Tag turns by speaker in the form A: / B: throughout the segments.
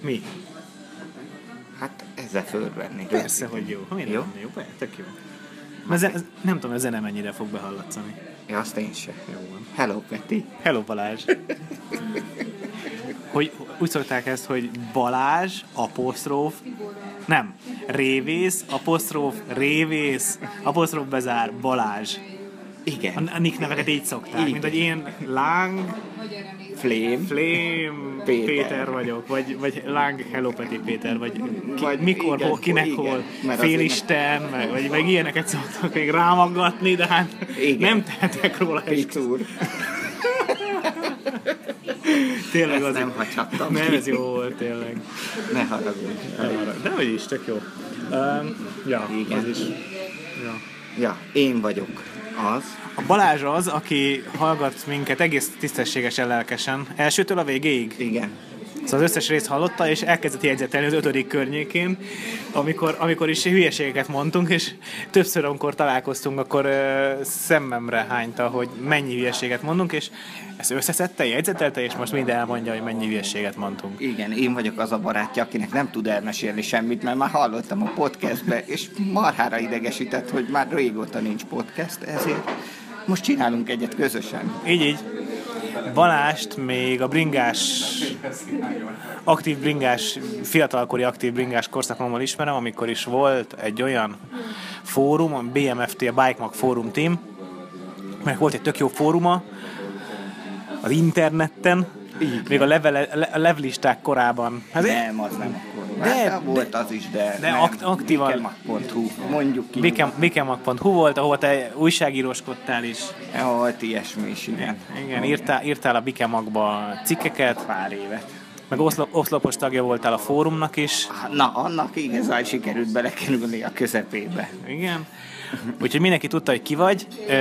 A: Mi? Hát ezzel fölvenni.
B: Persze, hogy jó. Ha miért
A: Jó?
B: jó? Lenne, jó? Persze, tök jó. Na, ze, ez- nem tudom, a zene mennyire fog behallatszani.
A: Ja, azt én se.
B: Jó van.
A: Hello, Peti.
B: Hello Balázs! Hogy úgy szokták ezt, hogy Balázs, apostróf, nem, révész, apostróf, révész, apostróf bezár, Balázs. A,
A: Igen.
B: a nick neveket így szokták,
A: Igen.
B: mint hogy én Láng,
A: Flame.
B: Flém,
A: Péter.
B: Péter, Péter vagyok, vagy, vagy Láng, Hello Peti Péter, vagy, ki,
A: Vagy
B: vagy mikor,
A: igen,
B: hol, kinek,
A: igen,
B: hol,
A: mert az
B: félisten, meg, vagy, meg ilyeneket szoktak még rámaggatni, de hát
A: Igen.
B: nem tehetek róla, és
A: Picúr.
B: tényleg
A: Ezt
B: az
A: nem hagyhattam
B: Nem,
A: ki.
B: ez jó volt, tényleg.
A: Ne haragudj.
B: Nem arra. De hogy is, tök jó. Um, ja,
A: Igen.
B: az is. Ja.
A: Ja, én vagyok az.
B: A Balázs az, aki hallgat minket egész tisztességesen, lelkesen, elsőtől a végéig.
A: Igen.
B: Szóval az összes részt hallotta, és elkezdett jegyzetelni az ötödik környékén, amikor, amikor is hülyeségeket mondtunk, és többször, amikor találkoztunk, akkor ö, szememre hányta, hogy mennyi hülyeséget mondunk, és ezt összeszedte, jegyzetelte, és most mind elmondja, hogy mennyi hülyeséget mondtunk.
A: Igen, én vagyok az a barátja, akinek nem tud elmesélni semmit, mert már hallottam a podcastbe, és marhára idegesített, hogy már régóta nincs podcast, ezért most csinálunk egyet közösen.
B: Így, így. Balást még a bringás, aktív bringás, fiatalkori aktív bringás korszakommal ismerem, amikor is volt egy olyan fórum, a BMFT, a Bike Mag Fórum Team, meg volt egy tök jó fóruma az interneten, még a, levele, le, a levlisták korában. Hát
A: Nem, az nem akkor.
B: De-
A: hát, volt az is, de,
B: de
A: nem.
B: akt- aktívan-
A: Bikemag.hu, mondjuk ki.
B: Bikem- Bikemag.hu volt, ahol te újságíróskodtál is.
A: Volt ilyesmi is, igen.
B: Igen, írtál, írtál a Bikemagba cikkeket.
A: Pár évet.
B: Meg oszlop, oszlopos tagja voltál a fórumnak is.
A: Na, annak igazán sikerült belekerülni a közepébe.
B: Igen. Úgyhogy mindenki tudta, hogy ki vagy. Ö,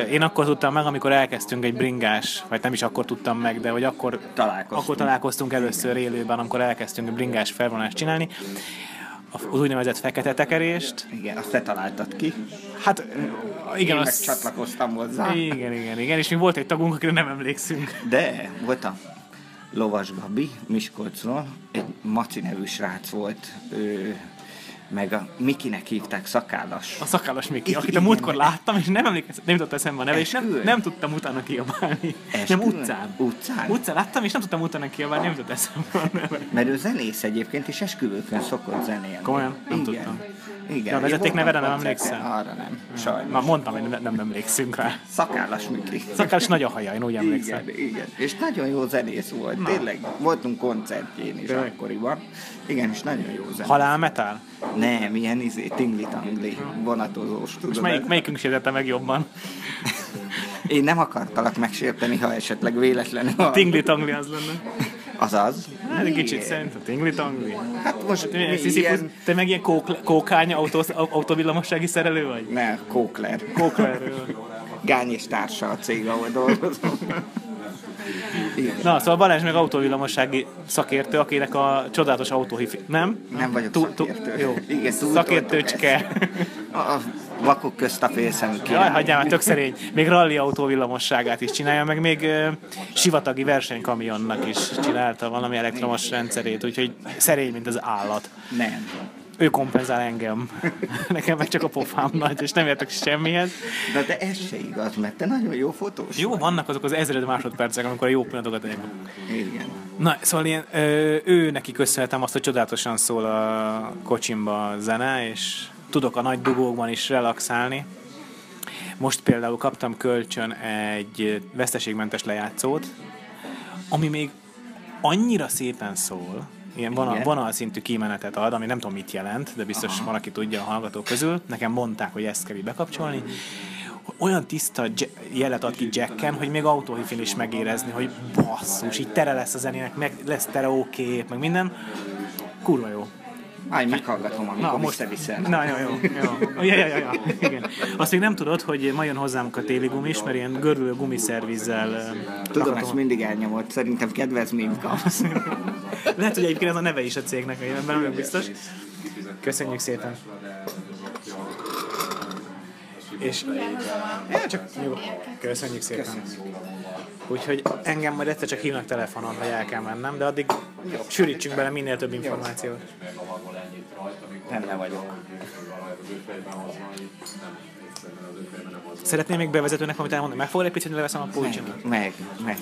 B: Én akkor tudtam meg, amikor elkezdtünk egy bringás, vagy nem is akkor tudtam meg, de hogy akkor
A: Találkoztunk.
B: akkor találkoztunk először élőben, amikor elkezdtünk egy bringás felvonást csinálni. Az úgynevezett fekete tekerést.
A: Igen, azt te találtad ki.
B: Hát igen,
A: Én meg
B: az...
A: csatlakoztam hozzá.
B: Igen, igen, igen. És még volt egy tagunk, akire nem emlékszünk.
A: De volt a Lovas Gabi Miskolcról, egy Maci nevű srác volt, ő, meg a Mikinek hívták szakállas.
B: A szakállas Miki,
A: Igen,
B: akit a
A: igen.
B: múltkor láttam, és nem emlékeztem, nem jutott eszembe a neve, és nem,
A: Esküvőn?
B: nem tudtam utána kiabálni. Nem,
A: Esküvőn?
B: utcán.
A: Utcán?
B: Utcán láttam, és nem tudtam utána kiabálni, nem jutott eszembe a neve.
A: Mert ő zenész egyébként, és esküvőkön szokott zenélni.
B: Komolyan? Nem
A: Igen.
B: tudtam.
A: Igen.
B: De a vezeték
A: Én voltam
B: nevére nem
A: koncerten,
B: emlékszel?
A: Arra nem, sajnos.
B: Már mondtam, hogy nem, nem emlékszünk rá.
A: Szakállas Miki.
B: Szakállas nagy a haja, én úgy emlékszem.
A: Igen, igen. És nagyon jó zenész volt, tényleg. Voltunk koncertjén is
B: Tényleg?
A: akkoriban. Igen, és nagyon jó zenész.
B: Halálmetál?
A: Nem, ilyen izé, tingli-tangli, vonatozós.
B: És
A: Tudod,
B: melyik, melyikünk sérdette meg jobban?
A: Én nem akartalak megsérteni, ha esetleg véletlenül hallod.
B: Tingli tangli az lenne.
A: Azaz.
B: Hát egy kicsit
A: Igen.
B: szerintem tingli tangli.
A: Hát most mi ilyen...
B: Te meg ilyen kók, kókány autós, autovillamossági szerelő vagy?
A: Ne, Kókler.
B: Kóklerről.
A: Gány és társa a cég, ahol dolgozom. Igen.
B: Na, szóval Balázs meg autovillamossági szakértő, akinek a csodálatos autóhifi... Nem?
A: Nem vagyok
B: Tú- tú-
A: szakértő.
B: Jó.
A: Igen, túl
B: Szakértőcske.
A: A a vakok közt a félszemű
B: Jaj,
A: király.
B: hagyjál már, tök szerény. Még rally autó villamosságát is csinálja, meg még ö, sivatagi versenykamionnak is csinálta valami elektromos rendszerét, úgyhogy szerény, mint az állat.
A: Nem.
B: Ő kompenzál engem. Nekem meg csak a pofám nagy, és nem értek semmihez.
A: De, de ez se igaz, mert te nagyon jó fotós.
B: Jó, vannak azok az ezred másodpercek, amikor a jó pillanatokat elmondom.
A: Igen.
B: Na, szóval ilyen, ö, ő neki köszönhetem azt, hogy csodálatosan szól a kocsimba a zene, és tudok a nagy dugókban is relaxálni. Most például kaptam kölcsön egy veszteségmentes lejátszót, ami még annyira szépen szól, ilyen van,
A: Igen.
B: van szintű kimenetet ad, ami nem tudom mit jelent, de biztos Aha. van, aki tudja a hallgatók közül. Nekem mondták, hogy ezt kell így bekapcsolni. Olyan tiszta j- jelet ad ki Jacken, hogy még autóhifin is megérezni, hogy basszus, így tere lesz a zenének, meg lesz tereókép, meg minden. Kurva jó.
A: Majd meghallgatom, amikor Na, most visszaviszel.
B: Na, jó, jó. jó. Ja, ja, ja, ja. Igen. Azt még nem tudod, hogy ma jön hozzám a téli gumis, mert ilyen görülő gumiszervizzel ö,
A: Tudom,
B: akartam-
A: ezt mindig elnyomod. Szerintem kedvezményt kapsz.
B: Lehet, hogy egyébként ez a neve is a cégnek, én ebben nem vagyok biztos. Köszönjük szépen. És ja, csak jó. Köszönjük szépen. Úgyhogy engem majd egyszer csak hívnak telefonon, ha el kell mennem, de addig sűrítsünk bele minél több információt.
A: Benne vagyok.
B: Szeretném még bevezetőnek valamit elmondani? Megfogod egy picit, leveszem a pulcsimat?
A: Meg, meg, meg.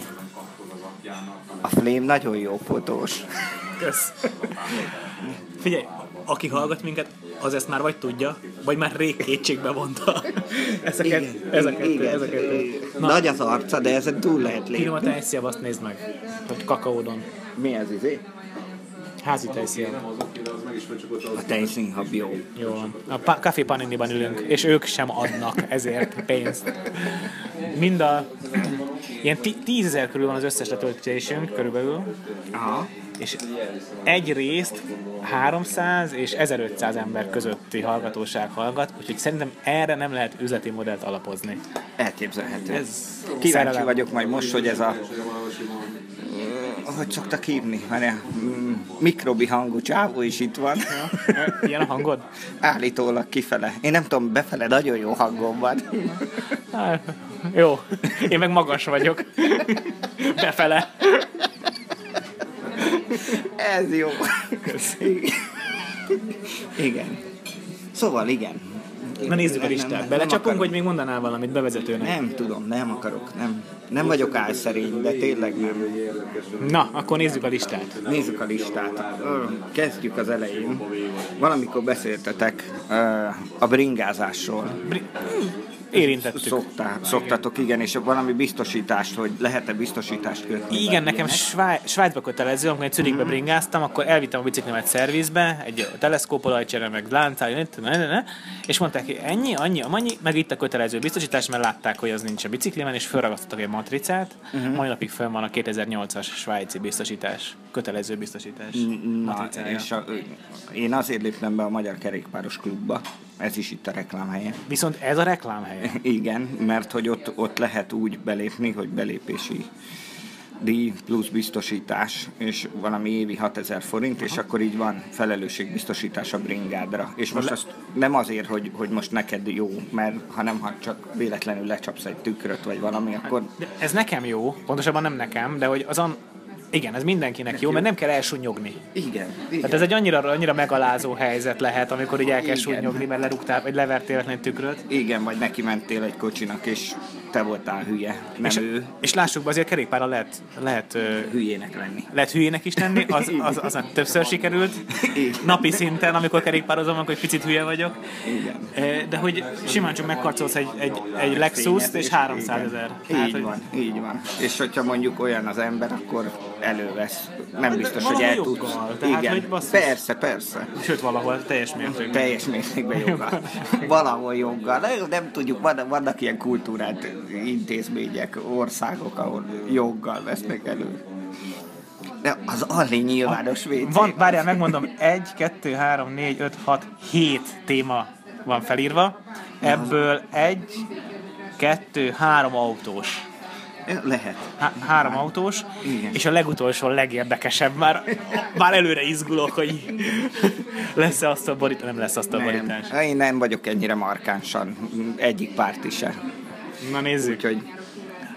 A: A Flame nagyon jó fotós.
B: Kösz. Figyelj, aki hallgat minket, az ezt már vagy tudja, vagy már rég kétségbe vonta. Ezeket,
A: Igen,
B: ezeket,
A: igen.
B: ezeket.
A: Na. Nagy az arca, de ezen túl lehet lépni.
B: Kinoma tejszíjav, azt nézd meg, hogy kakaódon.
A: Mi ez izé?
B: Házi tejszíjav.
A: A Tenzing Hub jó.
B: Jó van. A pa- Café Panini-ban ülünk, és ők sem adnak ezért pénzt. Mind a... Ilyen ti- tízezer körül van az összes letöltésünk körülbelül,
A: Aha.
B: és egy részt 300 és 1500 ember közötti hallgatóság hallgat, úgyhogy szerintem erre nem lehet üzleti modellt alapozni.
A: Elképzelhető.
B: Ez
A: Kíváncsi
B: szerelem.
A: vagyok majd most, hogy ez a... Hogy szoktak hívni? Már a mm, mikrobi hangú csávó is itt van.
B: Ilyen a hangod?
A: Állítólag kifele. Én nem tudom, befele nagyon jó hangom van.
B: Á, Hát, jó, én meg magas vagyok. Befele.
A: Ez jó. Igen. Szóval igen.
B: Na nézzük a
A: Nem, nem,
B: listát.
A: nem
B: Belecsapunk,
A: akarom.
B: hogy még mondanál valamit bevezetőnek?
A: Nem tudom, nem akarok, nem. Nem vagyok álszerény, de tényleg nem.
B: Na, akkor nézzük a listát.
A: Nézzük a listát. Ö, Kezdjük az elején. Valamikor beszéltetek ö, a bringázásról.
B: Hmm, Érintettük.
A: Szoktá, szoktatok, igen, és valami biztosítást, hogy lehet-e biztosítást kötni.
B: Igen, nekem Svá- Svájcba kötelező, amikor én Zürichbe
A: Hmm.
B: bringáztam, akkor elvittem a biciklimet szervizbe, egy teleszkópolajcsere, meg láncáj, ne, ne, ne, ne, és mondták, hogy ennyi, annyi, amennyi, meg itt a kötelező biztosítás, mert látták, hogy az nincs a biciklimen, és felragasztottak egy matricát.
A: Mhm.
B: Uh-huh. Mai napig fönn van a 2008-as svájci biztosítás, kötelező biztosítás
A: Na,
B: matricája.
A: és a, ö, én azért léptem be a Magyar Kerékpáros Klubba. Ez is itt a reklámhelye.
B: Viszont ez a reklámhely.
A: Igen, mert hogy ott, ott lehet úgy belépni, hogy belépési díj plusz biztosítás, és valami évi 6000 forint, és akkor így van felelősségbiztosítás a bringádra. És most azt nem azért, hogy, hogy most neked jó, mert hanem ha csak véletlenül lecsapsz egy tükröt, vagy valami, akkor
B: De ez nekem jó, pontosabban nem nekem, de hogy azon, igen, ez mindenkinek jó, mert nem kell elsúnyogni.
A: igen,
B: Tehát ez egy annyira, annyira megalázó helyzet lehet, amikor így el kell
A: Igen.
B: súnyogni, mert lerúgtál, vagy levertél egy tükröt.
A: igen, vagy neki mentél egy kocsinak, és te voltál hülye, nem
B: És,
A: ő,
B: és lássuk be, azért kerékpára lehet, lehet, ö,
A: hülyének lenni.
B: lehet hülyének is lenni, az, az, az, többször sikerült.
A: Igen.
B: Napi szinten, amikor kerékpározom, akkor egy picit hülye vagyok.
A: Igen.
B: Ö, De hogy simán csak megkarcolsz egy, egy, egy Lexus-t, és 300 ezer. Hát,
A: Így
B: hogy
A: van, így van. És hogyha mondjuk olyan az ember, akkor elővesz. Nem biztos, hogy
B: Hát, valami
A: el
B: joggal,
A: tudsz.
B: tehát, hogy basszus.
A: persze, persze.
B: Sőt, valahol teljes mértékben.
A: Teljes mértékben joggal. Valahol joggal. Nem- Nem tudjuk, van- vannak ilyen kultúrát, intézmények, országok, ahol joggal vesznek elő. De az Alli nyilvános WC.
B: Van, várjál, megmondom, 1, 2, 3, 4, 5, 6, 7 téma van felírva. Ebből 1, 2, 3 autós.
A: Lehet.
B: Há- három autós,
A: Igen.
B: és a legutolsó a legérdekesebb. Már, már előre izgulok, hogy lesz-e azt a borítás, nem lesz azt a
A: Nem.
B: borítás.
A: Én nem vagyok ennyire markánsan. Egyik párti se.
B: Na nézzük.
A: Úgyhogy,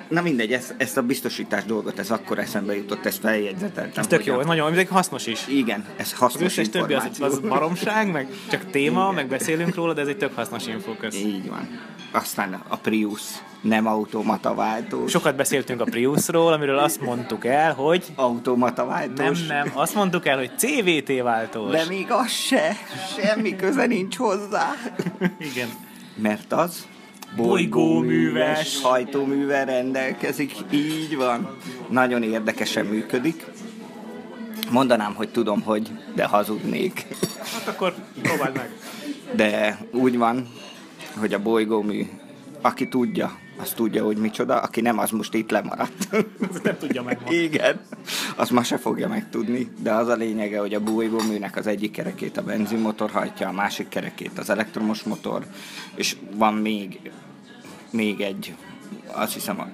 A: na mindegy, ezt, ezt a biztosítás dolgot, ez akkor eszembe jutott, ezt feljegyzeteltem.
B: Ez tök
A: hogy
B: jó,
A: a-
B: ez nagyon ez hasznos is.
A: Igen, ez
B: Az
A: hasznos
B: összes többi az,
A: információ.
B: az baromság, meg csak téma, meg beszélünk róla, de ez egy tök hasznos info kösz.
A: Így van. Aztán a Prius, nem automata váltós.
B: Sokat beszéltünk a Priusról, amiről azt mondtuk el, hogy
A: Automata váltós.
B: nem, nem, azt mondtuk el, hogy CVT váltós.
A: De még az se, semmi köze nincs hozzá.
B: Igen.
A: Mert az
B: Bolygóműves.
A: hajtóművel rendelkezik, így van. Nagyon érdekesen működik. Mondanám, hogy tudom, hogy, de hazudnék.
B: Hát akkor próbáld meg.
A: De úgy van, hogy a bolygómű, aki tudja, az tudja, hogy micsoda, aki nem, az most itt lemaradt.
B: Ezt nem tudja megmondani.
A: Igen. Azt ma se fogja megtudni, de az a lényege, hogy a bolygóműnek az egyik kerekét a benzinmotor hajtja, a másik kerekét az elektromos motor, és van még, még egy, azt hiszem, a-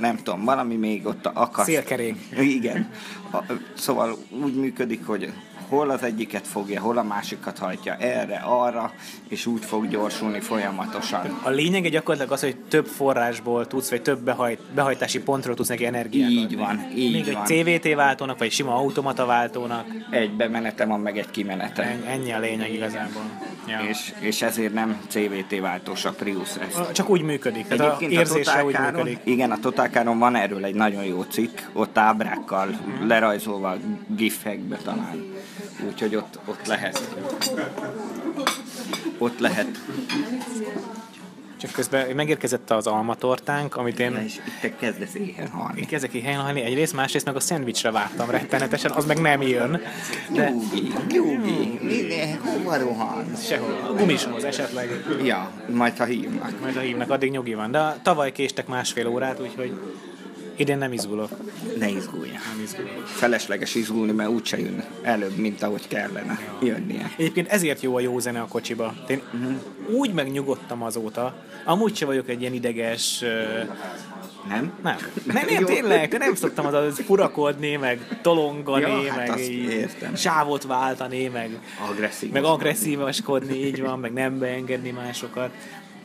A: nem tudom, valami még ott a akaszt.
B: Szélkerék.
A: Igen. A, szóval úgy működik, hogy hol az egyiket fogja, hol a másikat hajtja, erre, arra, és úgy fog gyorsulni folyamatosan.
B: A lényege gyakorlatilag az, hogy több forrásból tudsz, vagy több behajt, behajtási pontról tudsz neki energiát
A: Így
B: adni.
A: van, így
B: Még
A: van.
B: egy CVT váltónak, vagy sima automata váltónak.
A: Egy bemenete van, meg egy kimenete.
B: En- Ennyi a lényeg igazából. Ja.
A: És, és ezért nem CVT váltós a Prius ez.
B: Csak úgy működik. Tehát a érzése úgy
A: Total
B: működik.
A: Car-on- Igen, a Totákáron van erről egy nagyon jó cikk, ott ábrákkal,
B: Mhm.
A: lerajzolva, gifekbe talán. Úgyhogy ott, ott lehet. Ott lehet.
B: Csak közben megérkezett az almatortánk, amit én
A: És itt te kezdesz éhen halni.
B: kezdek így helyen hallani egyrészt, másrészt meg a szendvicsre vártam rettenetesen, az meg nem jön. De
A: Nyugi, nyugi, minden, hova rohansz?
B: sehol. Gumishoz esetleg,
A: Ja, majd ha hívnak.
B: majd a hívnak, addig nyugi van. De tavaly késtek másfél órát, úgyhogy idén nem izgulok.
A: Ne izguljál. Felesleges izgulni, mert úgyse jön előbb, mint ahogy kellene jönnie.
B: Egyébként ezért jó a jó zene a kocsiba. Én
A: Mhm.
B: uh-huh. úgy megnyugodtam azóta, amúgy se vagyok egy ilyen ideges... ö,
A: Nem?
B: Nem. Nem, nem
A: Jó.
B: tényleg, nem szoktam az, az furakodni, meg tolongani,
A: Ja, hát
B: meg
A: azt
B: így
A: értem.
B: sávot váltani, meg
A: Agresszív.
B: meg agresszívaskodni, így van, meg nem beengedni másokat.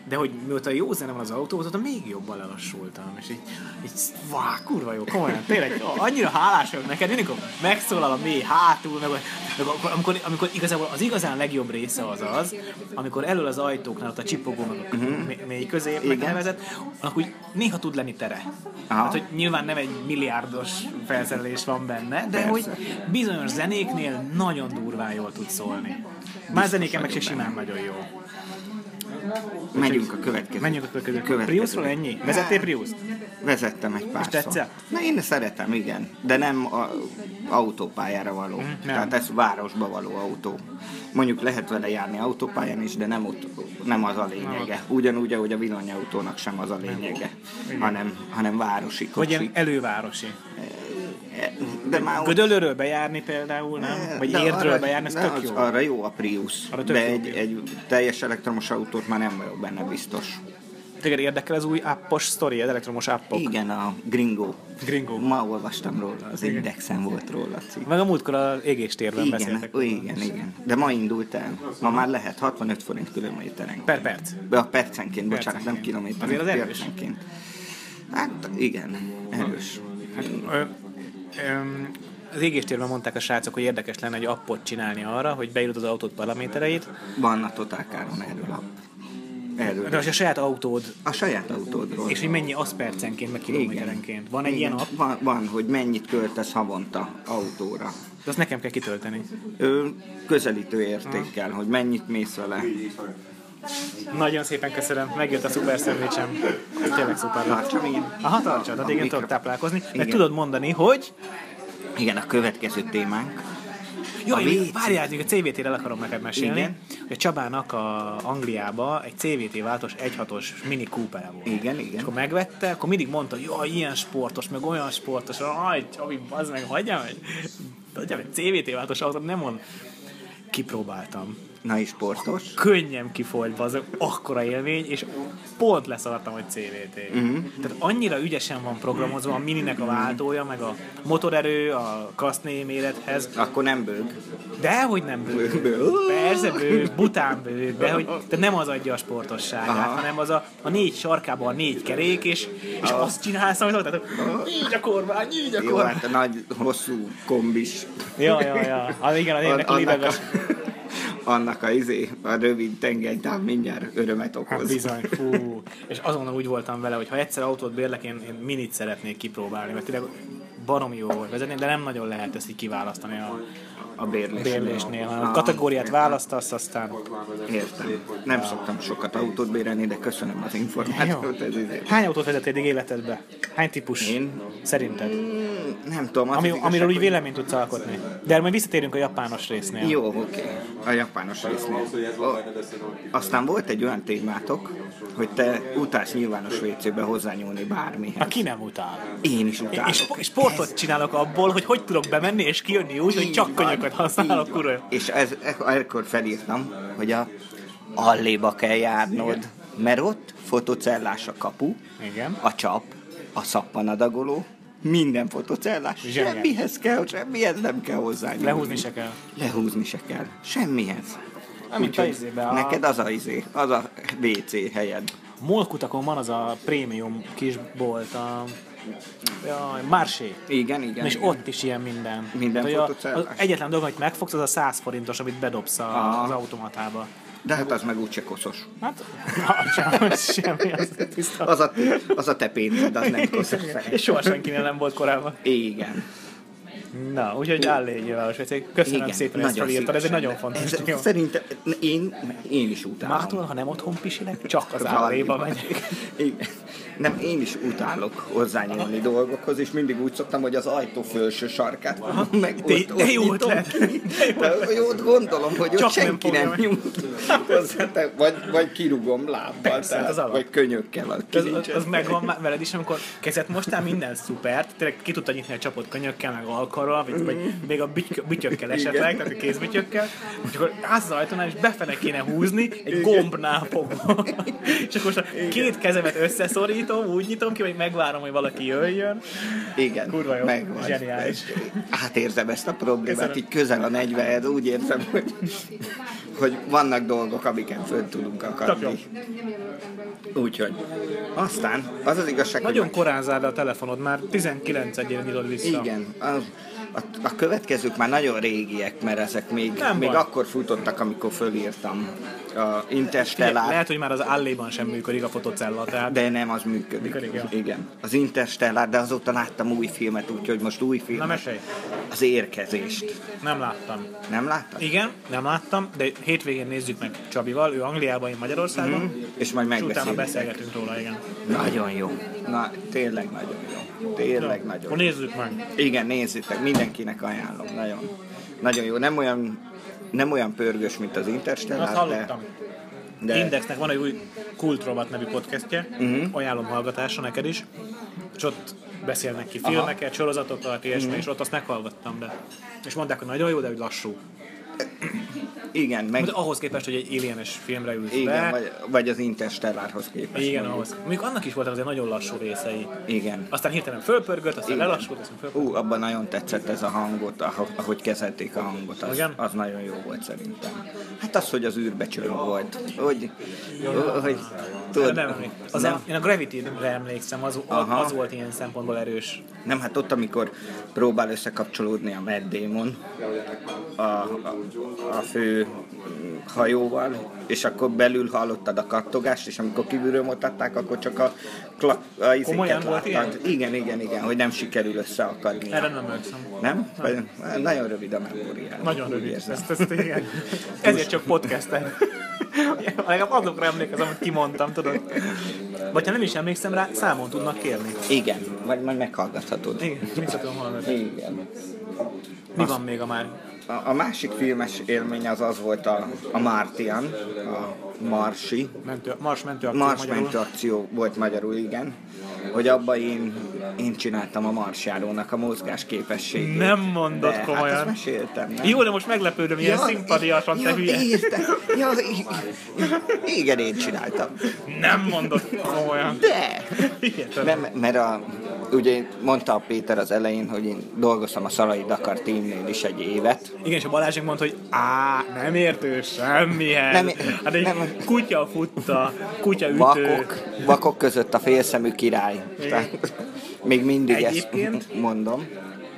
B: De hogy mióta jó zene van az autóban, azóta még jobban lelassultam, és így, így vá, kurva jó, komolyan, tényleg, annyira hálás vagyok neked, mindig amikor megszólal a mély hátul, meg, meg akkor, amikor, amikor, igazából az igazán legjobb része az az, amikor elől az ajtóknál ott a csipogó, meg a
A: Mhm.
B: mé- mély középnek nevezett, annak úgy néha tud lenni tere.
A: Aha.
B: Hát, hogy nyilván nem egy milliárdos felszerelés van benne, de hogy bizonyos zenéknél nagyon durván jól tud szólni. Más zenéken meg se simán nagyon jó.
A: Megyünk a következő.
B: Menjünk a következő. következő. Priusról ennyi? Vezettél prius
A: Vezettem egy pár
B: tetszett?
A: Na én szeretem, igen. De nem a, autópályára való. Mm, nem. Tehát ez városba való autó. Mondjuk lehet vele járni autópályán is, de nem, ott, nem az a lényege. Ugyanúgy, ahogy a villanyautónak sem az a lényege, hanem, hanem városi
B: Vagy
A: kocsi. Eh,
B: ilyen elővárosi.
A: De már ott- eh,
B: Gödölőről bejárni például, nem? Vagy
A: de
B: érdről
A: arra-
B: bejárni, ez
A: de
B: tök
A: az-
B: jó.
A: Arra jó a Prius,
B: Arra tök
A: de
B: jó a
A: egy,
B: Prius.
A: egy teljes elektromos autót már nem vagyok benne biztos.
B: Téged érdekel az új appos sztori, az elektromos appok?
A: Igen, a Gringo.
B: Gringo.
A: Ma olvastam róla, az Indexen volt róla cikk.
B: Meg a múltkor az égéstérben
A: Igen,
B: beszéltek.
A: ó, igen, igen. De ma indult el. Ma már lehet 65 forint kilométeren.
B: Per perc.
A: Be a percenként, bocsánat, nem
B: Percenként.
A: kilométeren.
B: Azért az erős.
A: Percenként. Hát igen, erős.
B: Ö, öm, az égéstérben mondták a srácok, hogy érdekes lenne egy appot csinálni arra, hogy beírod az autót paramétereit,
A: Van a Totálkáron erről a...
B: de
A: Erről.
B: az a saját autód,
A: A saját autódról.
B: és hogy mennyi az percenként, meg kilométerenként. Van egy ilyen app,
A: Van, van, hogy mennyit költesz havonta autóra.
B: de azt nekem kell kitölteni.
A: Ö, közelítő értékkel, hogy mennyit mész vele.
B: Nagyon szépen köszönöm, megjött a szuper szendvicsem. Tényleg szuper lett.
A: Tartsam én.
B: Aha, tartsad,
A: A
B: hát igen,
A: mikro-
B: tudok táplálkozni. Mert
A: Igen.
B: tudod mondani, hogy...
A: Igen, a következő témánk.
B: Jaj,
A: A
B: még-
A: WC.
B: várjál, még a CVT-re el akarom neked mesélni.
A: Igen.
B: Hogy a Csabának a Angliába egy CVT váltós 1.6-os mini cooper volt.
A: Igen,
B: És
A: igen.
B: akkor megvette, akkor mindig mondta, hogy jaj, ilyen sportos, meg olyan sportos, aj, Csabi, bazd meg, hagyjam, hogy hagyjam, egy CVT váltós autót, nem mond. Kipróbáltam.
A: Na és sportos.
B: Könnyem kifolyt, bazd meg, akkora élmény, és pont leszartam, hogy CVT.
A: Mhm.
B: Tehát annyira ügyesen van programozva a mininek a váltója, meg a motorerő, a kaszném mérethez,
A: Akkor nem bőg.
B: de hogy nem bőg.
A: Bőg.
B: Persze bőg, bután bőg, de hogy de nem az adja a sportosságát,
A: Aha.
B: hanem az a, a négy sarkában a négy kerék, és, és azt csinálsz, amit tehát így a kormány, így a
A: Jó,
B: kormány.
A: hát a nagy, hosszú kombis.
B: Ja, ja, ja. Hát igen, az ének a
A: annak, a,
B: lideges.
A: annak a, izé, a rövid tengelytáv mindjárt örömet
B: Hát
A: okoz.
B: bizony, fú. És azonnal úgy voltam vele, hogy ha egyszer autót bérlek, én, én minit szeretnék kipróbálni, mert tényleg baromi jó volt vezetni, de nem nagyon lehet ezt így kiválasztani a
A: A bérlésnél.
B: bérlésnél, hanem a
A: Ah,
B: kategóriát választasz, aztán...
A: Értem. Nem szoktam sokat autót bérelni, de köszönöm az információt. Ez izé.
B: Hány autót vezettél eddig életedbe? Hány típus?
A: Én?
B: Szerinted?
A: Mm, Nem tudom. az
B: Ami,
A: az igazság,
B: amiről úgy
A: hogy-
B: véleményt tudsz alkotni. De majd visszatérünk a japános résznél.
A: Jó, oké. A japános résznél. A- Aztán volt egy olyan témátok, hogy te utálsz nyilvános WC-be hozzányúlni bármihez.
B: Aki nem utál.
A: Én is
B: Én, én
A: utálok.
B: spo- sportot csinálok abból, hogy hogy tudok bemenni és kijönni úgy, hogy csak
A: Így van,
B: könyököt
A: így
B: használok,
A: van.
B: kurva.
A: És ez, ekkor felírtam, hogy a alléba kell járnod, mert ott fotocellás a kapu,
B: Igen.
A: a csap, a szappanadagoló, Minden fotocellás.
B: Zseniális.
A: Semmihez kell, semmihez nem kell hozzá.
B: Lehúzni se kell.
A: Lehúzni se kell. Semmihez.
B: Amint
A: Úgyhogy
B: a izébe, a-
A: Neked az a izé, az a WC helyed.
B: Molkutakon van az a prémium kisbolt, a, a Marsé.
A: Igen, igen.
B: És
A: igen.
B: ott is ilyen minden.
A: Minden
B: Tehát, hogy a,
A: fotocellás.
B: az egyetlen dolog, amit megfogsz, az a 100 forintos, amit bedobsz a,
A: Aha.
B: az automatába.
A: De hát az meg úgyse koszos.
B: Hát, na, sem, semmi, az tiszta.
A: Az a, az a te pénzed, az nem koszos.
B: És soha senkinél nem volt korábban.
A: Igen.
B: Na, úgyhogy áll légy nyilvános vecék. Köszönöm
A: igen.
B: szépen, ezt
A: Nagyon
B: felírtad, ez egy
A: szívesen.
B: nagyon fontos
A: Ez-
B: téma.
A: Szerintem én, én is utálom.
B: Mától, ha nem otthon pisilek, csak az
A: Valami
B: álléba
A: van.
B: megyek.
A: Igen. Nem, én is utálok hozzányúlni dolgokhoz, és mindig úgy szoktam, hogy az ajtó fölső sarkát meg
B: de-
A: ott,
B: de
A: ott
B: jó
A: nyitom
B: ötlet.
A: ki. De jót gondolom, hogy
B: Csak
A: ott
B: nem
A: senki
B: fogja
A: nem,
B: meg.
A: nyúl hozzá, te- vagy, vagy kirúgom lábbal,
B: Persze,
A: tehát,
B: az alap.
A: vagy könyökkel. aki
B: Az, az,
A: nincsen.
B: az megvan már veled is, amikor kezet mostál minden szupert, tényleg ki tudta nyitni a csapot könyökkel, meg alkarral, vagy, vagy még a bütyk, bütyökkel esetleg,
A: Igen.
B: tehát a kézbütyökkel, és akkor állsz az ajtónál, és befele kéne húzni egy gombnál fogva. és akkor most a két kezemet összeszorítom, úgy nyitom ki, hogy megvárom, hogy valaki jöjjön.
A: Igen,
B: Kurva jó,
A: megvan.
B: zseniális.
A: Átérzem ezt a problémát,
B: Köszönöm.
A: így közel a 40 úgy érzem, hogy, hogy vannak dolgok, amiken föl tudunk
B: Tök
A: akadni. Úgyhogy. Aztán az az igazság, hogy
B: Nagyon korán zárd a telefonod, már 19 egyére nyitod vissza.
A: Igen, a, a, a következők már nagyon régiek, mert ezek még,
B: Nem
A: még
B: baj.
A: akkor futottak, amikor fölírtam a
B: Figyelj,
A: Interstellar,
B: lehet, hogy már az álléban sem működik a fotocella, tehát
A: de nem, az működik.
B: Működik, ja.
A: Igen. Az Interstellar, de azóta láttam új filmet, úgyhogy most új film.
B: Na, mesélj.
A: Az érkezést.
B: nem láttam.
A: Nem láttad?
B: Igen, nem láttam, de hétvégén nézzük meg Csabival, ő Angliában, én Magyarországon, mm-hmm.
A: És majd
B: és utána
A: megbeszélünk.
B: beszélgetünk róla, igen.
A: Nagyon jó. Na, tényleg nagyon jó. Tényleg nagyon
B: Akkor nézzük meg.
A: Igen, nézzétek, mindenkinek ajánlom, nagyon, nagyon jó. Nem olyan, nem olyan pörgős, mint az Interstellar,
B: Azt hallottam.
A: Hát de,
B: De.
A: de Mhm.
B: Indexnek van egy új Kultrobat nevű podcastje, mm-hmm. ajánlom hallgatásra neked is, és ott beszélnek ki filmeket, sorozatokat, ilyesmi,
A: Mhm.
B: mm-hmm. és ott azt meghallgattam, de és mondták, hogy nagyon jó, de hogy lassú.
A: igen, meg,
B: De ahhoz képest, hogy egy alienes filmre ülsz
A: igen
B: be,
A: vagy, vagy az Interstellárhoz képest.
B: igen, ahhoz. Mondjuk annak is voltak azért nagyon lassú részei.
A: Igen.
B: Aztán hirtelen fölpörgött, aztán
A: Igen.
B: lelassult, aztán fölpörgött.
A: Ú, abban nagyon tetszett ez a hangot, aho- ahogy kezelték a hangot, az,
B: Igen?
A: az nagyon jó volt szerintem. Hát az, hogy az űrbe csörög volt, hogy, hogy tudod,
B: Nem emlékszem. Az a, én a Gravity-re emlékszem, az,
A: Aha.
B: az volt ilyen szempontból erős.
A: Nem, hát ott, amikor próbál összekapcsolódni a Matt Damon a, a, a fő mm, hajóval, és akkor belül hallottad a kattogást, és amikor kívülről mutatták, akkor csak a, kla, a
B: Komolyan
A: izéket
B: volt
A: láttad. Igen, igen, igen, hogy nem sikerül összeakadni.
B: Erre nem emlékszem.
A: Nem? Vagy, nagyon rövid a memóriám.
B: Nagyon
A: Úgy
B: rövid.
A: érzem.
B: Ezt, ezt igen. Ezért csak podcasten. Legalább azokra emlékezem, amit kimondtam, tudod. Vagy ha nem is emlékszem rá, számon tudnak kérni.
A: Igen, vagy majd meghallgathatod.
B: Igen, mit tudom hallani.
A: Igen.
B: Mi van még a már?
A: A, a másik filmes élmény az az volt a, a Martian, a Marsi,
B: Mentő, Mars mentő akció
A: Mars
B: magyarul.
A: mentő akció volt magyarul, igen. Hogy abban én, én csináltam a marsjárónak a mozgás képességét.
B: Nem mondod
A: de,
B: komolyan.
A: Hát ezt meséltem, nem?
B: Jó, de most meglepődöm, ilyen
A: Ja,
B: szimpatiasan, te
A: ja,
B: hülye.
A: értem. Ja, i- i- igen, én csináltam.
B: Nem mondod komolyan.
A: De!
B: Hihetetlen.
A: Nem, mert a, ugye mondta a Péter az elején, hogy én dolgoztam a Szalai Dakar teamnél is egy évet.
B: Igen, és a Balázsik mondta, hogy á, nem értő semmihez.
A: Nem
B: Nem,
A: é-
B: hát egy
A: nem-
B: kutya futta, kutya ütő.
A: Vakok, vakok között a félszemű király.
B: Igen.
A: Tehát, még mindig ezt
B: Egyébként?
A: mondom.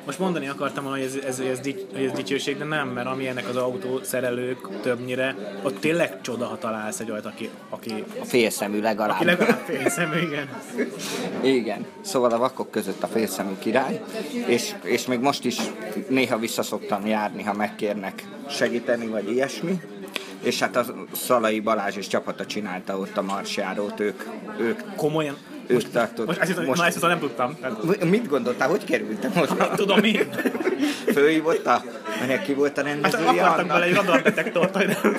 B: Most mondani akartam volna, hogy ez, ez, ez, dics, hogy ez dicsőség, de nem, mert amilyenek az autószerelők többnyire, ott tényleg csoda, ha találsz egy olyat, aki, aki,
A: A félszemű legalább.
B: aki legalább félszemű, igen.
A: Igen, szóval a vakok között a félszemű király, és, és még most is néha visszaszoktam járni, ha megkérnek segíteni, vagy ilyesmi. És hát a Szalai Balázs és csapata csinálta ott a marsjárót, ők, ők,
B: Komolyan.
A: ők tartott.
B: Most, azt hittem, most...
A: most-
B: Na, ezt aztán nem tudtam. Tehát,
A: Mit gondoltál, hogy kerültem oda?
B: tudom én.
A: Hát, Fölhívott a... Mert ki volt a
B: Hát
A: rendezője
B: akartam
A: annak?
B: bele egy radardetektort, hogy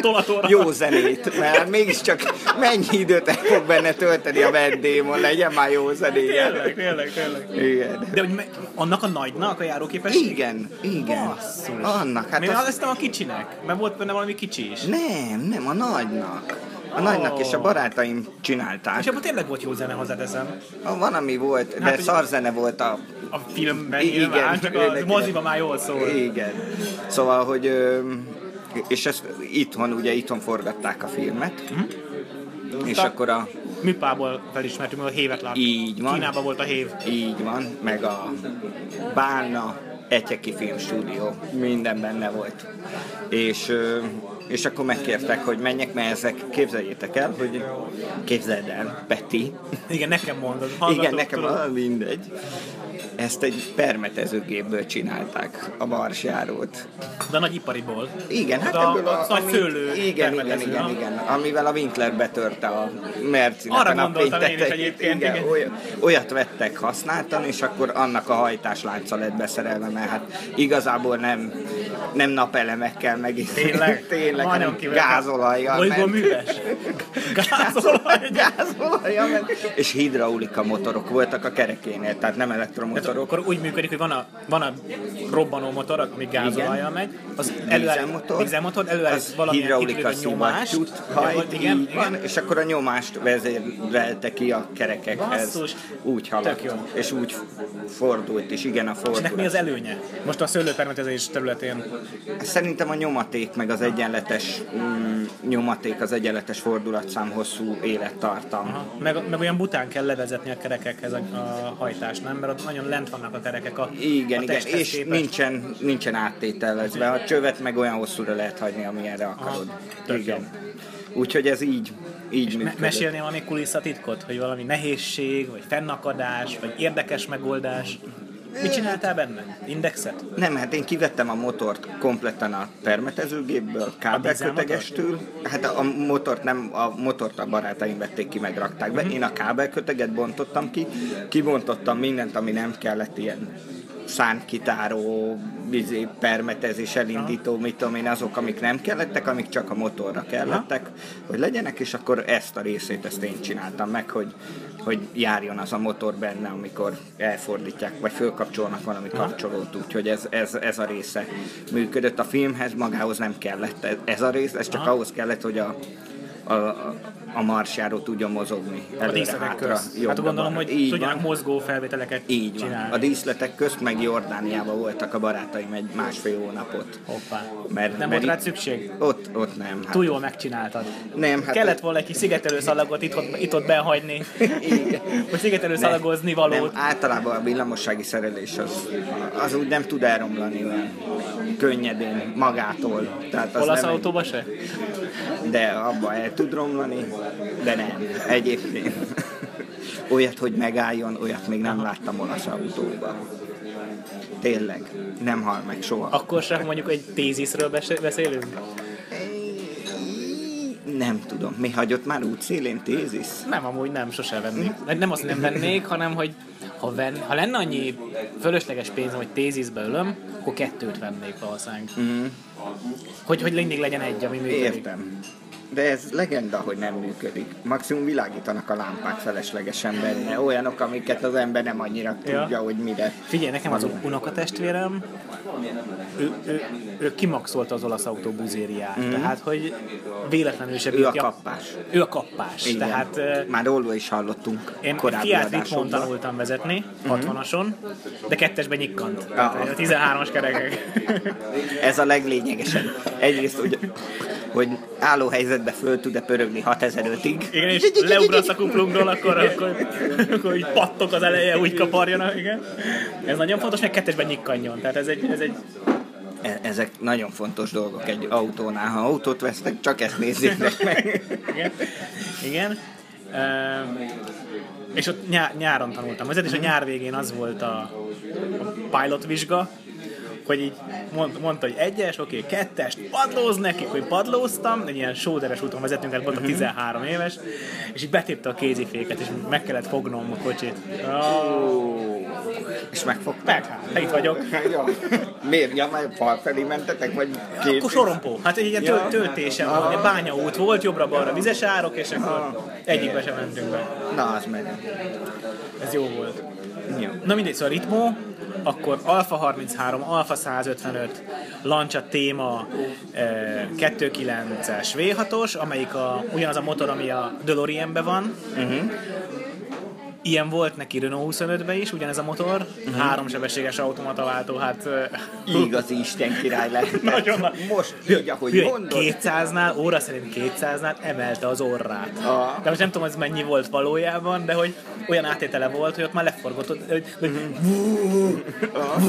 B: tolatóra.
A: Jó zenét, mert mégiscsak mennyi időt el fog benne tölteni a vendémon, legyen már jó zenéje.
B: Tényleg, tényleg, tényleg.
A: Igen.
B: De hogy me, annak a nagynak a járóképesség?
A: Igen, igen.
B: Basszus.
A: Annak, hát
B: Én
A: az...
B: azt hiszem a kicsinek, mert volt benne valami kicsi is.
A: Nem, nem, a nagynak. A nagynak és a barátaim csinálták.
B: Oh. És abban tényleg volt jó zene, hozzáteszem.
A: Ah, Van, ami volt, de
B: Hát, hogy-
A: szarzene volt a...
B: A filmben
A: I-
B: nyilván,
A: igen,
B: csak
A: őnek-
B: a moziban már jól szól.
A: Igen. Szóval, hogy... ö, És ezt itthon, ugye itthon forgatták a filmet. És akkor a...
B: Műpából felismertünk, mert a hévet láttuk.
A: Így van.
B: Kínában volt a hév.
A: Így van, meg a Bálna Etyeki Filmstúdió, minden benne volt. És, ö, és akkor megkértek, hogy menjek, mert ezek, képzeljétek el, hogy képzeld el, Peti,
B: Igen, nekem mondod.
A: igen,
B: Hallgatók,
A: nekem
B: tudod.
A: a mindegy, ezt egy permetezőgépből csinálták, a marsjárót.
B: De a nagy ipariból.
A: Igen, hát
B: De a-
A: ebből
B: az
A: a...
B: nagy
A: amit-
B: szőlő
A: igen, igen,
B: permetező,
A: igen,
B: nem?
A: igen, amivel a Winkler betörte a mercinek
B: Arra
A: a
B: gondoltam én is
A: napfénytetejét.
B: egyébként,
A: Igen,
B: igen.
A: olyat, olyat vettek használtan, és akkor annak a hajtáslánca lett beszerelve, mert hát igazából nem, nem napelemekkel meg
B: Tényleg?
A: tényleg hanem
B: kivel-
A: gázolajjal.
B: Bolygó
A: ment.
B: műves. Gázolaj.
A: Gázolajjal ment. És hidraulika motorok voltak a kerekénél, tehát nem elektromotorok.
B: Akkor úgy működik, hogy van a, van a robbanó motor, ami gázolajjal megy, az
A: Dízelmotor.
B: előáll, dízelmotor, előáll
A: az
B: valami
A: hidraulika nyomást, hajt,
B: igen,
A: így van,
B: igen.
A: és akkor a nyomást vezérelte ki a kerekekhez.
B: Basszus,
A: úgy haladt,
B: tök jó.
A: és úgy fordult is, igen, a
B: És ennek mi az
A: fordulat.
B: előnye? Most a szőlőpermetezés területén.
A: Szerintem a nyomaték, meg az egyenletes mm, nyomaték, az egyenletes fordulatszám hosszú élettartam.
B: Aha. Meg, meg olyan bután kell levezetni a kerekekhez a, a hajtást, nem? Mert ott nagyon lent vannak a kerekek a
A: Igen,
B: a
A: igen,
B: testhez
A: és
B: képest.
A: nincsen, nincsen áttételezve. A csövet meg olyan hosszúra lehet hagyni, amilyenre akarod.
B: tök
A: igen. Úgyhogy ez így, így
B: Me-
A: működik.
B: mesélni valami kulisszatitkot, hogy valami nehézség, vagy fennakadás, vagy érdekes megoldás. Mit csináltál benne? Indexet?
A: Nem, hát én kivettem a motort kompletten a permetezőgépből, kábelkötegestől. Hát a a motort nem, a motort a barátaim vették ki, meg rakták be. Én a kábelköteget bontottam ki, kibontottam mindent, ami nem kellett ilyen szánkitáró, izé, permetezés, elindító, mit tudom én, azok, amik nem kellettek, amik csak a motorra kellettek, hogy legyenek, és akkor ezt a részét, ezt én csináltam meg, hogy, hogy járjon az a motor benne, amikor elfordítják, vagy fölkapcsolnak valami kapcsolót, úgyhogy ez, ez, ez a része működött. A filmhez magához nem kellett ez- ez a rész, ez csak ahhoz kellett, hogy a a, a- a marsjáró tudjon mozogni
B: A
A: előre-hátra.
B: díszletek közt. Hát
A: jobbra-balra.
B: gondolom, hogy
A: Így
B: tudjanak
A: van.
B: mozgó felvételeket
A: Így van.
B: csinálni.
A: A díszletek közt meg Jordániában voltak a barátaim egy másfél hónapot.
B: Hoppá.
A: Mert-
B: nem
A: mert
B: volt rá
A: itt-
B: szükség?
A: Ott, ott nem. Hát.
B: Túl jól megcsináltad.
A: Nem, hát
B: Kellett volna egy kis szigetelő szalagot itt, ott, itt ott benhagyni. Vagy szigetelő
A: Ne,
B: szalagozni valót.
A: Nem, általában a villamossági szerelés az, az úgy nem tud elromlani olyan könnyedén magától. Tehát az
B: Olasz
A: nem
B: autóba se?
A: Egy, de abba el tud romlani, de nem. Egyébként olyat, hogy megálljon, olyat még nem láttam olasz autóban. Tényleg, nem hal meg soha.
B: Akkor sem mondjuk egy téziszről bes- beszélünk?
A: Nem tudom, mi hagyott már útszélén tézis?
B: Nem, amúgy nem, sose vennék. Nem- Nem azt nem vennék, hanem hogy ha, ven, ha lenne annyi fölösleges pénzem, hogy téziszbe ölöm, akkor kettőt vennék valószínűleg. Mm. Hogy, hogy mindig legyen egy, ami működik.
A: Mhm. Értem. De ez legenda, hogy nem működik. Maximum világítanak a lámpák feleslegesen benne. Olyanok, amiket az ember nem annyira
B: Ja.
A: tudja, hogy mire.
B: Figyelj, nekem az unokatestvérem, ő, ő, ő kimaxolta az olasz autó buzériát, mm. tehát hogy véletlenül se
A: Mhm. Ő a
B: bírja-
A: kappás.
B: Ő a kappás,
A: Igen.
B: tehát ö,
A: Már róla is hallottunk
B: én
A: korábbi Mhm.
B: Fiat Ritmon
A: adásokban.
B: tanultam vezetni, 60-ason, de kettesben nyikkant.
A: Aha.
B: A 13-as kerekek.
A: Ez a leglényegesebb. Egyrészt, hogy, hogy álló helyzetbe föl tud-e pörögni 6005-ig.
B: Igen, és leugrasz a kuplungról, akkor, akkor, akkor így pattok az eleje, úgy kaparjanak, igen. Ez nagyon fontos, meg kettesben nyikkanjon. Tehát ez egy, ez egy
A: E- Ezek nagyon fontos dolgok egy autónál. Ha autót vesznek, csak ezt nézzétek meg.
B: igen. igen. Ehm, és ott nyá- nyáron tanultam ezért, és a nyár végén az volt a, a pilot vizsga, hogy így mond, mondta, hogy egyes, oké, kettest, padlóz nekik, hogy padlóztam, egy ilyen sóderes úton vezetünk, hát voltam 13 éves, és így betépte a kéziféket, és meg kellett fognom a kocsit. Oh.
A: És megfog.
B: Meg, hát, itt vagyok.
A: Ja. Miért? Ja, már fal felé mentetek, vagy két?
B: Akkor sorompó. Hát egy ilyen tö- töltésem volt, egy bányaút volt, jobbra-balra vizes árok, és akkor egyikbe sem mentünk be.
A: Na, az menő.
B: Ez jó volt.
A: Jó.
B: Na mindegy, szóval ritmó, akkor Alfa 33, Alfa 155, Lancia téma eh, 2.9-es V6-os, amelyik a, ugyanaz a motor, ami a DeLorean-ben van. Uh-huh. Ilyen volt neki Renault 25-ben is, ugyanez a motor, uh-huh. háromsebességes automataváltó, hát eh,
A: Igazi Isten király lett.
B: Nagyon
A: Tehát
B: nagy.
A: Most, hogy ahogy
B: Figyelj,
A: mondod,
B: 200-nál, óra szerint 200-nál emelsd az orrát.
A: Ah.
B: De most nem tudom, ez mennyi volt valójában, de hogy olyan átétele volt, hogy ott már leforgott, hogy, hogy
A: Ah.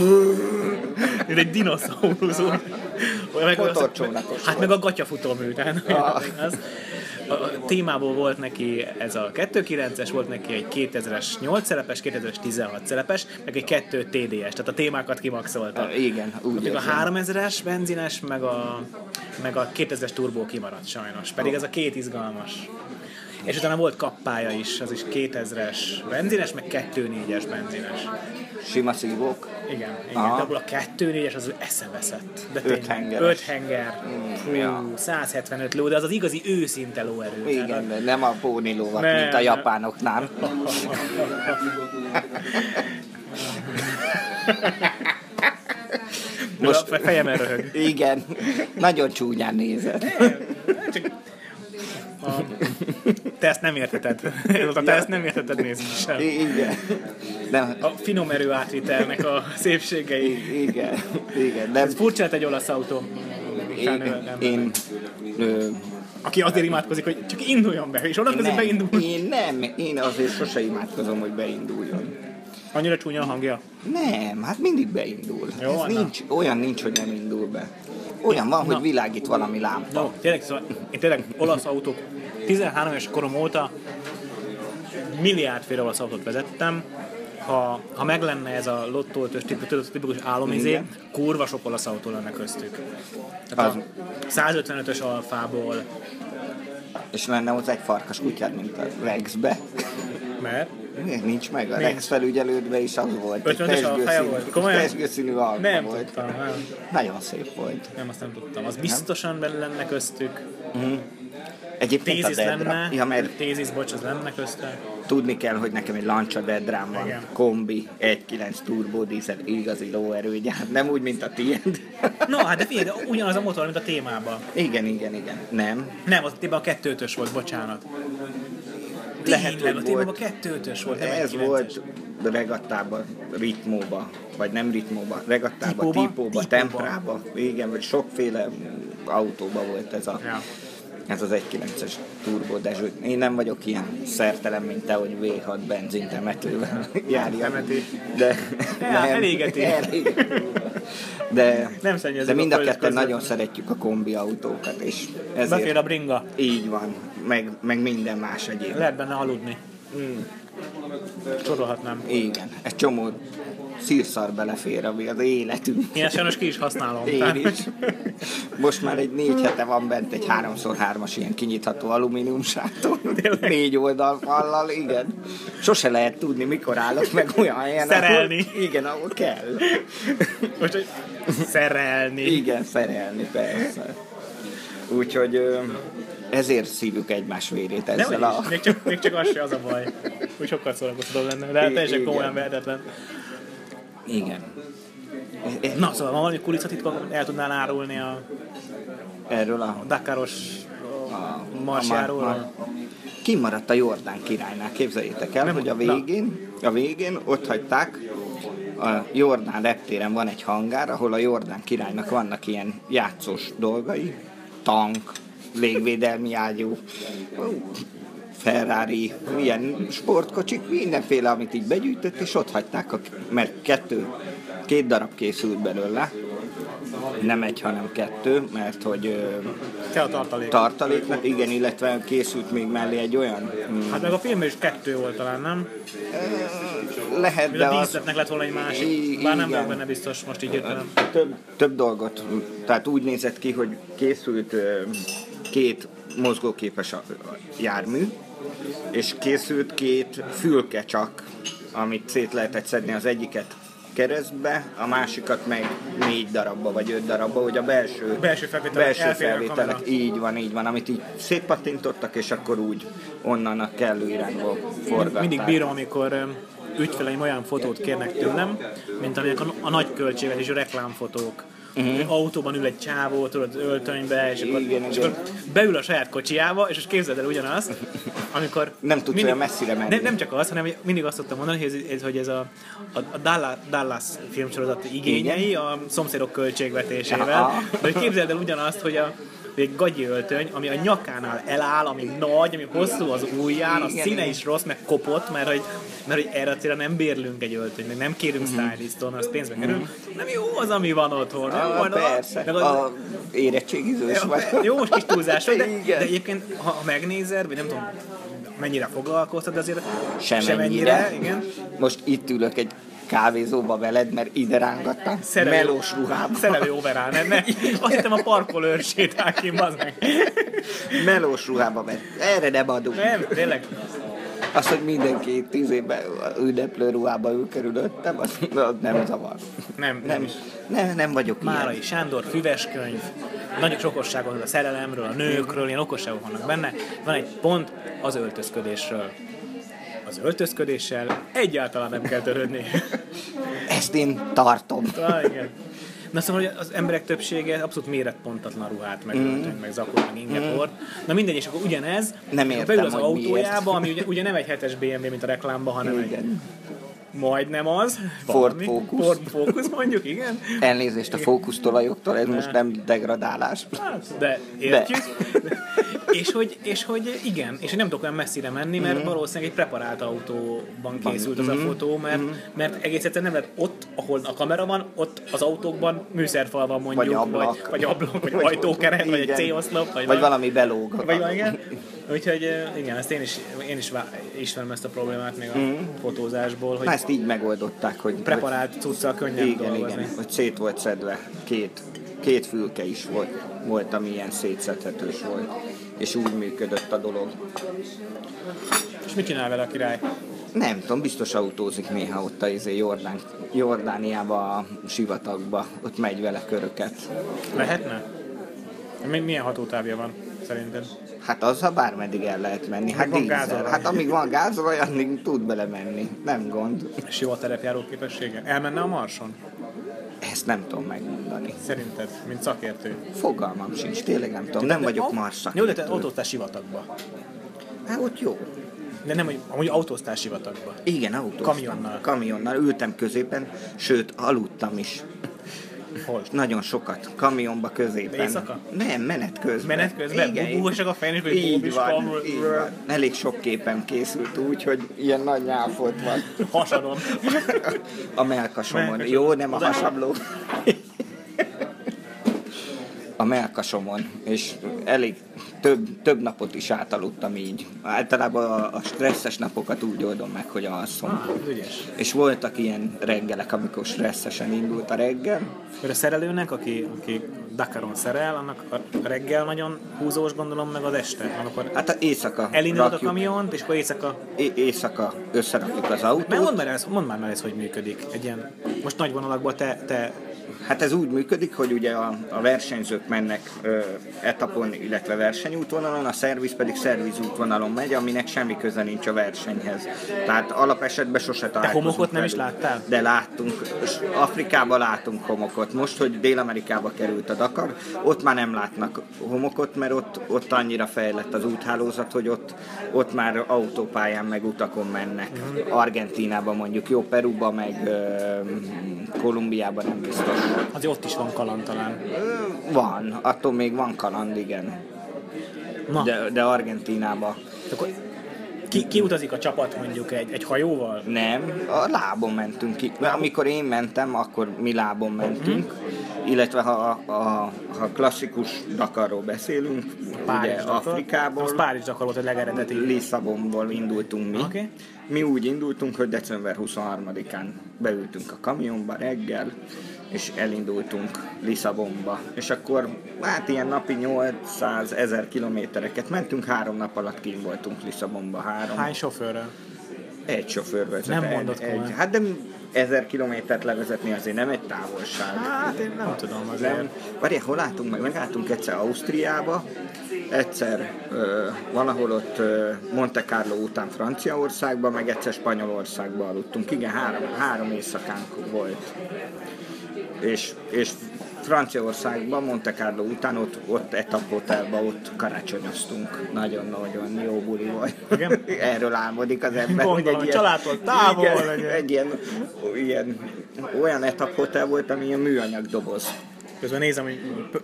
B: mint egy dinoszaurusz. Olyan meg-
A: Motorcsónakos
B: Hát meg a gatyafutó műtán.
A: Ah.
B: Az. A- A témából volt neki ez a 2.9-es, volt neki egy 2000-es 8 szerepes, 2000-es 16 szerepes, meg egy 2 TDS, tehát a témákat kimaxolta.
A: Ah, igen, úgy
B: Még a
A: érzem.
B: 3000-es benzines, meg a, meg a 2000-es turbó kimaradt sajnos, pedig ez a két izgalmas. És utána volt kappája is, az is 2000-es benzines, meg 2.4-es benzines.
A: sima szívók.
B: Igen, igen.
A: Aha.
B: De abból a 2-4-es az eszeveszett. De
A: Öt
B: tényleg,
A: hengeres.
B: Öt henger. Fú,
A: ja.
B: 175 ló, de az az igazi őszinte lóerő.
A: Igen, de nem a pónilóvat,
B: Nem,
A: mint a
B: nem.
A: japánoknál.
B: Most a fejemen röhög.
A: Igen, nagyon csúnyán nézett.
B: Csak... A... Te ezt nem érteted. Zoltán, Te ezt nem érteted nézni sem.
A: Igen. Nem,
B: A finom erő átvitelnek a szépségei.
A: igen, igen, nem.
B: Ez furcsa lett egy olasz autó.
A: Én, én, ö,
B: Aki azért imádkozik, hogy csak induljon be, és onnantól
A: nem,
B: beindul.
A: én nem, én azért sose imádkozom, hogy beinduljon.
B: Annyira csúnya a hangja.
A: Nem, hát mindig beindul.
B: Jó,
A: Ez
B: na.
A: nincs, olyan nincs, hogy nem indul be. Olyan van, hogy világít valami lámpa.
B: No, tényleg, szóval én tényleg olasz autók, 13 éves korom óta milliárdféle olasz autót vezettem, ha, ha meg lenne ez a lottoltős tipikus, tipikus álomizé,
A: Igen.
B: kurva sok olasz autó lenne köztük. Tehát
A: Az.
B: a 155-ös alfából,
A: És lenne hozzá egy farkas kutyád, mint a Rexbe.
B: mert
A: Miért nincs meg? A
B: Nincs.
A: Rex felügyelődben is az volt. egy
B: 55-ös alfája volt? Komolyan?
A: Pesgőszínű alfa
B: nem
A: volt.
B: tudtam, nem,
A: Nagyon szép volt.
B: nem, azt nem tudtam. Az biztosan benne lenne köztük.
A: Egyébként
B: Tézis
A: a Dedra.
B: Mhm. lenne,
A: Ja, mert
B: Tézis, bocs, az lenne köztük.
A: tudni kell, hogy nekem egy Lancia Dedrám van.
B: Igen.
A: Kombi, 1.9 turbo diesel, igazi lóerőgyár. Nem úgy, mint a tiéd.
B: No, hát de figyelj, de ugyanaz a motor, mint a témában.
A: igen, igen, igen. Nem.
B: Nem, az a témában a kettőtös volt, bocsánat.
A: Lehet,
B: Tényleg,
A: hogy
B: a témában
A: volt.
B: kettőtös volt. nem egy
A: Ez
B: kilences.
A: volt regattában, ritmóba, vagy nem ritmóba, regattában,
B: Tipóba?
A: tipóba,
B: Tipóba.
A: temprába, igen, vagy sokféle autóba volt ez a...
B: Ja.
A: Ez az 1.9-es turbo Dezső. Én nem vagyok ilyen szertelen, mint te, hogy V6 benzin temetővel járja.
B: Temeti.
A: De,
B: El- elégeti.
A: elégeti. De,
B: Nem szennyezi
A: de mind
B: a
A: a
B: föld
A: ketten
B: közvetlenül.
A: nagyon szeretjük a kombi autókat, és ezért
B: Befér a bringa.
A: így van, meg, meg minden más egyéb.
B: Lehet benne aludni.
A: Hmm.
B: Sorolhatnám.
A: Igen, egy csomó szírszar belefér, ami az életünk.
B: Én ezt sajnos ki is használom.
A: Én
B: Tehát-
A: is. Most már egy négy hete van bent egy 3x3-as ilyen kinyitható alumínium sátor. Négy oldalfallal, igen. Sose lehet tudni, mikor állok meg olyan helyen. ahol-
B: Szerelni.
A: igen, ahol kell.
B: Most, hogy szerelni.
A: Igen, szerelni, persze. Úgyhogy ö, ezért szívjuk egymás vérét
B: Nem,
A: ezzel a...
B: is. Még, csak, még csak az se az a baj. Úgy sokkal szórakoztatóbb lenne, de hát
A: I-
B: teljesen
A: igen.
B: komolyan vehetetlen.
A: Igen. E- e-
B: Na, szóval van valami kulisszatitkot, el tudnál árulni a
A: Erről a...
B: Dakaros
A: a
B: marsjáról?
A: a mar- kimaradt a Jordán királynál. Képzeljétek el,
B: Nem,
A: hogy a
B: na.
A: végén, a végén ott hagyták, a Jordán reptéren van egy hangár, ahol a Jordán királynak vannak ilyen játszós dolgai, tank, légvédelmi ágyú, ú, Ferrari, ilyen sportkocsik, mindenféle, amit így begyűjtött, és ott hagyták, a, mert kettő, két darab készült belőle, nem egy, hanem kettő, mert hogy ö,
B: Kell a tartalék.
A: tartaléknak, igen, illetve készült még mellé egy olyan, mm,
B: Hát meg a filmben is kettő volt talán, nem?
A: lehet,
B: Mint
A: de
B: a
A: az
B: díszletnek lett volna egy másik.
A: I-
B: Bár nem
A: igen.
B: vagyok benne biztos, most így értelem.
A: több, több dolgot, mm, tehát úgy nézett ki, hogy készült ö, két mozgóképes a- a jármű, és készült két fülke csak, amit szét lehetett szedni az egyiket keresztbe, a másikat meg négy darabba, vagy öt darabba, hogy a belső,
B: belső felvételek,
A: belső
B: elférjen a
A: felvételek
B: kamera.
A: így van, így van, amit így szétpattintottak, és akkor úgy onnan a kellő irányba forgatták.
B: Mindig bírom, amikor öm, ügyfeleim olyan fotót kérnek tőlem, mint amilyen a, a nagy költségvetésű reklámfotók. Uh-huh. Autóban ül egy csávó, tudod, öltönybe, és akkor,
A: Mhm. Igen,
B: és
A: igen.
B: akkor beül a saját kocsiába, és most képzeld el ugyanazt, amikor...
A: Nem tudsz olyan messzire menni.
B: Nem, nem csak az, hanem hogy mindig azt szoktam mondani, hogy ez, ez, hogy ez a, a, a Dallas, Dallas filmsorozat igényei a szomszédok költségvetésével.
A: Aha.
B: De hogy képzeld el ugyanazt, hogy a hogy egy gagyi öltöny, ami a nyakánál eláll, ami nagy, ami hosszú az ujján, a
A: Igen,
B: színe
A: igen.
B: is rossz, meg kopott, mert hogy, mert hogy erre a célra nem bérlünk egy öltönyt, meg nem kérünk
A: Mhm.
B: styliston, mert az pénzbe kerül. Nem jó az, ami van otthon. nem jó,
A: Ah,
B: az-
A: persze,
B: meg az-
A: a érettségizős
B: jó,
A: vagy.
B: Jó, most kis túlzás, vagy, de, de
A: Igen.
B: egyébként, ha ha megnézed, vagy nem tudom, mennyire foglalkoztad, de azért
A: Semennyire.
B: igen.
A: Most itt ülök egy kávézóba veled, mert ide rángattam.
B: Szerelő-
A: Melós ruhába.
B: Szerelő overall, nem? ne? Azt hittem a parkolőr sétál ki, bazd meg.
A: Melós ruhába, mert erre nem adunk.
B: Nem, tényleg.
A: Az, hogy mindenki tíz évben ünneplő ruhába ül körülöttem, az, az nem zavar.
B: Nem, nem
A: Nem,
B: is.
A: nem, nem vagyok ilyen.
B: Márai Sándor, füveskönyv, nagyon sok okosság van a szerelemről, a nőkről, ilyen okosságok vannak benne. Van egy pont az öltözködésről. Az öltözködéssel egyáltalán nem kell törődni.
A: Ezt én tartom.
B: Ah, igen. Na szóval hogy az emberek többsége abszolút méretpontatlan ruhát, meg, mm. meg zakot, meg inget hord. Na mindegy, és akkor ugyanez,
A: Mm. Nem
B: akkor
A: értem,
B: beül az
A: hogy
B: autójába,
A: miért.
B: ami ugye, ugye, nem egy hetes BMW, mint a reklámban, hanem egy
A: Igen.
B: majdnem az. valami.
A: Ford Focus.
B: Ford Focus mondjuk, igen.
A: Elnézést a fókusztolajoktól, ez most nem degradálás.
B: Hát, De értjük. és, hogy, és hogy igen, és hogy nem tudok olyan messzire menni, mert
A: Mhm.
B: valószínűleg egy preparált autóban készült az a fotó, mert,
A: Mhm.
B: mert egész egyszerűen nem lehet ott, ahol a kamera van, ott az autókban műszerfal van mondjuk,
A: Vagy
B: vagy,
A: ablak.
B: vagy, ablak, vagy ajtókeret, vagy egy
A: Igen.
B: C-oszlop, vagy,
A: Vagy
B: valami.
A: valami belóg.
B: Vagy van, igen. Úgyhogy ö, igen, ezt én is, én is vá- ismerem ezt a problémát még a
A: Mhm.
B: fotózásból, hogy
A: Na, ezt így megoldották, hogy...
B: preparált cuccal könnyen
A: hogy, igen,
B: dolgozni.
A: igen, hogy szét volt szedve. Két, két fülke is volt, volt, ami ilyen szétszedhetős volt. És úgy működött a dolog.
B: És mit csinál vele a király?
A: Nem tudom, biztos autózik néha ott a izé Jordán, Jordániába, a sivatagba, ott megy vele köröket.
B: Lehetne? Mi, milyen hatótávja van szerinted?
A: Hát azzal bármeddig el lehet menni. Hát,
B: van
A: dízel.
B: gázolaj.
A: hát amíg van gázolaj, addig tud belemenni. Nem gond.
B: És jó a terepjáró képessége? Elmenne a Marson?
A: Ezt nem tudom megmondani.
B: Szerinted, mint szakértő.
A: Fogalmam sincs, tényleg nem tudom. Nem vagyok marsak.
B: Jó, de te autóztál sivatagba.
A: Hát ott jó.
B: De nem, hogy amúgy autóztál sivatagba.
A: Igen, autóztam.
B: Kamionnal.
A: Kamionnal. Ültem középen, sőt, aludtam is.
B: Hol?
A: Nagyon sokat. Kamionba középen.
B: De éjszaka?
A: Nem, menet közben.
B: Menet közben?
A: Igen.
B: Bubúgosak a fején, és vagy
A: így
B: bubis
A: van,
B: kamrul.
A: így van. Elég sok képen készült úgy, hogy ilyen nagy nyáfot van.
B: Hasadon.
A: A melkasomon.
B: Melkasom.
A: Jó, nem a hasabló. A melkasomon, és elég több, több napot is átaludtam így. Általában a, a stresszes napokat úgy oldom meg, hogy alszom.
B: Ah, Ügyes.
A: És voltak ilyen reggelek, amikor stresszesen indult a reggel.
B: Mert a szerelőnek, aki, aki Dakaron szerel, annak a reggel nagyon húzós gondolom, meg az este. Amikor
A: Hát a éjszaka
B: elindulod a
A: rakjuk-
B: kamiont, és akkor éjszaka...
A: é- éjszaka összerakjuk az autót.
B: Mert mondd már, ezt, mondd már, már ezt, hogy működik. Egy ilyen, most nagy vonalakban te, te
A: Hát ez úgy működik, hogy ugye a, a versenyzők mennek ö, etapon, illetve versenyútvonalon, a szerviz pedig szervizútvonalon megy, aminek semmi köze nincs a versenyhez. Tehát alapesetben sose találkozunk
B: homokot nem
A: velük.
B: is láttál?
A: De láttunk. S- Afrikába látunk homokot. Most, hogy Dél-Amerikába került a Dakar, ott már nem látnak homokot, mert ott, ott annyira fejlett az úthálózat, hogy ott, ott már autópályán meg utakon mennek. Argentínába mondjuk, jó, Peruba meg ö, Kolumbiába nem biztos.
B: azért ott is van kaland talán.
A: Ö, Van, attól még van kaland, igen.
B: Na, De.
A: De, de Argentínába
B: akkor ki, ki utazik a csapat mondjuk egy, egy hajóval?
A: nem. A lábon mentünk ki. Mert amikor én mentem, akkor mi lábon mentünk.
B: Mhm.
A: Illetve ha, a, a, ha klasszikus Dakarról beszélünk, ugye
B: Dakar.
A: Afrikából,
B: Az Párizs Dakar volt a legeredeti.
A: Lisszabonból indultunk mi.
B: Oké.
A: Mi úgy indultunk, hogy december 23-án beültünk a kamionba reggel, és elindultunk Lisszabonba. És akkor hát ilyen napi 800 ezer kilométereket mentünk, három nap alatt kim voltunk Lisszabonba, három.
B: Hány sofőrrel?
A: Egy sofőr vezet.
B: Nem
A: egy-
B: mondod
A: egy,
B: komolyan.
A: Hát de ezer kilométert levezetni azért nem egy távolság.
B: Hát én nem tudom azért.
A: Nem. Várjál, hol álltunk meg? Megálltunk egyszer Ausztriába, egyszer ö, valahol ott ö, Monte Carlo után Franciaországban, meg egyszer Spanyolországban aludtunk. Igen, három, három éjszakánk volt. És, és Franciaországban, Monte Carlo után ott, ott etap hotelben, ott karácsonyoztunk. Nagyon-nagyon jó buli volt.
B: Igen?
A: Erről álmodik az ember.
B: Gondolom,
A: hogy
B: hogy családtól távol
A: igen,
B: legyen.
A: egy ilyen, ilyen, olyan etap hotel volt, ami ilyen műanyag doboz.
B: Közben nézem, hogy p-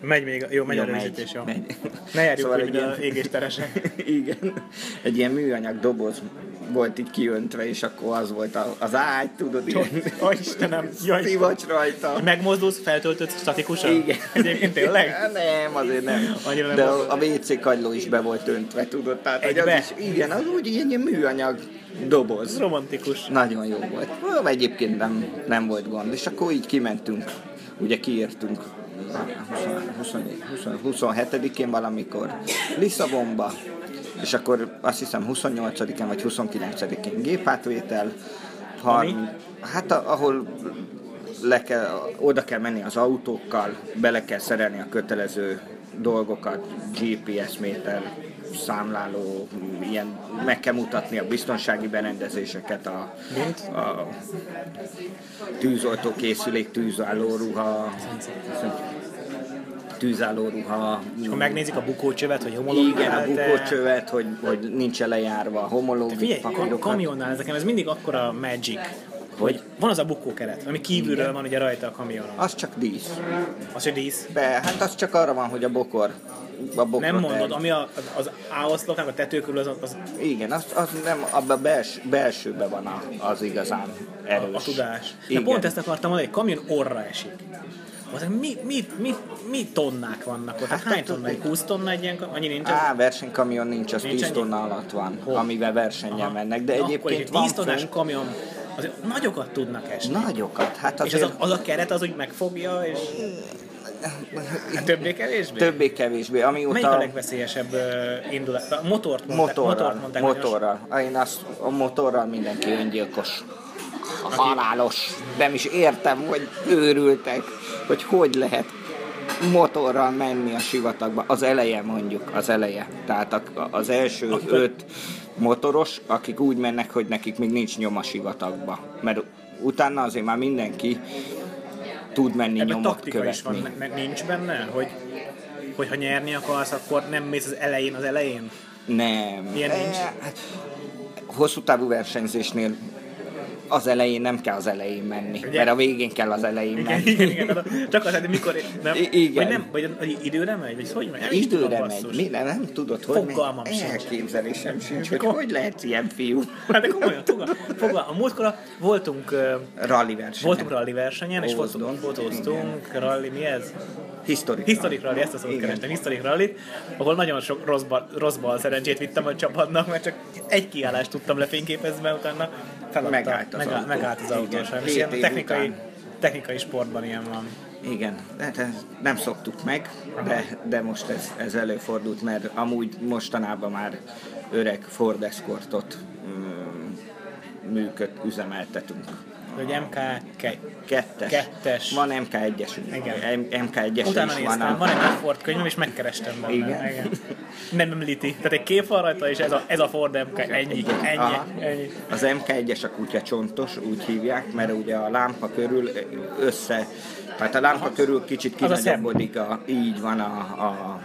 B: megy még, jó, megy
A: Jó,
B: a rögzítés, jó.
A: megy.
B: Ne járjuk úgy,
A: Szóval egy
B: mint a
A: ilyen-
B: égésteresek.
A: Igen, egy ilyen műanyag doboz volt így kiöntve, és akkor az volt a- az ágy, tudod, ilyen
B: Ó, Istenem, jó Istenem.
A: szivacs rajta.
B: Megmozdulsz, feltöltött statikusan?
A: Igen.
B: Egyébként tényleg?
A: Nem, azért nem.
B: Annyira nem
A: De
B: volt.
A: a, a WC kagyló is be volt öntve, tudod? Tehát, hogy
B: Egybe?
A: az is, igen, az úgy ilyen, ilyen műanyag doboz.
B: Ez romantikus.
A: Nagyon jó volt. Ö, Egyébként nem, nem volt gond. És akkor így kimentünk, ugye kiértünk 20 20 27-én valamikor Lisszabonba, és akkor azt hiszem 28-án vagy 29-én gépátvétel,
B: Ami?
A: harm, hát a, ahol le kell, oda kell menni az autókkal, bele kell szerelni a kötelező dolgokat, GPS méter, számláló, ilyen, meg kell mutatni a biztonsági berendezéseket, a, a tűzoltó készülék, tűzálló ruha, tűzálló ruha,
B: És akkor megnézik a bukócsövet, hogy homologál
A: igen, a bukócsövet, hogy, hogy nincs lejárva a homológi
B: Figyelj, a
A: papírokat.
B: kamionnál nekem ez mindig akkora magic, hogy van az a bukókeret, ami kívülről van ugye rajta a kamionon.
A: Az csak dísz.
B: Az, hogy dísz.
A: Be, hát az csak arra van, hogy a bokor. A bokrot
B: Nem mondod,
A: el-
B: ami a, az- az áoszlopnak a tető körül, az, az
A: Igen, az, az nem, abban bels, belsőben van a, az igazán erős.
B: a tudás. De
A: Igen.
B: pont ezt akartam mondani, egy kamion orra esik. Az, mi, mi, mi, mi tonnák vannak ott? Hát,
A: Hát
B: hány
A: ott-
B: tonna? Egy 20 tonna egy ilyen, kam- annyi nincs? az?
A: Á, versenykamion nincs, az
B: Nincs
A: 10
B: ennyi?
A: tonna alatt van,
B: Hol?
A: amivel versenyen mennek, de
B: Na,
A: egyébként
B: akkor egy 10
A: van
B: tonnás
A: fönt-
B: kamion, az nagyokat tudnak esni.
A: Nagyokat, hát
B: és az
A: azért
B: a, az a keret az úgy megfogja, és Hát többé-kevésbé?
A: többé-kevésbé,
B: Melyik a
A: amióta
B: legveszélyesebb ö, indulat? A motort mondták. motort
A: motorral,
B: mondták
A: motorral. Ah, Én azt, a motorral mindenki öngyilkos. Halálos. Nem is értem, hogy őrültek, hogy hogy lehet motorral menni a sivatagba. Az eleje mondjuk, az eleje. Tehát a, az első akik öt motoros, akik úgy mennek, hogy nekik még nincs nyoma sivatagba. Mert utána azért már mindenki tud menni
B: Ebben
A: nyomot
B: taktika
A: követni.
B: is van, ne- meg nincs benne, hogy hogyha nyerni akarsz, akkor nem mész az elején az elején.
A: Nem.
B: Ilyen
A: Eh,
B: nincs?
A: hát, Hosszú távú versenyzésnél az elején nem kell az elején menni,
B: Ugye?
A: mert a végén kell az elején
B: Igen,
A: menni.
B: igen, igen. tehát Csak az, hogy mikor... Nem,
A: I- igen.
B: Vagy, nem, vagy hogy időre megy? Vagy hogy megy? Nem is tudom,
A: Időre megy,
B: basszus.
A: mi nem, nem tudod, hogy
B: Fogalmam
A: megy.
B: sincs.
A: Elképzelésem sincs, hogy
B: Mikor?
A: hogy lehetsz ilyen fiú.
B: Hát de komolyan, fogal, fogal. A múltkor a- voltunk, ö,
A: Rally verseny.
B: voltunk rally versenyen, és
A: Ózdon.
B: fotóztunk, fotóztunk rally, mi ez?
A: Historikus.
B: Historic Rally, ezt a szót kerestem, Historic Rally, ahol nagyon sok rossz, bal, rossz bal szerencsét vittem a csapatnak, mert csak egy kiállást tudtam lefényképezni, mert utána feladta.
A: Megállt az
B: megá,
A: autó.
B: Megállt az autó,
A: Igen,
B: sajnos.
A: hét
B: Ilyen
A: év
B: technikai,
A: után.
B: technikai sportban ilyen van.
A: Igen, de ez nem szoktuk meg, de, de most ez, ez előfordult, mert amúgy mostanában már öreg Ford Escortot mm, működ, üzemeltetünk.
B: Hogy MK
A: Kettes.
B: Kettes.
A: Van MK1-esünk.
B: Igen.
A: M- MK1-es
B: Utána
A: is van
B: néztem,
A: a...
B: van egy nagy Ford könyvem, és megkerestem benne.
A: Igen.
B: Nem említi. Tehát egy kép van rajta, és ez a, ez a Ford MK. Ennyi, ennyi,
A: Aha.
B: ennyi.
A: Az MK1-es a kutya csontos, úgy hívják, mert ugye a lámpa körül össze... Tehát a lámpa körül kicsit
B: Az a
A: kinagyobodik, a, így van a, a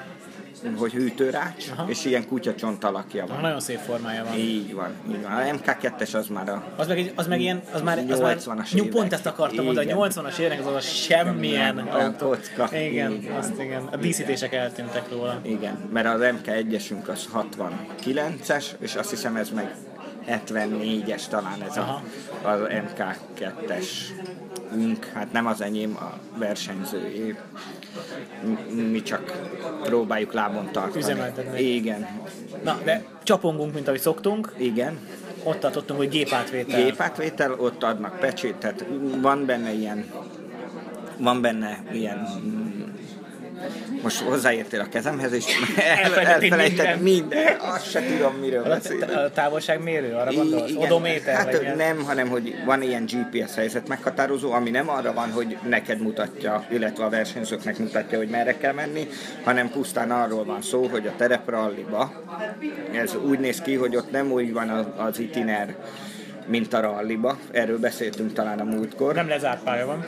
A: hogy hűtőrács,
B: Aha.
A: és ilyen kutyacsont alakja van.
B: Szóval Nagyon szép formája van.
A: Így van, így van. A MK2-es az már a...
B: Az meg, egy, az meg ilyen, az már, az már
A: 80-as
B: nyú,
A: évek.
B: pont ezt akartam mondani, a
A: Igen.
B: 80-as éveknek az a semmilyen
A: Olyan
B: autó.
A: kocka.
B: Igen,
A: Igen.
B: azt igen. A díszítések eltűntek róla.
A: Igen, mert az MK1-esünk az 69-es, és azt hiszem ez meg 74-es talán ez a, az MK2-es ünk, hát nem az enyém, a versenyzőé. Mi- Mi csak próbáljuk lábon tartani.
B: Üzemeltetni.
A: Igen,
B: Na, de csapongunk, mint ahogy szoktunk.
A: igen.
B: Ott tartottunk, hogy gépátvétel.
A: Gépátvétel, ott adnak pecsétet, van benne ilyen, van benne ilyen mm, Most hozzáértél a kezemhez, és el,
B: Elfelejtettél
A: elfelejtett
B: mindent.
A: minden. Azt se tudom, miről
B: A, t-
A: beszélek.
B: a távolságmérő, arra
A: I-
B: gondolsz?
A: igen.
B: Odométer? vagy
A: hát,
B: milyen?
A: nem, hanem hogy van ilyen GPS helyzet meghatározó, ami nem arra van, hogy neked mutatja, illetve a versenyzőknek mutatja, hogy merre kell menni, hanem pusztán arról van szó, hogy a terepralliba, ez úgy néz ki, hogy ott nem úgy van a- az itiner, mint a ralliba. Erről beszéltünk talán a múltkor
B: nem lezárt pálya van.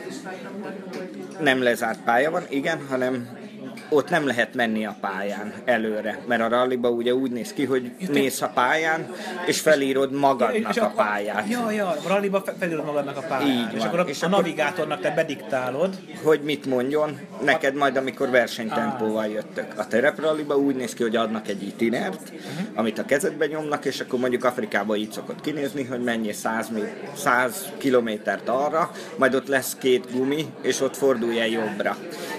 A: nem lezárt pálya van, igen, hanem ott nem lehet menni a pályán előre, mert a ralliba ugye úgy néz ki, hogy mész a pályán, és felírod magadnak
B: És
A: a
B: akkor-
A: pályát.
B: Ja, ja, a ralliba fe- felírod magadnak a pályán.
A: Így
B: és
A: van.
B: akkor a,
A: És
B: a
A: akkor-
B: navigátornak te bediktálod.
A: hogy mit mondjon neked majd, amikor versenytempóval jöttök. A terepralliba úgy néz ki, hogy adnak egy itinert, amit a kezedbe nyomnak, és akkor mondjuk Afrikában így szokott kinézni, hogy mennyi 100, mé- 100 kilométert arra, majd ott lesz két gumi, és ott fordulj el jobbra.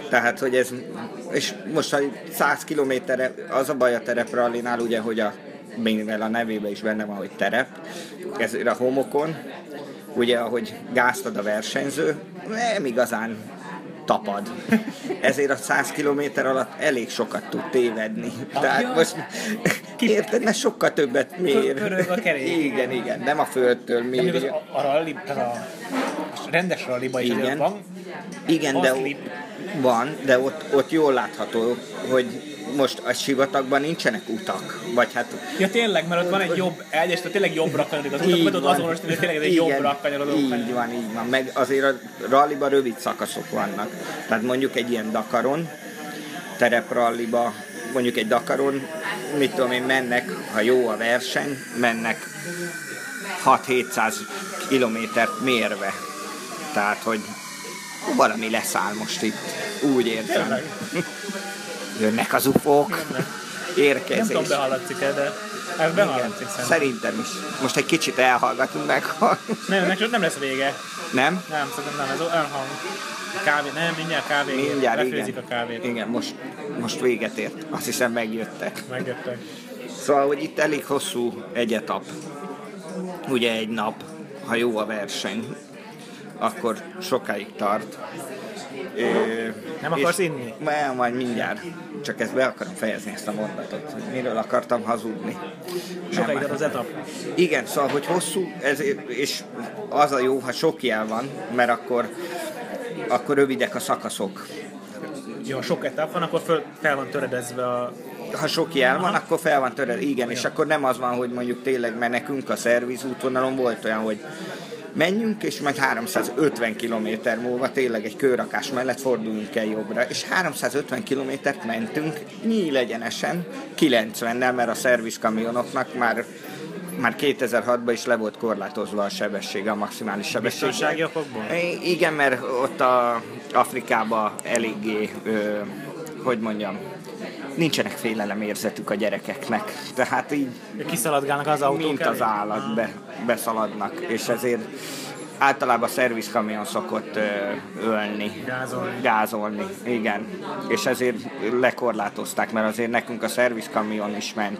A: Tehát, hogy ez, és most a 100 kilométerre, az a baj a tereprallinál, ugye, hogy a mivel a nevében is benne van, hogy terep, ezért a homokon, ugye ahogy gázt ad a versenyző, nem igazán tapad. Ezért a 100 km alatt elég sokat tud tévedni. Tehát most érted, mert sokkal többet mér.
B: Körög a kerék.
A: Igen, igen, nem a földtől
B: De még az,
A: mér.
B: a, a rally, az a, a rendes ralliba is azért
A: Igen.
B: van.
A: Igen, de
B: az lip.
A: van, de ott, ott jól látható, hogy most a sivatagban nincsenek utak. Vagy hát
B: Ja tényleg, mert ott van egy jobb, egyes, tehát tényleg jobbra kanyarodik az utak,
A: Így
B: mert ott
A: van.
B: azonos, hogy tényleg ez egy
A: Igen,
B: jobbra kanyarodó
A: Így
B: kanyar.
A: van, így van. Meg azért a ralliban rövid szakaszok vannak. Tehát mondjuk egy ilyen Dakaron, terepralliba, mondjuk egy Dakaron, mit tudom én, mennek, ha jó a verseny, mennek 6-700 kilométert mérve. Tehát, hogy valami leszáll most itt. Úgy értem. Jönnek az ufók.
B: Nem
A: Érkezés.
B: tudom, behallatszik-e, de ez behallatszik szerintem.
A: Szerintem is. Most egy kicsit elhallgatunk meg, ha...
B: Nem, nem, nem lesz vége.
A: Nem?
B: Nem, szerintem nem, ez olyan hang. Kávé, nem, mindjárt kávé.
A: Mindjárt,
B: Lefőzik
A: igen.
B: a kávét.
A: Igen, most, most véget ért. Azt hiszem megjöttek.
B: Megjöttek.
A: Szóval, hogy itt elég hosszú egy etap. Ugye egy nap, ha jó a verseny, akkor sokáig tart. Ö,
B: Nem
A: és-
B: akarsz inni?
A: Nem, majd mindjárt. Csak ezt be akarom fejezni ezt a mondatot, hogy miről akartam hazudni.
B: Sokáig
A: Nem, hát
B: tart az etap.
A: Igen, szóval, hogy hosszú, ez, és az a jó, ha sok jel van, mert akkor, akkor rövidek a szakaszok.
B: Jó, ha sok etap van, akkor föl, fel van töredezve a...
A: Ha sok jel van, akkor fel van törve. Igen, és akkor nem az van, hogy mondjuk tényleg, mert nekünk a szerviz útvonalon volt olyan, hogy menjünk, és majd 350 km múlva tényleg egy kőrakás mellett forduljunk el jobbra. És 350 kilométert mentünk, nyíl egyenesen, 90-nel, mert a szervizkamionoknak már már 2006-ban is le volt korlátozva a sebessége, a maximális sebesség.
B: Biztonsági okokból?
A: I- Igen, mert ott a Afrikában eléggé, ö, hogy mondjam, nincsenek félelemérzetük a gyerekeknek. Tehát így,
B: Kiszaladgálnak az autók
A: mint
B: elé.
A: az állat be, beszaladnak, és ezért általában a szervizkamion szokott ö, ölni.
B: Gázolni.
A: Gázolni, igen. És ezért lekorlátozták, mert azért nekünk a szervizkamion is ment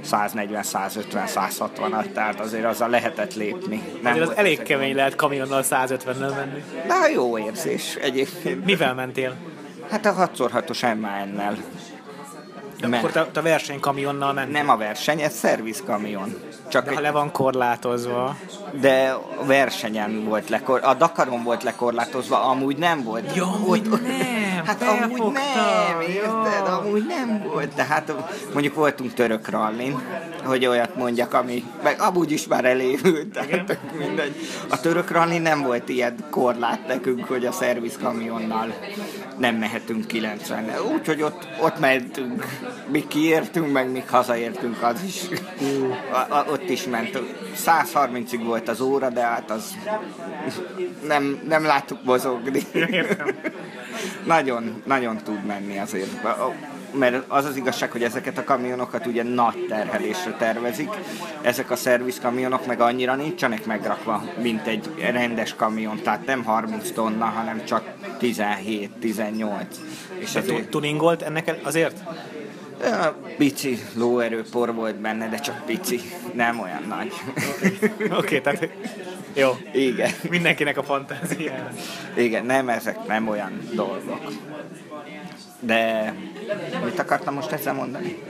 A: 140, 150, 160-at, tehát azért azzal lehetett lépni. Nem
B: Azért az
A: volt
B: elég
A: ezek-
B: kemény lehet kamionnal 150-nel menni.
A: de jó érzés egyébként.
B: Mivel mentél?
A: Hát a 6x6-os MAN-nel.
B: Akkor te, te versenykamionnal mentél.
A: Nem a verseny, ez szervizkamion. Csak
B: De ha le van korlátozva.
A: de a versenyen volt lekor, a Dakaron volt lekorlátozva, amúgy nem volt.
B: Ja, amúgy nem,
A: Hát amúgy nem,
B: felfogtam,
A: érted?
B: jó.
A: Amúgy nem volt. Tehát mondjuk voltunk török rallin, hogy olyat mondjak, ami meg amúgy is már elévült, tehát tök mindegy. A török rallin nem volt ilyen korlát nekünk, hogy a szervizkamionnal nem mehetünk 90 Úgyhogy ott, ott mentünk, mi kiértünk, meg mi hazaértünk, az is. A, a, ott is ment. 130-ig volt az óra, de hát az nem, nem láttuk mozogni. nagyon, nagyon tud menni azért. A- a- Mert az az igazság, hogy ezeket a kamionokat ugye nagy terhelésre tervezik. Ezek a szervizkamionok meg annyira nincsenek megrakva, mint egy rendes kamion. Tehát nem 30 tonna, hanem csak 17-18. És
B: Tu-
A: ezért
B: Tuningolt ennek el- azért?
A: Ö, pici lóerőpor volt benne, de csak pici, nem olyan nagy.
B: Oké, tehát jó.
A: Igen.
B: Mindenkinek a fantáziája.
A: Igen, nem, ezek nem olyan dolgok. De mit akartam most ezzel mondani?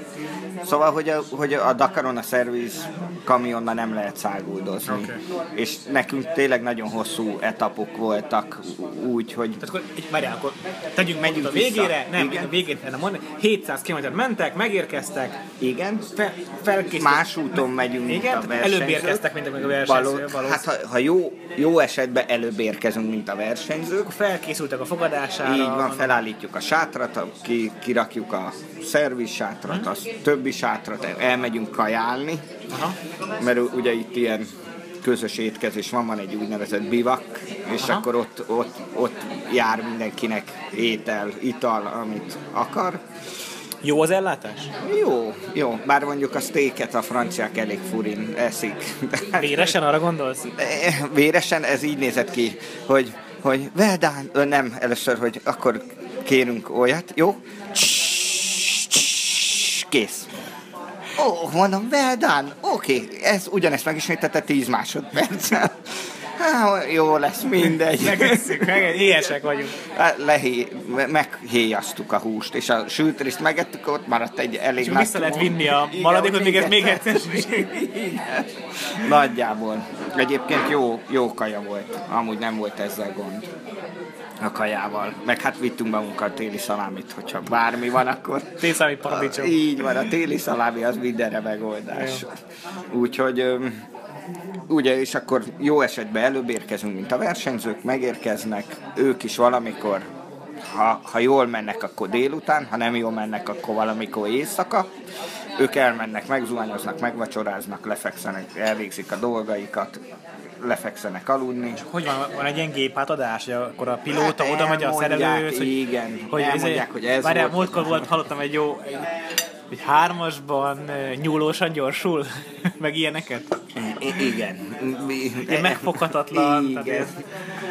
A: Szóval, hogy a, hogy a Dakaron a szerviz kamionnal nem lehet száguldozni. Okay. És nekünk tényleg nagyon hosszú etapok voltak úgy, hogy
B: Tehát akkor, egy- várjál, akkor tegyünk
A: Menjünk
B: menjünk a
A: vissza.
B: végére, nem,
A: Igen.
B: a végét kellene mondani, 700 km mentek, megérkeztek,
A: igen,
B: fel, felkészült.
A: más úton megyünk, mint
B: Igen,
A: a
B: tehát
A: versenyzők.
B: előbb érkeztek, mint amíg a
A: Való,
B: versenyzők. Való.
A: hát ha, ha jó, jó esetben előbb érkezünk, mint a versenyzők,
B: felkészültek a fogadására.
A: így van, felállítjuk a sátrat, a- ki, kirakjuk a szerviz sátrat, a többi sátrat, elmegyünk kajálni,
B: Aha.
A: mert u- ugye itt ilyen közös étkezés van, van egy úgynevezett bivak, és Aha. akkor ott, ott, ott jár mindenkinek étel, ital, amit akar.
C: Jó az ellátás?
A: Jó, jó, bár mondjuk a steaket a franciák elég furin eszik.
B: Hát-
C: Véresen arra gondolsz?
A: Eh, Véresen ez így nézett ki, hogy, hogy Veldán, ö, nem, először, hogy akkor kérünk olyat, jó? Kész. Ó, mondom, Veldán, oké, ez ugyanezt megismételte 10 másodperccel. Há, jó lesz, mindegy.
B: Megesszük, meg, ilyesek vagyunk.
A: Hát Lehé, me- meghéjaztuk a húst, és a sültrészt megettük, ott maradt egy elég
B: És akkor vissza lehet vinni a
A: Igen,
B: maradékot,
A: ott
B: még ez még
A: egyszer.
B: egyszer.
A: Nagyjából. Egyébként jó, jó kaja volt. Amúgy nem volt ezzel gond a kajával. Meg hát vittünk magunkkal téli szalámit, hogyha bármi van, akkor...
B: Tészámi paradicsom.
A: Így van, a téli szalámi az mindenre megoldás. Úgyhogy... öm, Ugye, és akkor jó esetben előbb érkezünk, mint a versenyzők, megérkeznek, ők is valamikor, ha, ha jól mennek, akkor délután, ha nem jól mennek, akkor valamikor éjszaka. Ők elmennek, megzuhanyoznak, megvacsoráznak, lefekszenek, elvégzik a dolgaikat, lefekszenek aludni.
B: Hogy van, van egy ilyen gépátadás, hogy akkor a pilóta
A: Hát
B: oda megy a
A: elmondják,
B: szerelőhöz, hogy,
A: igen.
B: hogy,
A: Elmondják, hogy ez
B: várjál,
A: volt.
B: múltkor volt, hallottam egy jó, egy, egy hármasban ö, nyúlósan gyorsul, meg ilyeneket.
A: I- igen. Mi,
B: Ilyen megfoghatatlan, tehát
A: Igen.
B: ez-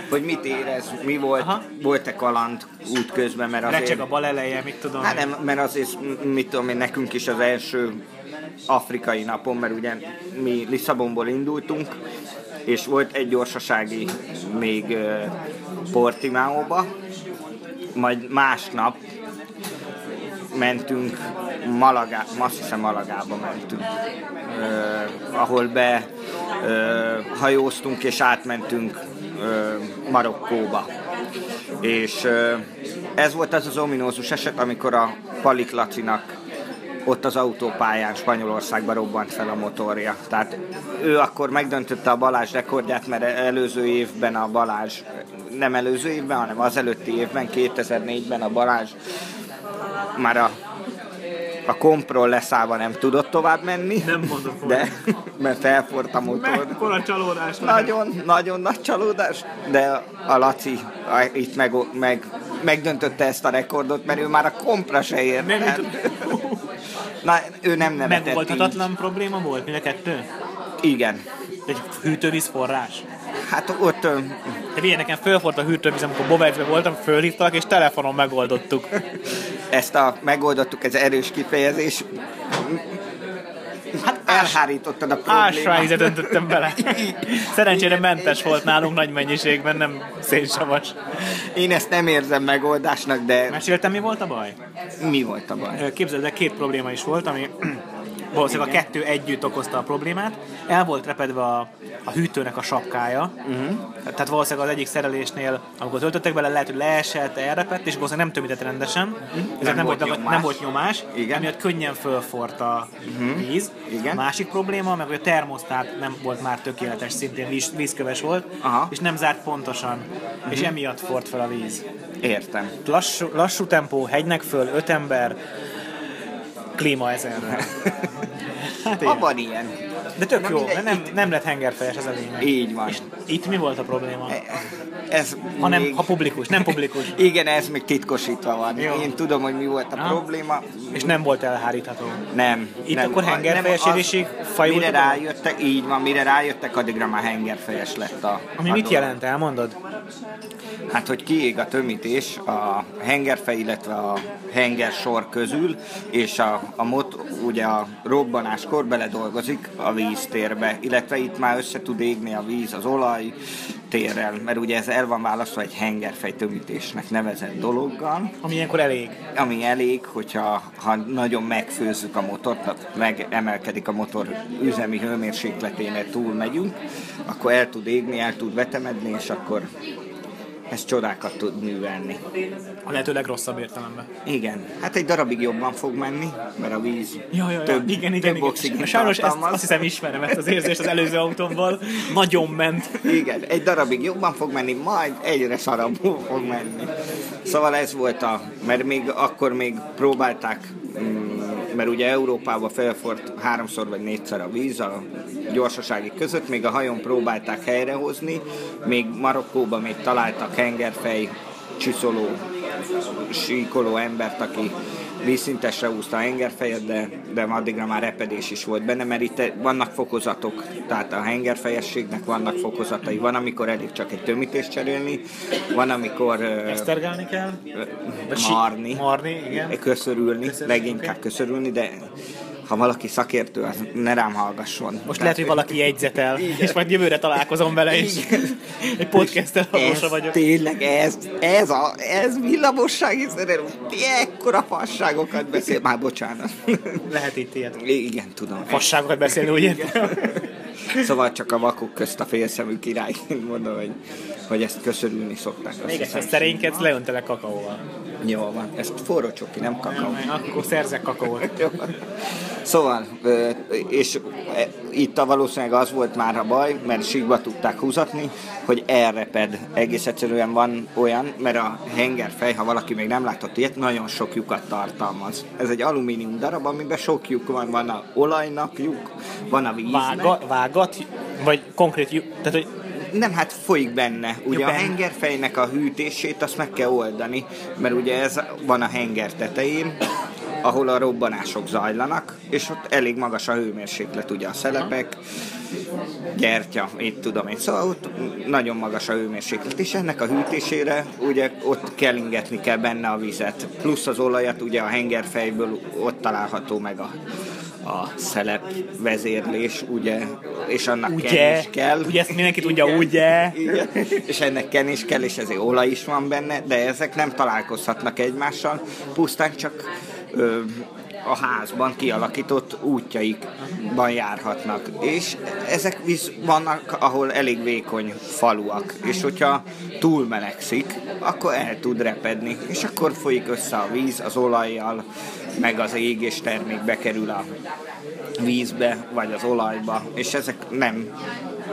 A: Hogy mit érez, mi volt,
B: Aha.
A: volt-e kaland útközben, mert azért...
B: Recseg a bal eleje, mit tudom.
A: Hát nem, mert azért, m- mit tudom én, nekünk is az első afrikai napon, mert ugye mi Lisszabonból indultunk, és volt egy gyorsasági még ö, Portimaóba, majd másnap mentünk Malagá, azt hiszem Malagába mentünk, ö, ahol be ö, hajóztunk és átmentünk ö, Marokkóba. És ö, ez volt az az ominózus eset, amikor a Palik Lacinak ott az autópályán Spanyolországban robbant fel a motorja. Tehát ő akkor megdöntötte a Balázs rekordját, mert előző évben a Balázs, nem előző évben, hanem az előtti évben, 2004-ben a Balázs már a, a kompról leszállva nem tudott tovább menni.
B: Nem mondott volna.
A: De, mert felfort a motor.
B: Mekkora csalódás.
A: Nagyon, nagyon nagy csalódás, de a Laci a- itt meg, meg, megdöntötte ezt a rekordot, mert ő már a kompra se ért.
B: Nem,
A: el. Na, ő nem nevetett
B: Megoldhatatlan probléma volt mind a kettő?
A: így. Igen.
B: Egy hűtővíz forrás.
A: Hát ott ö,
B: De figyelj, nekem fölfort a hűtővíz, amikor Bovercsben voltam, fölhívtak, és telefonon megoldottuk.
A: ezt a megoldottuk, ez erős kifejezés. Hát elhárítottad a problémát.
B: Ásványvizet öntöttem bele. Szerencsére mentes volt nálunk nagy mennyiségben, nem szénsavas.
A: Én ezt nem érzem megoldásnak, de
B: Meséltem, mi volt a baj?
A: mi volt a baj?
B: Ö, Képzeld, el, két probléma is volt, ami valószínűleg a kettő együtt okozta a problémát. El volt repedve a, a hűtőnek a sapkája,
A: Mhm.
B: uh-huh. tehát valószínűleg az egyik szerelésnél, amikor töltöttek bele, lehet, hogy leesett, elrepett, és valószínűleg nem tömített rendesen, uh-huh. ezért nem,
A: Mhm. volt
B: volt, dagat-
A: nyomás.
B: nem volt nyomás,
A: Igen. Mhm.
B: emiatt könnyen fölfort a uh-huh. víz.
A: Igen.
B: A másik probléma, meg hogy a termosztát nem volt már tökéletes, szintén víz, vízköves volt,
A: Aha. Mhm.
B: és nem zárt pontosan, uh-huh. és emiatt fort fel a víz
A: Értem.
B: lassú, lassú tempó, hegynek föl, öt ember, klíma ezerre. Hát
A: Ha
B: igen.
A: van ilyen.
B: De tök
A: Na
B: jó,
A: mindegy,
B: de nem, nem lett hengerfejes ez a lényeg.
A: Így van.
B: És itt mi volt a probléma?
A: Ez
B: Ha, nem,
A: még...
B: ha publikus, nem publikus.
A: Igen, ez még titkosítva van.
B: Jó.
A: Én tudom, hogy mi volt a
B: Aha.
A: probléma.
B: És nem volt elhárítható.
A: Nem.
B: Itt
A: nem.
B: akkor
A: A-
B: hengerfejesedésig
A: nem, az-
B: fajult
A: Mire
B: a dolog?
A: rájöttek, így van, mire rájöttek, addigra már hengerfejes lett a
B: Ami
A: a
B: mit
A: dolog.
B: jelent, elmondod?
A: Hát, hogy kiég a tömítés a hengerfej, illetve a henger sor közül, és a, a mot, ugye a robbanáskor beledolgozik a víztérbe, illetve itt már össze tud égni a víz, az olaj, olajtérrel, mert ugye ez el van választva egy hengerfejtömítésnek nevezett dologgal,
B: Ami ilyenkor elég.
A: ami elég, hogyha ha nagyon megfőzzük a motort, megemelkedik a motor üzemi hőmérsékleténél túl megyünk, akkor el tud égni, el tud vetemedni, és akkor ez csodákat tud művelni.
B: A lehető legrosszabb értelemben.
A: Igen, hát egy darabig jobban fog menni, mert a víz
B: Ja, ja, ja.
A: több,
B: igen, igen,
A: több
B: igen.
A: oxigént
B: Sajnos ezt,
A: tartalmaz.
B: azt hiszem ismerem ezt az érzést az előző autómból. Nagyon ment.
A: Igen, egy darabig jobban fog menni, majd egyre szarabbul fog menni. Szóval ez volt a, mert még akkor még próbálták, mm, mert ugye Európába felfort háromszor vagy négyszer a víz a gyorsasági között, még a hajón próbálták helyrehozni, még Marokkóban még találtak hengerfej, csiszoló, síkoló embert, aki vízszintesre úszta a hengerfejet, de, de addigra már repedés is volt benne, mert itt vannak fokozatok, tehát a hengerfejességnek vannak fokozatai. Van, amikor elég csak egy tömítést cserélni, van, amikor ö,
B: Esztergálni kell. Vagy sí-
A: marni,
B: Marni, igen.
A: köszörülni,
B: Köszörülni,
A: leginkább köszörülni, de ha valaki szakértő, az ne rám hallgasson.
B: Most
A: Tehát-
B: lehet, hogy valaki jegyzetel, és majd jövőre találkozom vele, és egy podcasttel
A: ez,
B: hallósa vagyok.
A: Tényleg, ez, ez, a, ez villamossági szerelő. Ti ekkora fasságokat beszél. Már bocsánat.
B: Lehet itt ilyet.
A: Igen, tudom.
B: Fasságokat beszélni, úgy értem.
A: Szóval csak a vakok közt a félszemű király, mondom, hogy, hogy ezt köszörülni szokták. azt
B: Még egyszer
A: hiszem.
B: szerénykedsz, leöntelek kakaóval.
A: Jó van, ez forró csoki, nem kakaó.
B: Akkor szerzek kakaót.
A: Jó. Szóval, ö, és e, itt a valószínűleg az volt már a baj, mert síkba tudták húzatni, hogy elreped. Egész egyszerűen van olyan, mert a hengerfej, ha valaki még nem látott ilyet, nagyon sok lyukat tartalmaz. Ez egy alumínium darab, amiben sok lyuk van. Van a olajnak lyuk, van a víznek.
B: Vága, vágat, vagy konkrét, lyuk- tehát hogy
A: Nem, hát folyik benne. Ugye
B: Ja,
A: a
B: benne.
A: hengerfejnek a hűtését azt meg kell oldani, mert ugye ez van a henger tetején, ahol a robbanások zajlanak, és ott elég magas a hőmérséklet, ugye a szelepek, gyertya, itt tudom én. Szóval ott nagyon magas a hőmérséklet, és ennek a hűtésére ugye ott kelingetni kell benne a vizet. Plusz az olajat ugye a hengerfejből ott található meg a a szelep vezérlés, ugye, és annak
B: ugye,
A: kenés kell.
B: ugye ezt mindenki tudja, ugye,
A: Igen. És ennek kenés kell, és ezért olaj is van benne, de ezek nem találkozhatnak egymással, pusztán csak ö, a házban kialakított útjaikban járhatnak. És ezek víz vannak, ahol elég vékony faluak, és hogyha túl melegszik, akkor el tud repedni, és akkor folyik össze a víz az olajjal, meg az égés termék bekerül a vízbe, vagy az olajba, és ezek nem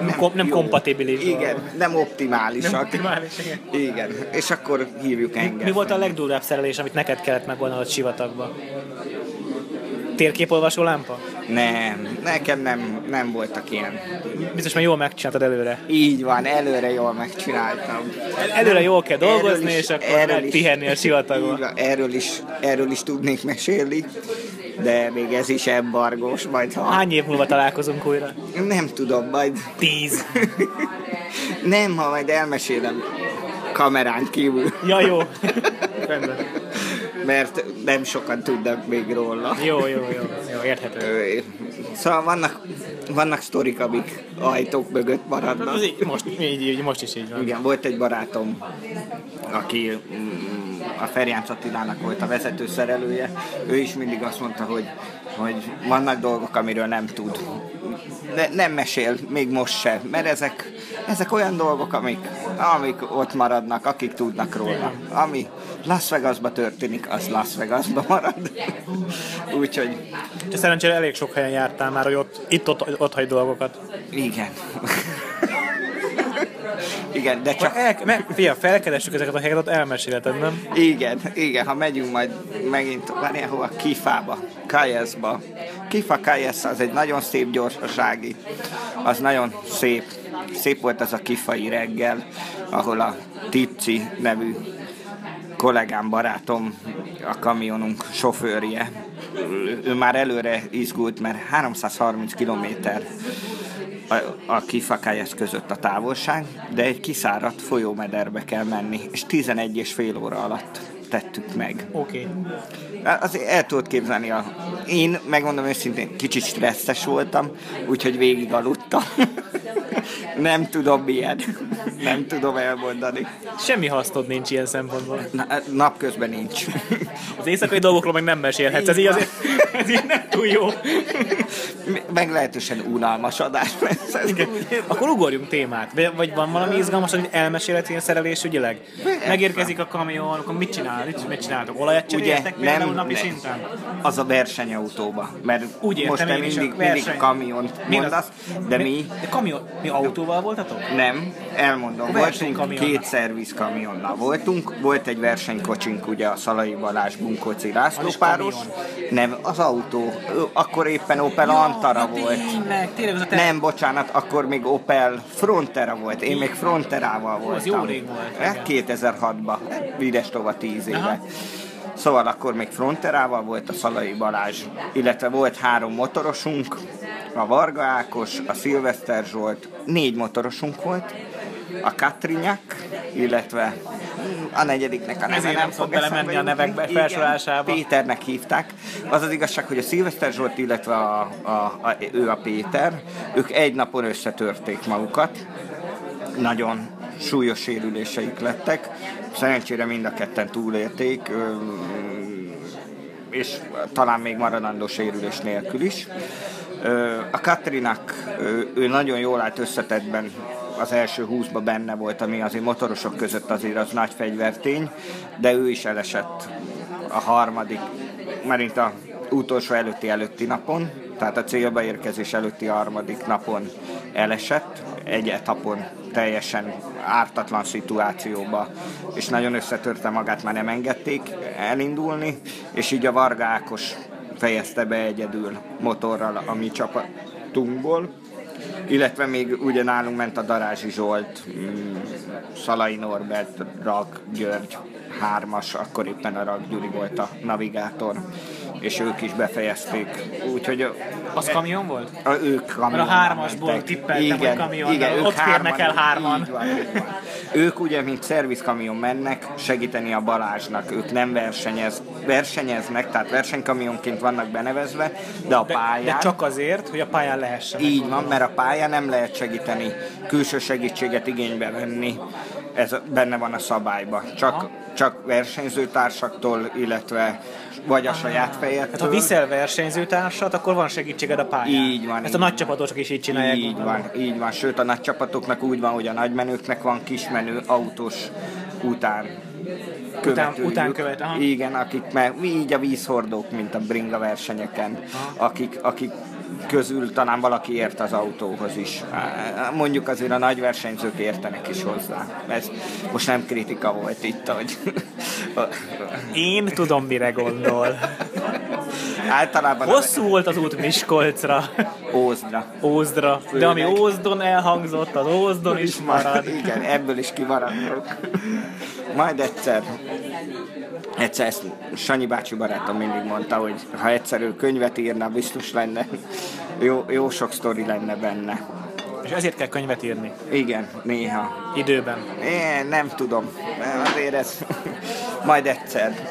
B: nem, kom- nem
A: jó.
B: kompatibilis.
A: Igen, nem optimálisak.
B: Nem optimális, igen.
A: Igen, és akkor hívjuk engem.
B: Mi volt a legdurvább szerelés, amit neked kellett megoldanod sivatagba? Térképolvasó lámpa?
A: Nem, nekem nem, nem voltak ilyen.
B: Biztos már jól megcsináltad előre.
A: Így van, előre jól megcsináltam.
B: Előre jól kell dolgozni,
A: Erről is-
B: és akkor
A: erről
B: lehet
A: is-
B: pihenni a
A: Így
B: sivatagba.
A: van, Erről is, erről is tudnék mesélni, de még ez is embargós, majd ha...
B: Hány év múlva találkozunk újra?
A: Nem tudom, majd...
B: Tíz.
A: Nem, ha majd elmesélem kamerán kívül,
B: Ja, jó. Rendben.
A: mert nem sokan tudnak még róla.
B: Jó, jó, jó, jó, érthető.
A: Ö, Szóval vannak, vannak sztorik, amik ajtók mögött maradnak.
B: Hát Az így, most, így, így, most is így van.
A: Igen, volt egy barátom, aki mm, a Ferjánc Attilának volt a vezető szerelője. Ő is mindig azt mondta, hogy, hogy vannak dolgok, amiről nem tud. De nem mesél, még most se, mert ezek, ezek olyan dolgok, amik, amik ott maradnak, akik tudnak róla. Ami Las Vegasba történik, az Las Vegasba marad. Úgyhogy
B: Te szerencsére elég sok helyen jártál már, hogy ott, itt ott, ott hagy dolgokat.
A: Igen. igen, de csak...
B: El, meg, fia, felkeressük ezeket a helyeket, ott elmesélheted, nem?
A: Igen, igen, ha megyünk majd megint, várjál, hova? Kifába, Kajeszba. Kifa Kajesz az egy nagyon szép gyorsasági, az nagyon szép. Szép volt az a kifai reggel, ahol a Tipci nevű kollégám, barátom, a kamionunk sofőrje. Ő- Ő már előre izgult, mert 330 kilométer a, a kifakályás között a távolság, de egy kiszáradt folyómederbe kell menni, és 11 és fél óra alatt tettük meg.
B: Oké. Okay.
A: Azért el tudod képzelni, a... én megmondom őszintén, kicsit stresszes voltam, úgyhogy végig aludtam. Nem tudom milyen. Nem tudom elmondani.
B: Semmi hasznod nincs ilyen szempontból.
A: Na, hát napközben nincs.
B: Az éjszakai dolgokról meg nem mesélhetsz, ez így, azért, ez így nem túl jó.
A: Meglehetősen unalmas adás lesz ez.
B: Akkor ugorjunk témát. Vagy- Vagy van valami izgalmas, hogy elmesélhet ilyen szerelés ügyileg? Megérkezik a kamion, akkor mit csinál? Mit, mit csináltok? Olajat
A: Ugye
B: cseréltek például napi szinten?
A: az a versenyautóba, mert
B: Úgy értem
A: most te
B: én is, a
A: mindig, mindig
B: verseny.
A: kamiont
B: Mi az-
A: mondasz, de mi
B: De kamion, mi autóval voltatok?
A: Nem, elmondom.
B: A
A: Voltunk
B: versenykamionnal.
A: két szerviz kamionnal voltunk, volt egy versenykocsinkunk, ugye a Szalai Balázs Bunkóci László
B: Az is
A: páros.
B: kamion.
A: Nem, az autó. Ö, Akkor éppen Opel Antara
B: hát
A: volt.
B: Tényleg, tényleg az a te...
A: Nem, bocsánat, akkor még Opel Frontera volt. Én még Fronterával voltam.
B: jó rég volt,
A: Hát
B: igen.
A: 2006-ban. Vides tova 10 éve.
B: Aha.
A: Szóval akkor még Fronterával volt a Szalai Balázs, illetve volt három motorosunk, a Varga Ákos, a Szilveszter Zsolt, négy motorosunk volt, a Katrinyak, illetve mm, a negyediknek a neve
B: Ezért nem fog
A: eszembe
B: belemenni a
A: jutni.
B: nevekbe,
A: Igen,
B: felsorolásába.
A: Péternek hívták. Az az igazság, hogy a Szilveszter Zsolt, illetve a, a, a, ő a Péter, ők egy napon összetörték magukat. Nagyon súlyos sérüléseik lettek. Szerencsére mind a ketten túlélték, ö, és talán még maradandó sérülés nélkül is. Ö, A Katrinak, ö, ő nagyon jól állt összetettben az első húszba benne volt, ami azért motorosok között azért az nagy fegyvertény, de ő is elesett a harmadik, mert a utolsó előtti előtti napon, tehát a célba érkezés előtti harmadik napon elesett, egy etapon teljesen ártatlan szituációba, és nagyon összetörte magát, már nem engedték elindulni, és így a Varga Ákos fejezte be egyedül motorral a mi csapatunkból, illetve még ugye nálunk ment a Darázsi Zsolt, mm, Szalai Norbert, Rak György, hármas, akkor éppen a Rak Gyuri volt a navigátor, és ők is befejezték. Úgyhogy a-
B: Az kamion volt?
A: a, ők kamionnal
B: hármasból
A: mentek.
B: tippeltem, hogy kamionnal. Ott férnek el hárman.
A: Így van, így van. Ők ugye, mint szervizkamion mennek segíteni a Balázsnak. Ők nem versenyez, versenyeznek, tehát versenykamionként vannak benevezve, de a
B: De,
A: pályán...
B: de csak azért, hogy a pályán lehessen.
A: Így van, mert a pályán nem lehet segíteni, külső segítséget igénybe venni. Ez benne van a szabályba. Csak, csak versenyzőtársaktól, illetve vagy a saját fejedtől.
B: Hát ha viszel versenyzőtársat, akkor van segítséged a pályán.
A: Így van,
B: Ezt
A: így
B: a nagy csapatosok is így csinálják.
A: így
B: gondolom.
A: van, így van. Sőt, a nagy csapatoknak úgy van, hogy a nagymenőknek van kismenő autós után követőjük.
B: utánkövet, aha.
A: Igen, akik, mert így a vízhordók, mint a bringa versenyeken, akik, akik közül talán valaki ért az autóhoz is. Á, Mondjuk azért a nagy versenyzők értenek is hozzá. Ez most nem kritika volt itt, hogy
B: Én tudom, mire gondol.
A: általában a-
B: Hosszú volt az út Miskolcra,
A: Ózdra.
B: Ózdra, de ami
A: Főleg.
B: Ózdon elhangzott, az Ózdon is marad.
A: Igen, ebből is kimaradok. Majd egyszer, egyszer ezt Sanyi bácsi barátom mindig mondta, hogy ha egyszer ő könyvet írna, biztos lenne, jó, jó sok sztori lenne benne.
B: És ezért kell könyvet írni.
A: Igen, néha.
B: Időben.
A: Én nem tudom. Azért ez majd egyszer.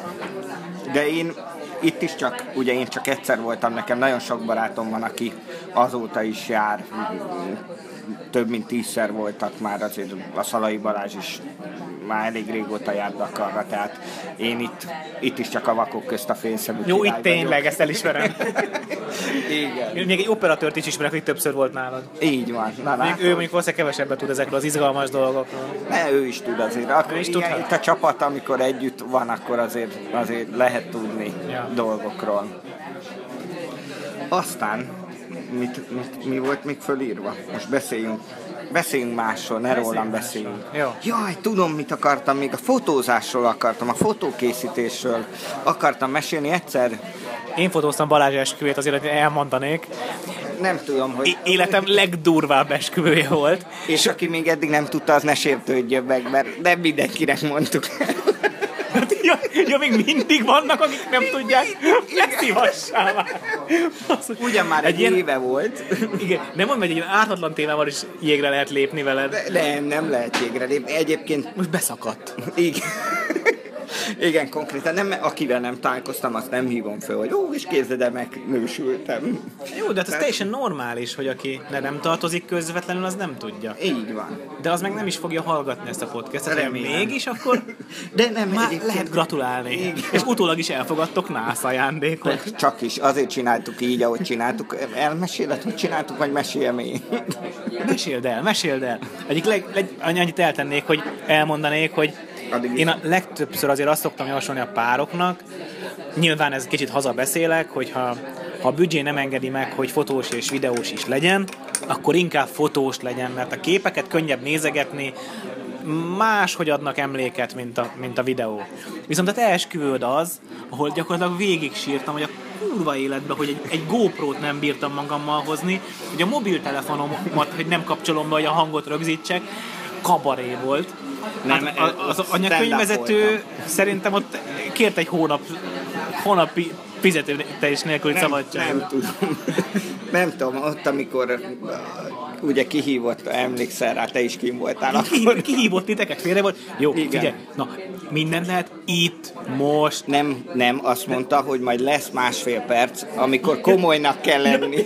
A: De én itt is csak, ugye én csak egyszer voltam, nekem nagyon sok barátom van, aki azóta is jár. Több mint tízszer voltak már, azért a Szalai Balázs is már elég régóta jár Dakarra, tehát én itt, itt is csak a vakok közt a fényszemű
B: Jó,
A: király
B: itt tényleg, ezt elismerem.
A: vagyok. Igen.
B: Én még egy operatőrt is ismerek, aki többször volt nálad.
A: Így van. Na,
B: Még
A: látod?
B: ő mondjuk valószínűleg kevesebbet tud ezekről az izgalmas dolgokról.
A: Ne, ő is tud azért. Akkor
B: Ő is
A: igen,
B: tudhat?
A: itt a csapat, amikor együtt van, akkor azért, azért lehet tudni
B: Ja.
A: dolgokról. Aztán, mit, mit, mi volt még fölírva? Most beszéljünk. Beszéljünk másról, ne rólam beszéljünk.
B: Jó.
A: Jaj, tudom, mit akartam még. A fotózásról akartam, a fotókészítésről akartam mesélni egyszer.
B: Én fotóztam Balázs esküvét, azért hogy elmondanék.
A: Nem tudom, hogy...
B: É- Életem legdurvább esküvője volt.
A: és aki még eddig nem tudta, az ne sértődjön meg, mert nem mindenkinek mondtuk
B: Hát, ja, ja, még mindig vannak, akik nem tudják. Ne szívassál már. Basszus.
A: Ugyan már egy,
B: ilyen,
A: éve volt.
B: Igen, nem mondom, hogy egy ilyen ártatlan témával is jégre lehet lépni veled.
A: Nem, nem lehet jégre lépni. Egyébként
B: Most beszakadt.
A: igen. Igen, konkrétan nem, akivel nem találkoztam, azt nem hívom föl, hogy ó, és képzeld el, megnősültem.
B: Jó, de hát ez teljesen normális, hogy aki ne nem tartozik közvetlenül, az nem tudja.
A: Így van.
B: De az meg nem is fogja hallgatni ezt a podcastet. ha
A: Remélem.
B: Mégis akkor
A: De nem,
B: már
A: egyébként-
B: lehet gratulálni. És utólag is elfogadtok nász ajándékot.
A: Csak is, azért csináltuk így, ahogy csináltuk. Elmeséled, hogy csináltuk, vagy meséljem én?
B: Meséld el, meséld el. Egyik leg, leg, annyi- annyit eltennék, hogy elmondanék, hogy
A: Addig is.
B: én a legtöbbször azért azt szoktam javasolni a pároknak, nyilván ez kicsit hazabeszélek, hogyha ha a büdzsé nem engedi meg, hogy fotós és videós is legyen, akkor inkább fotós legyen, mert a képeket könnyebb nézegetni, máshogy adnak emléket, mint a, mint a videó. Viszont a te esküvőd az, ahol gyakorlatilag végig sírtam, hogy a kurva életbe, hogy egy, egy GoPro-t nem bírtam magammal hozni, hogy a mobiltelefonomat, hogy nem kapcsolom be, hogy a hangot rögzítsek, kabaré volt.
A: Nem,
B: Nem, hát a- az
A: stand-up
B: anyakönyvvezető szerintem ott kért egy hónap, hónapi fizetés nélküli szabadságot.
A: Nem tudom. Nem tudom, ott amikor uh, ugye kihívott, emlékszel rá, te is kim voltál
B: Ki-
A: akkor.
B: Kihívott titeket, félre volt. Jó,
A: Igen.
B: Igen. figyelj, na, mindent lehet itt, most.
A: Nem, nem, azt mondta, hogy majd lesz másfél perc, amikor komolynak kell lenni.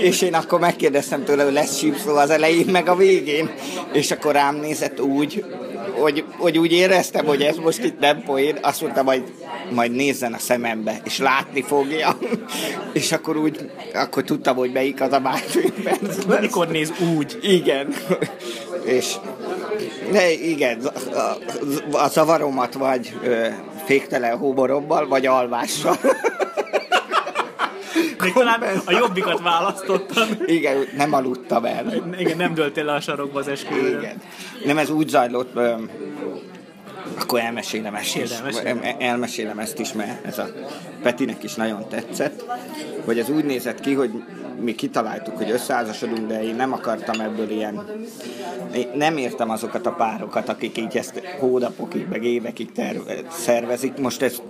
A: És én akkor megkérdeztem tőle, hogy lesz sípszó az elején, meg a végén. És akkor rám nézett úgy, hogy, hogy úgy éreztem, hogy ez most itt nem poén, azt mondta, majd, majd nézzen a szemembe, és látni fogja. És akkor úgy, akkor tudtam, hogy melyik az a másfél perc. lesz.
B: Mikor néz úgy?
A: Igen. És de igen, a- a- a zavaromat vagy ö, féktelen humorommal, vagy alvással.
B: Még talán a jobbikat választottam.
A: Igen, nem aludtam el.
B: Igen, nem döltél le a sarokba az esküvőről.
A: Igen. Nem, ez úgy zajlott, ö, akkor elmesélem ezt is.
B: Mesélj, mesélj.
A: El- Elmesélem ezt is, mert ez a Petinek is nagyon tetszett, hogy ez úgy nézett ki, hogy mi kitaláltuk, hogy összeházasodunk, de én nem akartam ebből ilyen... Én nem értem azokat a párokat, akik így ezt hónapokig, meg évekig terve- szervezik. Most ez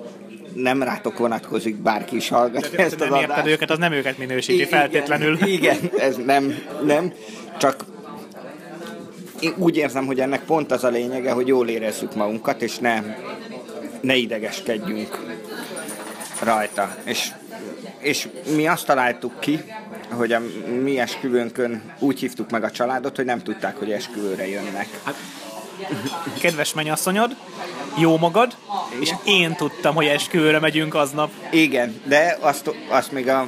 A: nem rátok vonatkozik, bárki is hallgatja ezt az
B: nem
A: adást.
B: érted őket, az nem őket minősíti feltétlenül.
A: Igen, igen, ez nem, nem, csak én úgy érzem, hogy ennek pont az a lényege, hogy jól érezzük magunkat, és ne, ne idegeskedjünk rajta. És, és mi azt találtuk ki, hogy a mi esküvőnkön úgy hívtuk meg a családot, hogy nem tudták, hogy esküvőre jönnek.
B: Kedves mennyasszonyod, jó magad, és én tudtam, hogy esküvőre megyünk aznap.
A: Igen, de azt, azt még a,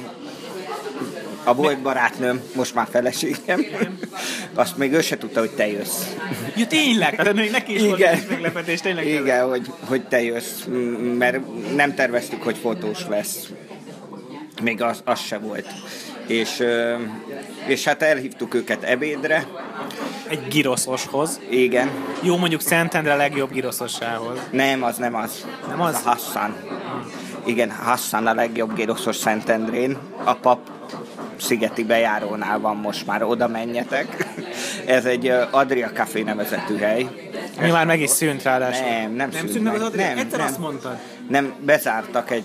A: a volt barátnőm, most már feleségem, azt még ő se tudta, hogy te jössz.
B: Ja, tényleg, tehát még neki is volt
A: Igen.
B: egy meglepetés, tényleg.
A: Igen, hogy, hogy te jössz, m- mert nem terveztük, hogy fotós lesz. Még az, az se volt. És, ö, és hát elhívtuk őket ebédre,
B: Egy giroszoshoz.
A: igen.
B: Jó, mondjuk Szentendre a legjobb giroszossához.
A: Nem, az nem az.
B: Nem
A: Az
B: az?
A: a Hassan. Igen, Hassan a legjobb géroszos Szentendrén. A pap szigeti bejárónál van most már, oda menjetek. Ez egy ö, Adria Café nevezetű hely.
B: Mi már meg is szűnt ráadásul.
A: Nem, nem,
B: Nem szűnt meg az adás?
A: Nem,
B: Egyszer
A: nem.
B: azt mondtad.
A: Nem, bezártak egy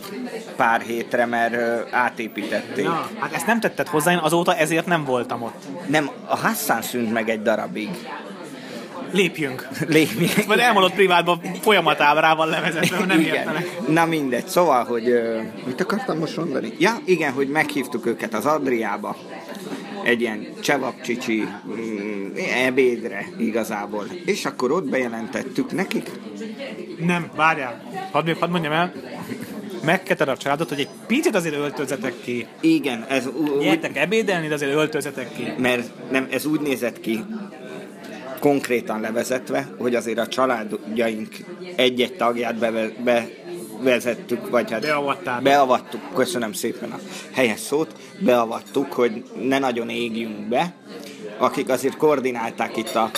A: pár hétre, mert ö, átépítették.
B: Na, hát ezt nem tetted hozzá, én azóta ezért nem voltam ott.
A: Nem, a Hassan szűnt meg egy darabig.
B: Lépjünk.
A: Lémi.
B: Majd elmondott privátban folyamatábrával levezetve, nem értenek.
A: Na mindegy, szóval, hogy ö, mit akartam most mondani? Ja, igen, hogy meghívtuk őket az Adriába, egy ilyen csevapcsicsi mm, ebédre igazából. És akkor ott bejelentettük nekik,
B: Nem, várjál. Hadd, még- hadd mondjam el. Megketed a családot, hogy egy picit azért öltözetek ki.
A: igen, ez ú- úgy,
B: Gyertek ebédelni, de azért öltözetek ki.
A: mert nem, ez úgy nézett ki, konkrétan levezetve, hogy azért a családjaink egy-egy tagját beve, bevezettük, vagy hát
B: Beavattál.
A: beavattuk, köszönöm szépen a helyes szót, beavattuk, hogy ne nagyon égjünk be, akik azért koordinálták itt a,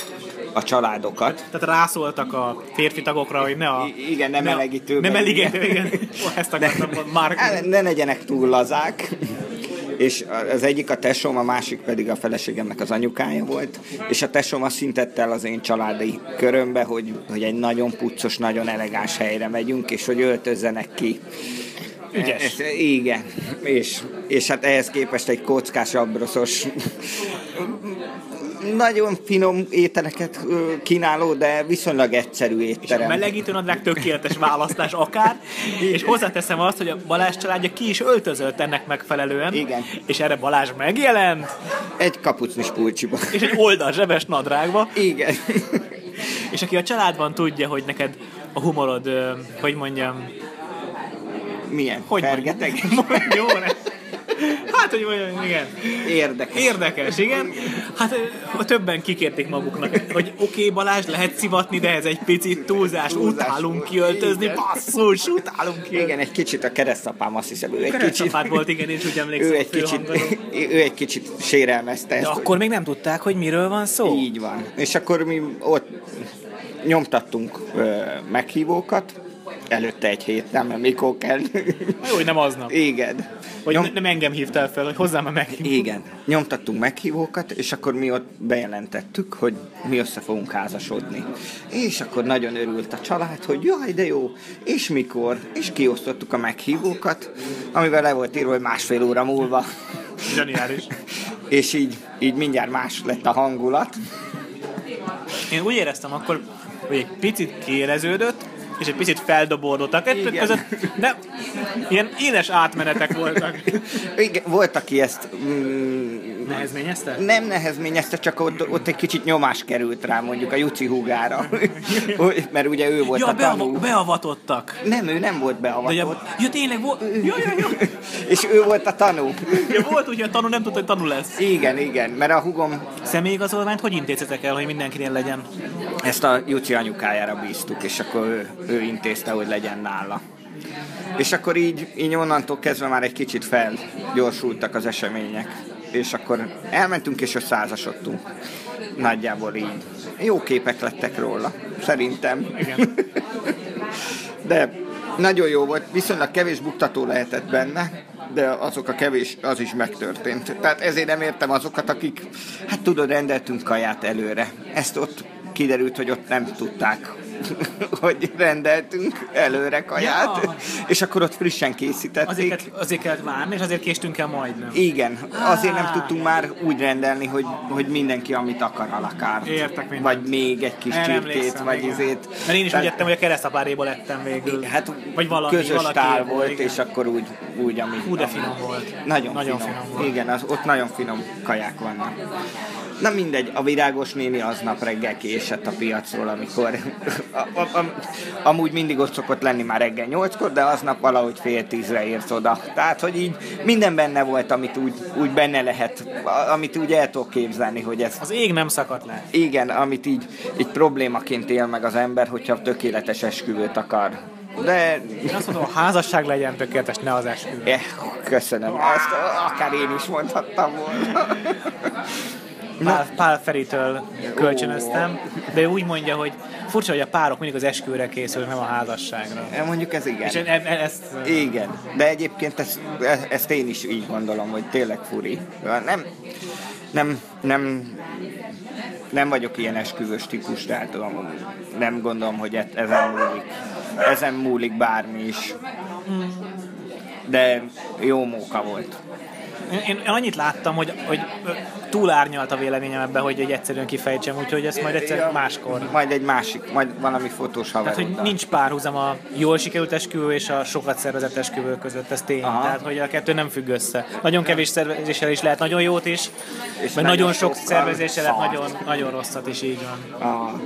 A: a családokat.
B: Tehát rászóltak a férfi tagokra, hogy ne a...
A: I- igen, nem
B: ne a-
A: melegítő,
B: Nem
A: meg-
B: elegítő, igen. Ó, Ezt akartam mondani. Már...
A: Á, Ne legyenek túl lazák. És az egyik a tesóm, a másik pedig a feleségemnek az anyukája volt, és a tesóm azt szintett el az én családi körömbe, hogy, hogy egy nagyon puccos, nagyon elegáns helyre megyünk, és hogy öltözzenek ki.
B: Ügyes.
A: E- e- igen, és, és hát ehhez képest egy kockás abroszos nagyon finom ételeket ö, kínáló, de viszonylag egyszerű
B: És a
A: étterem.
B: melegítőn adnák tökéletes választás akár, és hozzáteszem azt, hogy a Balázs családja ki is öltözött ennek megfelelően,
A: Igen.
B: és erre Balázs megjelent,
A: Egy kapucnis pulcsiba.
B: és egy oldal zsebes nadrágba,
A: Igen.
B: és aki a családban tudja, hogy neked a humorod, ö, hogy mondjam,
A: Milyen?
B: hogy
A: Fergeteg?
B: mondjam, jó, ne? Hát, hogy mondjam, igen.
A: Érdekes.
B: Érdekes, igen. Hát ö, többen kikérték maguknak, hogy oké, okay, Balázs, lehet szivatni, de ez egy picit túlzás,
A: Túlzás.
B: utálunk kiöltözni,
A: Igen.
B: basszus, utálunk kiöltözni.
A: Igen, egy kicsit a keresztapám, azt hiszem, ő egy kicsit...
B: Keresztapád volt, igen, én is úgy emlékszem.
A: Ő
B: a
A: egy, kicsit,
B: főhangon.
A: ő egy kicsit sérelmezte ezt,
B: De
A: hogy-
B: akkor még nem tudták, hogy miről van szó.
A: Így van. És akkor mi ott nyomtattunk ö, meghívókat, előtte egy héttel, mert mikor kell.
B: Na Jó, hogy nem aznap.
A: Igen.
B: Vagy ne- nem engem hívtál fel, hogy hozzám már meg.
A: Igen. Nyomtattunk meghívókat, és akkor mi ott bejelentettük, hogy mi össze fogunk házasodni. És akkor nagyon örült a család, hogy jaj, de jó, és mikor? És kiosztottuk a meghívókat, amivel le volt írva, hogy másfél óra múlva.
B: Zseniális.
A: És így, így mindjárt más lett a hangulat.
B: Én úgy éreztem akkor, hogy egy picit kéreződött, és egy picit feldobódott. Kettő
A: Igen.
B: között, de ilyen éles átmenetek voltak.
A: Igen, volt, aki ezt mm,
B: Nehezményezte?
A: nem nehezményezte, csak ott, ott egy kicsit nyomás került rá, mondjuk a Juci húgára. Hogy- Mert ugye ő volt
B: Ja,
A: a
B: beava-
A: tanú.
B: beavatottak.
A: Nem, ő nem volt
B: De ugye,
A: beavatott.
B: ja, tényleg volt. Ja, ja, ja.
A: És ő volt a tanú.
B: ja volt, ugye a tanú nem tudta, hogy tanú lesz.
A: Igen, igen, mert a hugom
B: Személyigazolványt hogy intéztetek el, hogy mindenkinél legyen?
A: ezt a Juci anyukájára bíztuk, és akkor ő, ő intézte, hogy legyen nála. És akkor így, így onnantól kezdve már egy kicsit felgyorsultak az események. És akkor elmentünk és összeházasodtunk. Nagyjából így. Jó képek lettek róla, szerintem.
B: Igen.
A: De nagyon jó volt, viszonylag kevés buktató lehetett benne, de azok a kevés, az is megtörtént. Tehát ezért nem értem azokat, akik, hát tudod, rendeltünk kaját előre. Ezt ott kiderült, hogy ott nem tudták, hogy rendeltünk előre kaját,
B: Ja.
A: ja. és akkor ott frissen készítették.
B: Azért kellett, azért kellett várni, és azért késtünk el majdnem.
A: Igen, azért nem
B: Á.
A: tudtunk már úgy rendelni, hogy, hogy mindenki, amit akar, alakár.
B: Értek mindent.
A: Vagy még egy kis
B: Erre
A: csirkét,
B: emlékszem,
A: vagy
B: igen.
A: izét.
B: Mert én is úgy
A: Tehát-
B: ettem, hogy a keresztapáréból lettem végül.
A: Hát
B: vagy valami,
A: közös
B: valaki
A: tál
B: érből,
A: volt,
B: igen.
A: és akkor úgy, úgy ami...
B: Hú, de
A: ami-
B: finom volt.
A: Nagyon,
B: Nagyon
A: nagyon finom.
B: finom volt.
A: Igen, az, ott nagyon finom kaják vannak. Na mindegy, a virágos néni aznap reggel kiesett a piacról, amikor... A, a, a, amúgy mindig ott szokott lenni már reggel nyolckor, de aznap valahogy fél tízre ért oda. Tehát, hogy így minden benne volt, amit úgy, úgy benne lehet, a- amit úgy el tudok képzelni, hogy ez
B: Az ég nem szakadt le.
A: igen, amit így, így problémaként él meg az ember, hogyha tökéletes esküvőt akar. De
B: Én azt mondom, a házasság legyen tökéletes, ne az esküvő.
A: Eh, köszönöm, ezt akár én is mondhattam volna.
B: Pál, Pál Feritől kölcsönöztem, de ő úgy mondja, hogy furcsa, hogy a párok mindig az esküvőre készülnek, nem a házasságra.
A: Eh, Mondjuk ez igen.
B: És én e- e- ezt...
A: Igen, de egyébként ezt, e- ezt én is így gondolom, hogy tényleg furi. Nem, nem, nem, nem vagyok ilyen esküvős típus, tehát um, nem gondolom, hogy e- ezen múlik, ezen múlik bármi is. De jó móka volt.
B: Én, én annyit láttam, hogy, hogy ö, túlárnyalt a véleményem ebbe, hogy egy egyszerűen kifejtsem, úgyhogy ezt majd egyszer máskor.
A: Majd egy másik, majd valami fotós
B: Tehát, hogy
A: haveroddal.
B: nincs párhuzam a jól sikerült esküvő és a sokat szervezett esküvő között, ez tény.
A: Aha.
B: Tehát, hogy a kettő nem függ össze. Nagyon kevés szervezéssel is lehet nagyon jót is, és meg nagyon
A: nagyon
B: sok
A: sokkal
B: szervezéssel lehet
A: szart.
B: nagyon, nagyon rosszat is, így van.
A: A,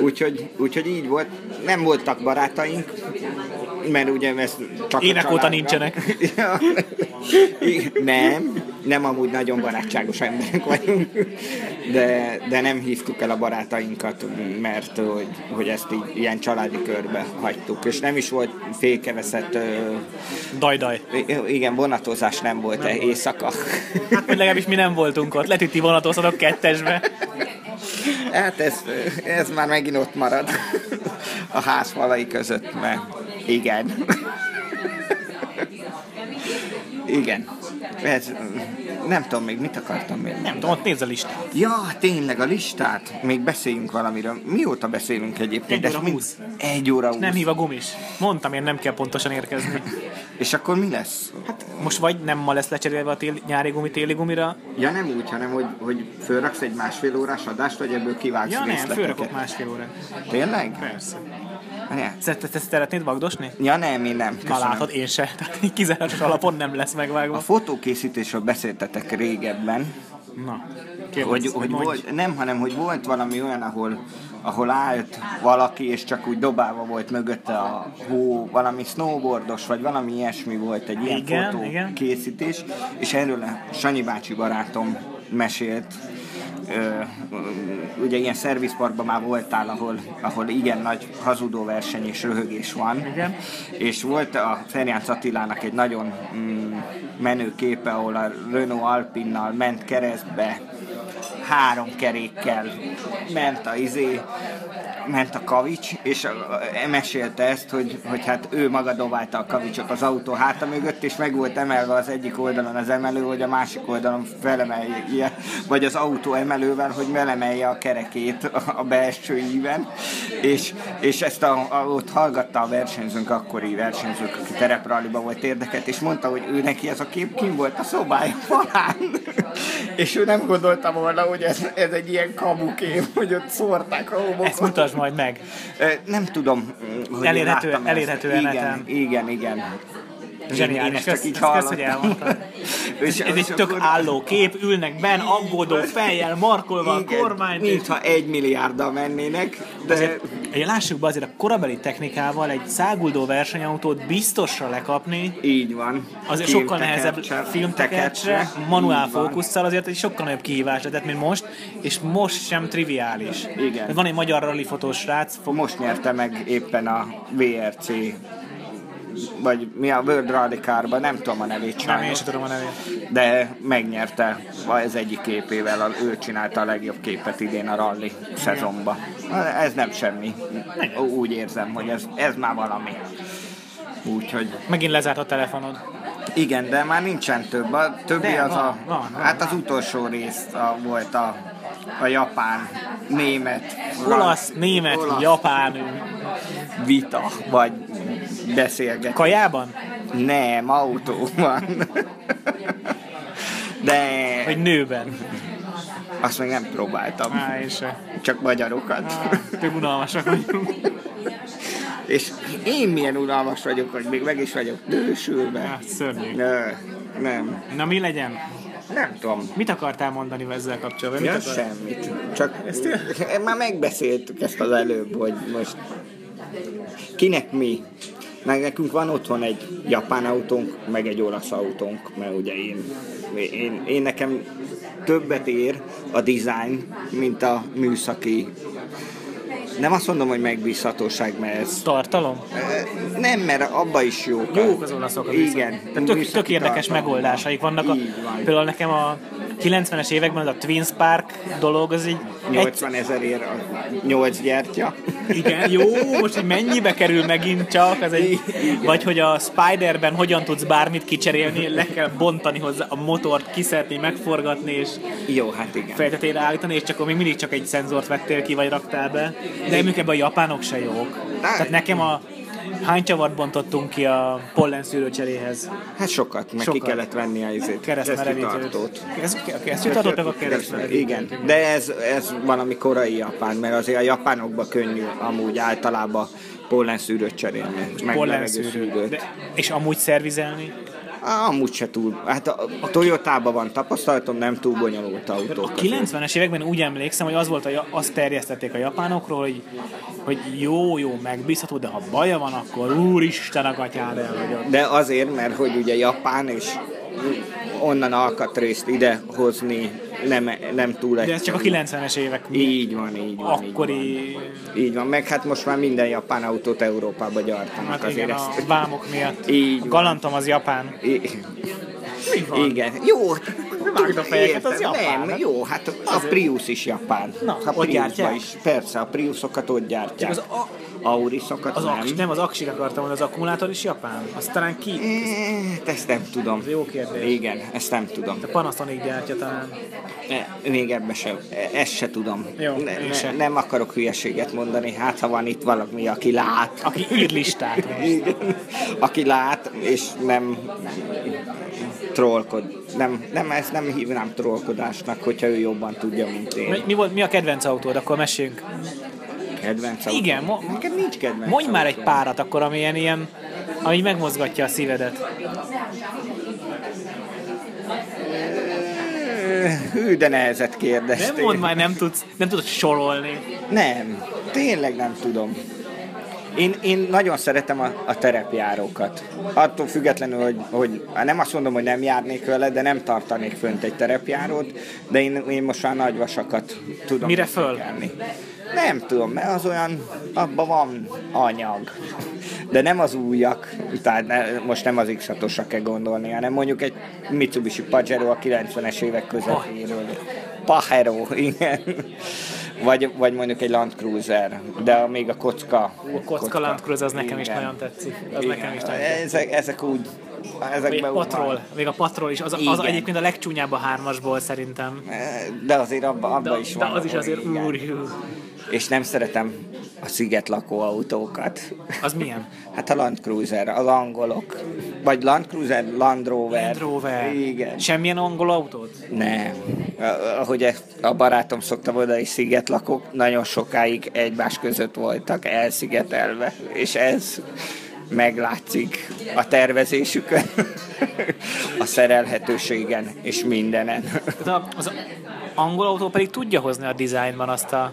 A: úgyhogy, úgyhogy így volt. Nem voltak barátaink, mert ugye ez csak
B: Évek
A: a
B: óta
A: családra-
B: nincsenek.
A: Ja. Igen, nem, nem amúgy nagyon barátságos emberek vagyunk, de, de nem hívtuk el a barátainkat, mert hogy, hogy ezt így ilyen családi körbe hagytuk. És nem is volt fékeveszett, ö,
B: Dajdaj.
A: i- igen, vonatozás nem volt nem éjszaka.
B: Hát vagy legalábbis mi nem voltunk ott. Letüti vonatozhatok kettesbe.
A: Hát ez, ez már megint ott marad a házfalai között, mert igen. Igen. Ez, nem tudom még, mit akartam még.
B: Nem tudom, ott nézz a listát.
A: Ja, tényleg a listát. Még beszéljünk valamiről. Mióta beszélünk egyébként?
B: Egy
A: Ez
B: óra
A: mind-
B: húsz.
A: Egy óra húsz.
B: Nem hív a gumis. Mondtam én, nem kell pontosan érkezni.
A: És akkor mi lesz?
B: Hát most vagy nem ma lesz lecserélve a téli, nyári gumi téli gumira,
A: Ja nem úgy, hanem hogy, hogy fölraksz egy másfél órás adást, vagy ebből kivágsz
B: ja nem,
A: részleteket.
B: fölrakok másfél órát.
A: Tényleg?
B: Persze.
A: Ja.
B: Te, te szeretnéd vagdosni?
A: ja nem, én nem.
B: Na
A: Köszönöm.
B: látod, én se. Tehát így kizáros alapon nem lesz
A: A
B: megvágva.
A: fotókészítésről beszéltetek régebben,
B: Na,
A: hogy, hogy
B: mondj.
A: volt, nem, hanem hogy volt valami olyan, ahol, ahol állt valaki, és csak úgy dobálva volt mögötte a hó, valami snowboardos, vagy valami ilyesmi volt egy ilyen
B: Igen,
A: fotó
B: igen.
A: készítés, és erről a Sanyi bácsi barátom mesélt, Ö, ugye ilyen szervizparkban már voltál, ahol, ahol igen nagy hazudó verseny és röhögés van,
B: Igen.
A: és volt a Ferjánc Attilának egy nagyon mm, menő képe, ahol a Renault Alpinnal ment keresztbe, három kerékkel ment a izé, ment a kavics, és a- a- mesélte ezt, hogy, hogy hát ő maga dobálta a kavicsot az autó háta mögött, és meg volt emelve az egyik oldalon az emelő, hogy a másik oldalon felemelje, vagy az autó emelővel, hogy felemelje a kerekét a- a belső íven, és, és ezt a, a, ott hallgatta a versenyzőnk, akkori versenyzők, aki terepralliba volt érdeket, és mondta, hogy ő neki ez a kép kim volt a szobája falán. És ő nem gondolta volna, hogy ez, ez egy ilyen kamukép, hogy ott szórták a
B: Ezt
A: homokot.
B: mutasd majd meg.
A: Ö, Nem tudom, mm, hogy
B: Elérhető-
A: láttam
B: elérhető
A: ezt. Igen,
B: neten.
A: igen, igen.
B: Zseniális,
A: Én ezt csak
B: kösz-
A: így
B: kösz- kösz,
A: hallottam.
B: hogy elmondtad.
A: És-
B: Ez
A: és
B: egy tök
A: akkor-
B: álló kép, ülnek ben, aggódó fejjel, markolva a
A: igen,
B: kormányt. és-
A: Mintha egy milliárddal mennének, de...
B: Azért, ugye lássuk be, azért a korabeli technikával egy száguldó versenyautót biztosra lekapni,
A: Így van.
B: azért
A: Kém
B: sokkal nehezebb
A: tekercse-
B: filmtekercsre,
A: tekercse.
B: manuál
A: Így van.
B: fókusszal azért egy sokkal nagyobb kihívás lett, mint most, és most sem triviális.
A: Igen.
B: Tehát Van egy magyar rallifotós srác, fog-
A: Most nyerte meg éppen a VRC vagy mi a World Rally Car-ban, nem tudom a nevét
B: nem, én
A: sajnos.
B: sem tudom a nevét.
A: de megnyerte az egyik képével, a- ő csinálta a legjobb képet idén a rally szezonba. Ez nem semmi. Úgy érzem, hogy ez, ez már valami. Úgyhogy
B: Megint lezárt a telefonod.
A: igen, de már nincsen több. A többi
B: De,
A: az
B: van,
A: a...
B: van, van,
A: hát az utolsó rész a, volt a, a japán, német,
B: Olasz, német,
A: olasz
B: japán,
A: vita, vagy beszélgetés.
B: kajában?
A: Nem, autóban. De
B: Vagy nőben?
A: azt még nem próbáltam.
B: Á, és se.
A: csak magyarokat.
B: Tök unalmasak vagyunk.
A: És én milyen unalmas vagyok, hogy még meg is vagyok dősülve.
B: Hát, szörnyű.
A: Ne, nem,
B: Na mi legyen?
A: nem tudom.
B: Mit akartál mondani ezzel kapcsolatban? Mit
A: Ja,
B: akar-
A: semmit. Csak már megbeszéltük ezt az előbb, hogy most kinek mi. Meg nekünk van otthon egy japán autónk, meg egy olasz autónk, mert ugye én, én, én nekem többet ér a design, mint a műszaki. Nem azt mondom, hogy megbízhatóság, mert ez
B: Tartalom?
A: Ö, Nem, mert abba is jók. a-
B: Jók az olaszok az
A: Igen.
B: Tehát tök, tök
A: műszaki
B: érdekes
A: tartalom.
B: megoldásaik vannak. A,
A: Így van.
B: például nekem a 90-es években az a Twins Park dolog, az így... Egy,
A: 80 ezerért a 8 gyertya.
B: igen, jó, most hogy mennyibe kerül megint csak, ez egy, vagy hogy a Spiderben hogyan tudsz bármit kicserélni, le kell bontani hozzá a motort, kiszedni, megforgatni, és
A: Jó, hát igen.
B: fejtetére állítani, és csak akkor még mindig csak egy szenzort vettél ki, vagy raktál be. De mondjuk ebben a japánok se jók. Tehát nekem a Hány csavart bontottunk ki a pollen szűrőcseréhez?
A: Hát sokat, meg ki
B: Sokat.
A: kellett venni a izét.
B: Keresztmerevítőt.
A: tartót.
B: Keresztjutartót meg a keresztmerevítőt.
A: Igen, de ez, ez valami korai japán, mert azért a japánokban könnyű amúgy általában pollenszűrőt cserélni. meg levegőszűrőt.
B: Pollenszűrő. De- És amúgy szervizelni?
A: Á, Amúgy se túl. Hát a, a Toyotában van tapasztalatom, nem túl bonyolult autók.
B: A 90-es években úgy emlékszem, hogy az volt, a, azt terjesztették a japánokról, hogy, hogy jó, jó, megbízható, de ha baja van, akkor úristen a gatyád el vagyok.
A: De azért, mert hogy ugye Japán és onnan alkatrészt ide hozni nem, nem túl
B: De ez csak a 90-es évek
A: Így van, így van. Így
B: akkori
A: van. így van, meg hát most már minden japán autót Európába gyártanak
B: hát
A: azért
B: igen, a
A: ezt.
B: vámok miatt.
A: Így
B: A
A: van.
B: galantom az japán.
A: I- Igen. Jó, hát-
B: vágd a fejeket, az
A: Értem,
B: japán.
A: Nem, jó, hát a Prius is japán.
B: Na,
A: a
B: ott
A: Priusba
B: gyártják?
A: Is. Persze, a Priusokat ott
B: Csak
A: gyártják.
B: az a-
A: Aurisokat
B: Az
A: nem.
B: aks, nem, az aksit akartam mondani, az akkumulátor is japán. Azt talán ki?
A: Eh, Ezt nem tudom.
B: jó kérdés.
A: Igen, ezt nem tudom.
B: A Panasonic gyártja talán.
A: E, Még ebbe sem. E- Ezt se tudom.
B: Jó,
A: ne,
B: én
A: ne,
B: se.
A: Nem akarok hülyeséget mondani. Hát, ha van itt valaki, aki lát.
B: Aki ír listát.
A: Igen. Aki lát, és nem trollkod. Nem, nem, ezt nem hívnám trollkodásnak, hogyha ő jobban tudja, mint én.
B: Mi, mi, volt, mi a kedvenc autód? Akkor meséljünk.
A: Kedvenc autó.
B: Igen, mo-
A: Neked nincs kedvenc
B: Mondj már egy
A: autó.
B: párat akkor, ami ilyen, ilyen ami így megmozgatja a szívedet.
A: Hű, de nehezet kérdeztél.
B: Nem mondd már, nem tudsz, nem tudod sorolni.
A: Nem, tényleg nem tudom. Én, én nagyon szeretem a, a terepjárókat. Attól függetlenül, hogy, hogy hát nem azt mondom, hogy nem járnék vele, de nem tartanék fönt egy terepjárót, de én, én most már nagy vasakat tudom.
B: Mire föl?
A: érzékelni. Nem tudom, mert az olyan, abban van anyag. De nem az újak, tehát ne, most nem az x kell gondolni, hanem mondjuk egy Mitsubishi Pajero a 90-es évek közepéről. Pajero, igen. Vagy, vagy mondjuk egy Land Cruiser, de a- még a kocka.
B: A kocka Land Cruiser, az nekem is nagyon tetszik. Az
A: Igen.
B: nekem is nagyon tetszik.
A: ezek, ezek úgy,
B: Még
A: ezekben úgy
B: patrol,
A: van.
B: még a patrol is, az, az
A: Igen.
B: egyébként a legcsúnyább a hármasból szerintem.
A: Eh, De azért abban abba
B: De,
A: is
B: de
A: van.
B: az is
A: ahol
B: azért
A: igen.
B: úr, hű.
A: És nem szeretem a sziget lakóautókat.
B: Az milyen?
A: Hát a Land Cruiser, az angolok. Vagy Land Cruiser, Land Rover.
B: Land Rover.
A: Igen.
B: Semmilyen angol autót?
A: Nem. A- Ahogy ezt a barátom szokta mondani, szigetlakók nagyon sokáig egymás között voltak, elszigetelve. És ez meglátszik a tervezésükön, a szerelhetőségen és mindenen.
B: De az angol autó pedig tudja hozni a dizájnban azt a...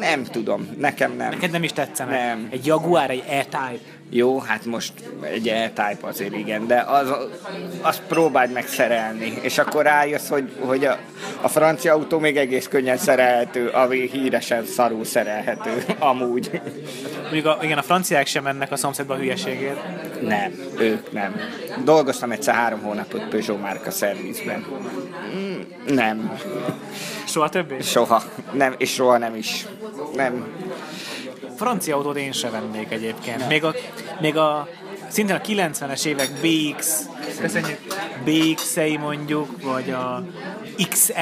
A: Nem tudom, nekem nem.
B: Neked nem is tetszene.
A: Nem.
B: Egy Jaguar, egy E-Type.
A: Jó, hát most egy E-Type azért igen, de az, azt próbáld meg szerelni, és akkor rájössz, hogy, hogy a, a francia autó még egész könnyen szerelhető, ami híresen szarú szerelhető, amúgy.
B: Mondjuk a, igen, a franciák sem mennek a szomszédba a hülyeségért.
A: Nem, ők nem. Dolgoztam egyszer három hónapot Peugeot márka szervizben. Mm, Nem,
B: Soha többé.
A: soha. Nem, és soha nem is. Nem.
B: Francia autót én sem vennék egyébként. Még a, még a szintén a 90-es évek BX, köszönjük, BX-ei mondjuk, vagy a XM,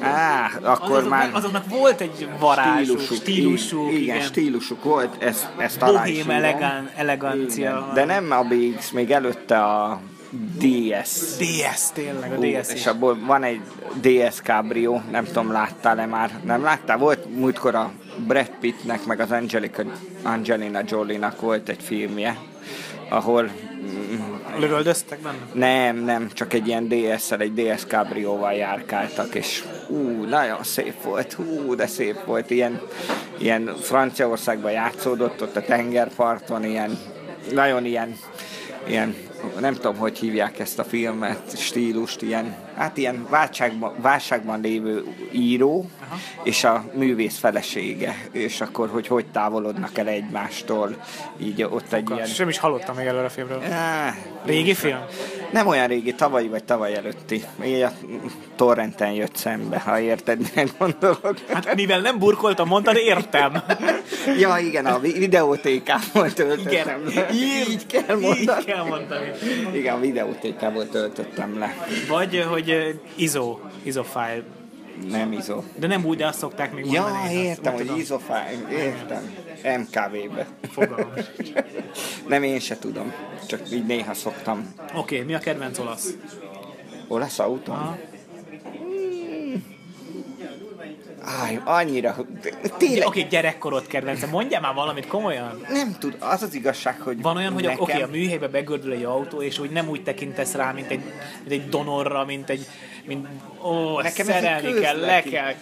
A: Á, akkor
B: azoknak,
A: már...
B: azoknak volt egy varázsuk, stílusuk, stílusuk
A: igen,
B: igen,
A: igen, stílusuk volt, ez, ez talán is így
B: bohém
A: van.
B: elegán, elegancia.
A: De nem a BX, még előtte a DS.
B: DS tényleg, a
A: Ú,
B: DS
A: és
B: is.
A: abból van egy DS Cabrio, nem tudom, láttál-e már? Nem láttál? Volt múltkor a Brad Pittnek, meg az Angelica, Angelina Jolie-nak volt egy filmje, ahol mm,
B: Lövöldöztek benne?
A: nem, nem, csak egy ilyen DS-szel, egy DS Cabrióval járkáltak, és ú, nagyon szép volt, hú, de szép volt, ilyen, ilyen Franciaországban játszódott, ott a tengerparton, ilyen, nagyon ilyen, ilyen, nem tudom, hogy hívják ezt a filmet, stílust, ilyen, hát ilyen válságban, válságban lévő író, Aha. és a művész felesége, és akkor, hogy hogy távolodnak el egymástól, így ott egy ilyen...
B: Sem is hallottam még előre a filmről.
A: Áh,
B: Régi film?
A: nem olyan régi, tavalyi vagy tavaly előtti. Így a torrenten jött szembe, ha érted, mire gondolok.
B: Hát mivel nem burkoltam, mondtad, értem.
A: Ja, igen, a vi- videótékából töltöttem
B: Igen,
A: le. Így kell
B: Így
A: mondani.
B: kell mondani.
A: Igen, a videótékából töltöttem le.
B: Vagy, hogy ö, ISO, ISO file.
A: Nem izó.
B: De nem úgy, de azt szokták még
A: Ja,
B: mondani. én azt
A: értem,
B: úgy
A: hogy
B: tudom.
A: izofány, értem. MKV-be.
B: Fogalmam
A: Nem, én se tudom. Csak így néha szoktam.
B: Oké, mi a kedvenc olasz?
A: Olasz autón?
B: Aha.
A: Áj, annyira... Tényleg,
B: Oké, gyerekkorod kedvence. Mondjál már valamit komolyan.
A: nem tud. Az az igazság, hogy
B: Van olyan, hogy
A: nekem...
B: oké, a műhelybe begördül egy autó, és úgy nem úgy tekintesz rá, mint egy, mint egy donorra, mint egy... Mint, ó,
A: Nekem
B: Nekem
A: ez egy
B: szerelni kell, le
A: közleki-
B: kell.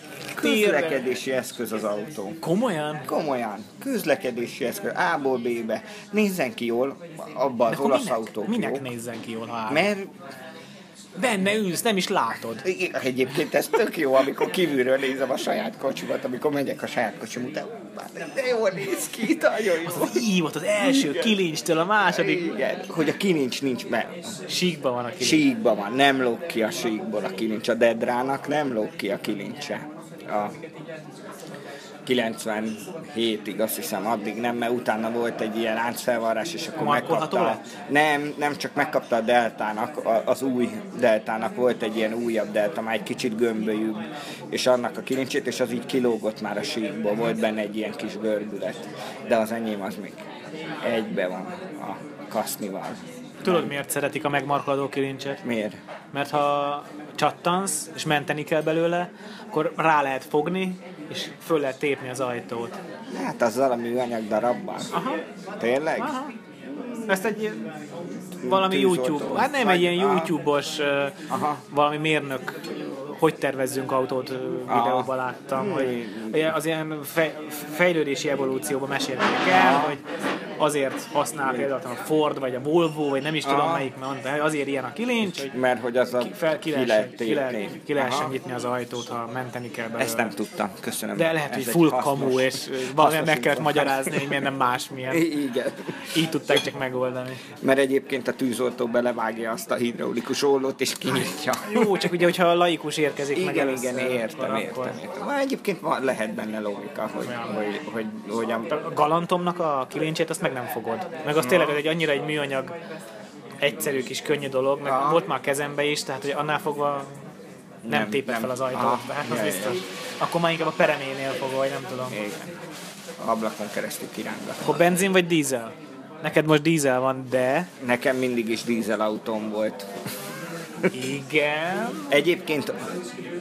B: térre.
A: Közlekedési eszköz az autó.
B: Komolyan?
A: Komolyan, közlekedési eszköz, A-ból B-be. Nézzen ki jól abba
B: De
A: az
B: akkor
A: olasz
B: minek,
A: autó.
B: minek nézzen ki jól, ha áll?
A: Mert
B: Benne ülsz, nem is látod.
A: Igen, Egyébként ez tök jó, amikor kívülről nézem a saját kocsimat, amikor megyek a saját kocsim után. ú, már De jól néz ki, nagyon jó.
B: Hívott az első kilincstől a második.
A: Igen, hogy a kilincs nincs, mert
B: Síkban van a kilincs.
A: síkban van, nem lóg ki a síkból a kilincs. A Dedrának nem lóg ki a kilincse. A 97-ig azt hiszem, addig nem, mert utána volt egy ilyen láncfelvarrás, és akkor
B: Markolható
A: megkapta. Nem, nem csak megkapta a deltának, a- az új deltának volt egy ilyen újabb delta, már egy kicsit gömbölyűbb, és annak a kilincsét, és az így kilógott már a síkból, volt benne egy ilyen kis görbület, de az enyém az még egybe van a kasznival.
B: Tudod, miért szeretik a megmarkoladó kilincset?
A: Miért?
B: Mert ha csattansz, és menteni kell belőle, akkor rá lehet fogni, és föl lehet tépni az ajtót.
A: Hát azzal a műanyag darabban.
B: Aha.
A: Tényleg?
B: Aha. Ezt egy ilyen- valami
A: Tűzoltó.
B: YouTube, hát nem egy
A: Vagy-
B: ilyen
A: aha.
B: YouTube-os, ö,
A: Aha.
B: valami mérnök, hogy tervezzünk autót ö, videóban láttam, hogy ilyen- az ilyen fej, fejlődési evolúcióban mesélték el, hogy azért használ például a Ford, vagy a Volvo, vagy nem is tudom
A: Aha.
B: melyik, mondta, hogy azért ilyen a kilincs, hogy
A: Mert hogy az a
B: ki- fel ki
A: ki
B: lehessen,
A: lehet
B: ki
A: tépni.
B: lehet- ki lehessen
A: Aha.
B: nyitni az ajtót, ha menteni kell belőle.
A: Ezt nem tudtam, köszönöm.
B: De lehet,
A: Ez
B: hogy
A: egy
B: full
A: hasznos-
B: kamu, és ö,
A: hasznos
B: valamilyen meg kellett
A: információ.
B: magyarázni, hogy miért nem másmilyen.
A: I- Igen.
B: Így tudták csak megoldani.
A: Mert egyébként a tűzoltó belevágja azt a hidraulikus ollót, és kinyitja.
B: Jó, csak ugye, hogyha a laikus érkezik meg
A: Igen,
B: először,
A: igen, értem,
B: akkor-
A: értem, értem. Már egyébként van, lehet benne logika, hogy, hogy, hogy, hogy a,
B: A galantomnak a kilincsét azt meg nem fogod. Meg az tényleg az egy annyira egy műanyag egyszerű kis könnyű dolog, meg volt már a kezembe is, tehát hogy annál fogva nem,
A: Nem,
B: nem téped
A: nem.
B: fel az
A: Aha,
B: ajtót, tehát az
A: jaj,
B: biztos. Akkor már inkább a pereménél fogva, vagy nem tudom.
A: igen, ablakon keresztül kirángat.
B: Akkor benzin vagy dízel? Neked most dízel van, de
A: Nekem mindig is dízelautóm volt.
B: igen.
A: Egyébként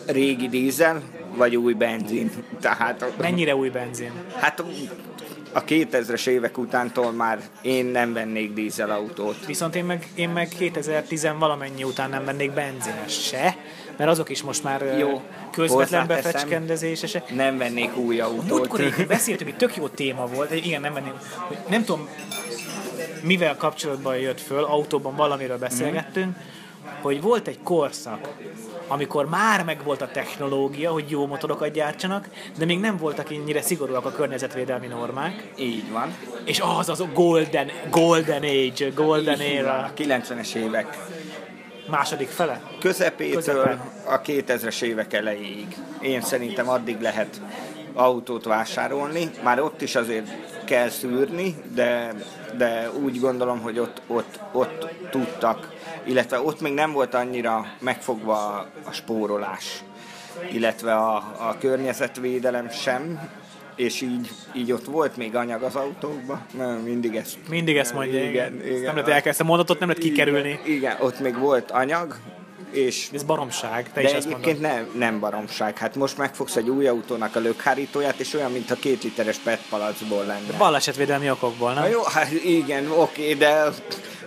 A: régi dízel, vagy új benzin. Tehát
B: Mennyire új benzin?
A: Hát a 2000-es évek utántól már én nem vennék dízelautót.
B: Viszont én meg, én meg 2010 valamennyi után nem mennék benzines se, mert azok is most már
A: Jó.
B: Jó. közvetlen
A: Hozzáteszem.
B: befecskendezése se.
A: Nem vennék új
B: Múltkor
A: autót.
B: így beszéltünk, egy tök jó téma volt, egy- igen, nem menném, hogy nem tudom, mivel kapcsolatban jött föl, autóban valamiről beszélgettünk, hogy volt egy korszak, amikor már megvolt a technológia, hogy jó motorokat gyártsanak, de még nem voltak ennyire szigorúak a környezetvédelmi normák,
A: Így van.
B: és az az a golden, golden age, golden
A: A
B: era
A: 90-es évek
B: második fele.
A: közepétől
B: Közepe.
A: a 2000-es évek elejéig. Én szerintem addig lehet autót vásárolni. Már ott is azért kell szűrni, de, de úgy gondolom, hogy ott, ott, ott tudtak, illetve ott még nem volt annyira megfogva a- a spórolás, illetve a, a környezetvédelem sem, és így, így ott volt még anyag az autókban, mert mindig ezt
B: Mindig ezt mondja, igen.
A: Igen,
B: igen,
A: igen.
B: Nem lehet elkezdeni a mondatot, nem lehet kikerülni.
A: Igen, ott még volt anyag, és
B: Ez baromság, te
A: de
B: is ezt mondod.
A: egyébként nem, nem baromság. Hát most megfogsz egy új autónak a lökhárítóját, és olyan, mint a két literes PET palacból lenne.
B: Balesetvédelmi okokból, nem?
A: Na jó, hát igen, oké, de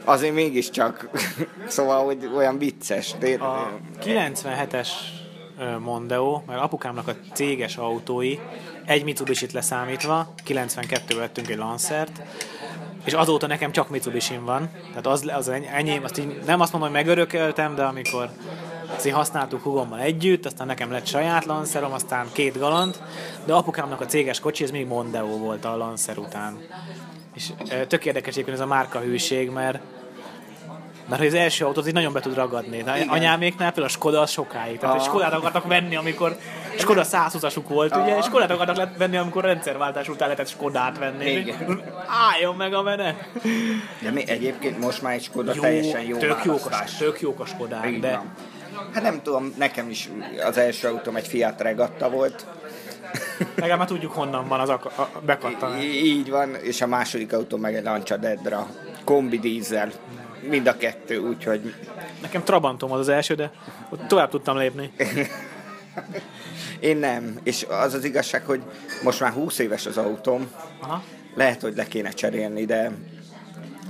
A: azért mégiscsak. szóval, hogy olyan vicces. Tér...
B: A 97-es ö, Mondeo, mert apukámnak a céges autói, egy Mitsubishi-t leszámítva, 92-ből vettünk egy Lancert, és azóta nekem csak mitsubishi van, tehát az, az eny- enyém, azt így, nem azt mondom, hogy megörököltem, de amikor azt így használtuk hugommal együtt, aztán nekem lett saját Lancerom, aztán két galant, de apukámnak a céges kocsi, ez mindig Mondeo volt a Lancer után. És ö, tök érdekes egyébként ez a márka hűség, mert mert hogy az első autót így nagyon be tud ragadni. De anyáméknál például a Skoda az sokáig. Tehát
A: Ah.
B: egy Skodát akartak venni, amikor Skoda 120-asuk volt, ugye,
A: Ah.
B: és Skodát akartak le- venni, amikor rendszerváltás után lehetett Skodát venni.
A: Igen.
B: Álljon meg a menet!
A: De mi egyébként most már egy Skoda teljesen jó
B: tök jók, a,
A: választás.
B: tök jók a Skodák,
A: Így
B: de
A: van. Hát nem tudom, nekem is az első autóm egy Fiat Regatta volt,
B: legalább már tudjuk honnan van az a, a, a bekattanás.
A: Í- így van, és a második autó meg egy Lancia Dedra, kombi dízel, mind a kettő, úgyhogy
B: Nekem Trabantom volt az első, de ott tovább tudtam lépni.
A: én nem. És az az igazság, hogy most már 20 éves az autóm,
B: Aha.
A: lehet, hogy le kéne cserélni, de,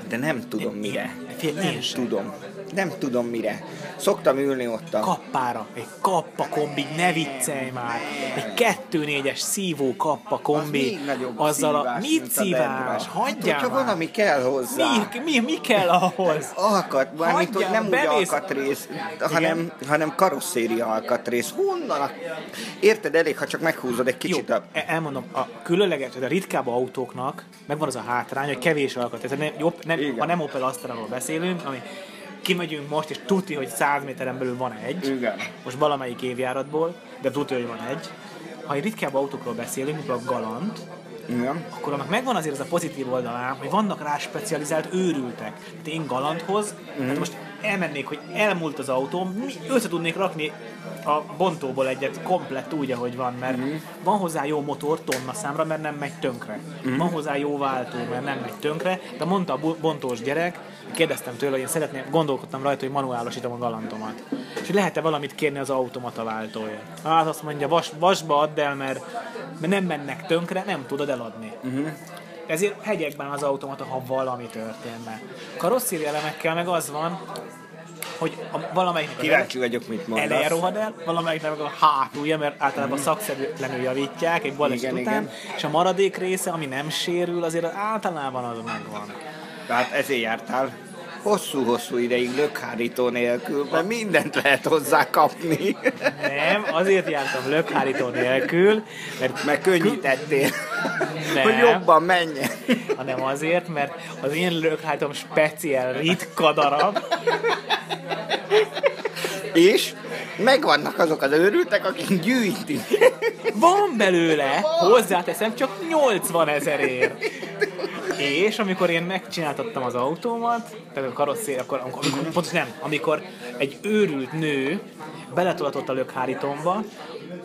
A: de nem tudom mire.
B: Figyelj,
A: Nem
B: én sem.
A: tudom. Nem tudom mire. Szoktam ülni ott a...
B: kappára, egy kappa kombi, ne viccelj már! Egy 2-4-es szívó kappa
A: Az
B: kombi,
A: még nagyobb
B: azzal a...
A: szívás,
B: Mit
A: mint a Debra.
B: szívás?
A: Hát,
B: Hagyjál
A: Hogyha
B: már!
A: valami kell hozzá.
B: Mi, mi, mi kell ahhoz?
A: Alkat, mármint, hogy
B: Hagyjál,
A: nem úgy
B: bemész-
A: alkatrész, hanem, hanem karosszéria alkatrész. Honnan? a- Érted, elég, ha csak meghúzod egy
B: Jó,
A: kicsit a...
B: e- elmondom, a különleges, tehát a ritkább autóknak megvan az a hátrány, hogy kevés alkat. Tehát nem, jobb, nem,
A: Igen.
B: ha nem Opel Astra-ról beszélünk, ami kimegyünk most, és tuti, hogy 100 méteren belül van egy,
A: Igen.
B: most valamelyik évjáratból, de tuti, hogy van egy. Ha egy ritkább autókról beszélünk, mint a Galant,
A: Igen.
B: akkor annak megvan azért ez a pozitív oldalám, hogy vannak rá specializált őrültek. Tehát én galanthoz, mm. hát most elmennék, hogy elmúlt az autóm, mi össze tudnék rakni a bontóból egyet komplett úgy, ahogy van, mert mm. van hozzá jó motor tonna számra, mert nem megy tönkre. Mm. Van hozzá jó váltó, mert nem megy tönkre, de mondta a bo- bontós gyerek, kérdeztem tőle, hogy én szeretném, gondolkodtam rajta, hogy manuálosítom a galantomat. És hogy lehet-e valamit kérni az automata váltóért? Hát azt mondja, vas, vasba add el, mert, mert nem mennek tönkre, nem tudod eladni. Ezért hegyekben az automata, ha valami történne. Karosszéri elemekkel meg az van, hogy a, valamelyiknek az
A: Kíváncsi vagyok, mit mondasz. Mhm.
B: eleje rohad el, valamelyiknek meg a hátulja, mert általában szakszerűtlenül javítják egy baleset
A: Igen,
B: után,
A: igen.
B: és a maradék része, ami nem sérül, azért általában az megvan.
A: Hát ezért jártál hosszú-hosszú ideig lökhárító nélkül, mert mindent lehet hozzá kapni,
B: Nem, azért jártam lökhárító nélkül, mert
A: mert könnyítettél,
B: Nem.
A: hogy jobban menjen.
B: hanem azért, mert az én lökhátom speciál ritka darab,
A: És megvannak azok az őrültek, akik gyűjtik.
B: Van belőle, hozzáteszem, csak 80 ezerért. És amikor én megcsináltattam az autómat, tehát a karosszér, akkor, amikor, amikor- pontosan nem, amikor egy őrült nő beletolatott a lökhárítomba,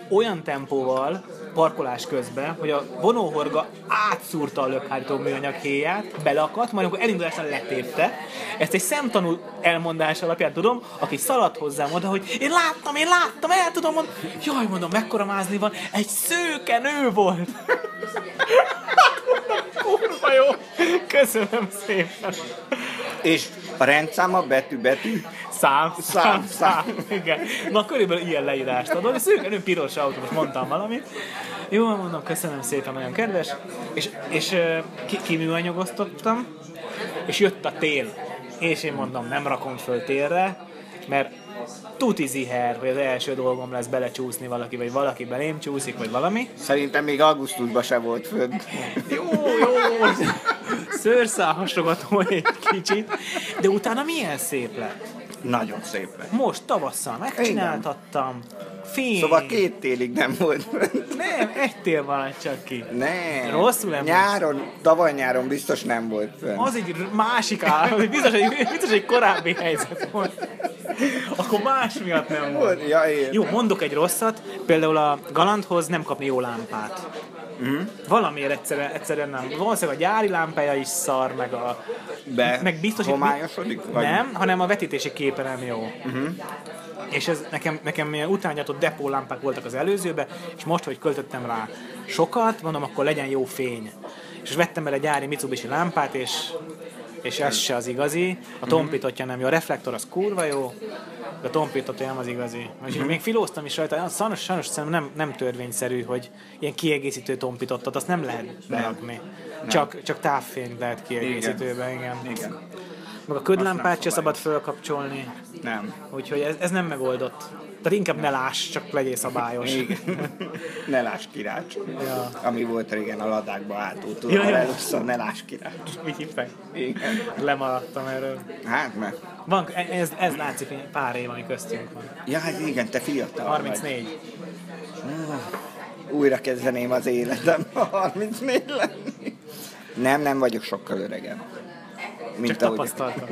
B: olyan tempóval, parkolás közben, hogy a vonóhorga átszúrta a lökhárító műanyag héját, belakadt, majd amikor elindulásán letépte. Ezt egy szemtanú elmondás alapján tudom, aki szaladt hozzám oda, hogy én láttam, én láttam, el tudom mondani. Jaj, mondom, mekkora mázni van, egy szőke nő volt. Kurva jó. Köszönöm szépen.
A: És a rendszáma betű-betű.
B: Szám, szám,
A: Szám,
B: szám. Igen. Na, körülbelül ilyen leírást adod. Ez ők, ő piros autó, most mondtam valamit. Jó, mondom, köszönöm szépen, nagyon kedves. És, és ö, ki, kiműanyagoztattam, és jött a tél. És én mondom, nem rakom föl télre, mert tuti ziher, hogy az első dolgom lesz belecsúszni valaki, vagy valaki belém csúszik, vagy valami.
A: Szerintem még augusztusban se volt fönt.
B: Jó, jó, szőrszálhasogató egy kicsit, de utána milyen szép lett.
A: Nagyon szépen.
B: Most tavasszal megcsináltattam. Fény.
A: Szóval két télig nem volt fönt.
B: Nem, egy tél van csak ki.
A: Nem.
B: Rosszul emlékszem.
A: Nyáron, tavaly nyáron biztos nem volt fönt.
B: Az egy r- másik állam, biztos egy, biztos egy korábbi helyzet volt. Akkor más miatt nem volt.
A: Ja, én.
B: Jó, mondok egy rosszat, például a Galanthoz nem kapni jó lámpát.
A: Mhm.
B: Mm. Valamiért egyszerűen, egyszerűen nem. Valószínűleg a gyári lámpája is szar, meg a...
A: Be
B: meg biztos, hogy mi-
A: homályosodik? Vagy?
B: Nem, hanem a vetítési képe nem jó. Uh-huh. És ez nekem, nekem ilyen utányatott depólámpák voltak az előzőbe, és most, hogy költöttem rá sokat, mondom, akkor legyen jó fény. És vettem el egy gyári Mitsubishi lámpát, és, és ez se az igazi. A tompítotja nem jó, a reflektor az kurva jó, de a tompítotja nem az igazi. És uh-huh. még filóztam is rajta, olyan sajnos, sajnos szerintem nem, nem törvényszerű, hogy ilyen kiegészítő tompítottat, azt nem lehet berakni. Csak, csak távfényt lehet kiegészítőben, igen.
A: Igen.
B: Meg a ködlámpát se szabad fölkapcsolni,
A: Nem.
B: úgyhogy ez, ez nem megoldott. Tehát inkább ne láss, csak legyél szabályos.
A: Igen. ne láss kirács.
B: Ja.
A: Ami volt régen a ladákba átútól.
B: Ja,
A: Ja,
B: ja.
A: Először ne láss kirács.
B: Mit hívták?
A: Igen.
B: Lemaradtam erről.
A: Hát mert...
B: Van, ez, ez látszik, hogy pár év, ami köztünk van.
A: Ja, hát igen, te fiatal
B: 34.
A: vagy. Újra kezdeném az életem, ha 34 lenni. Nem, nem vagyok sokkal öregebb. Mint
B: Csak tapasztaltam.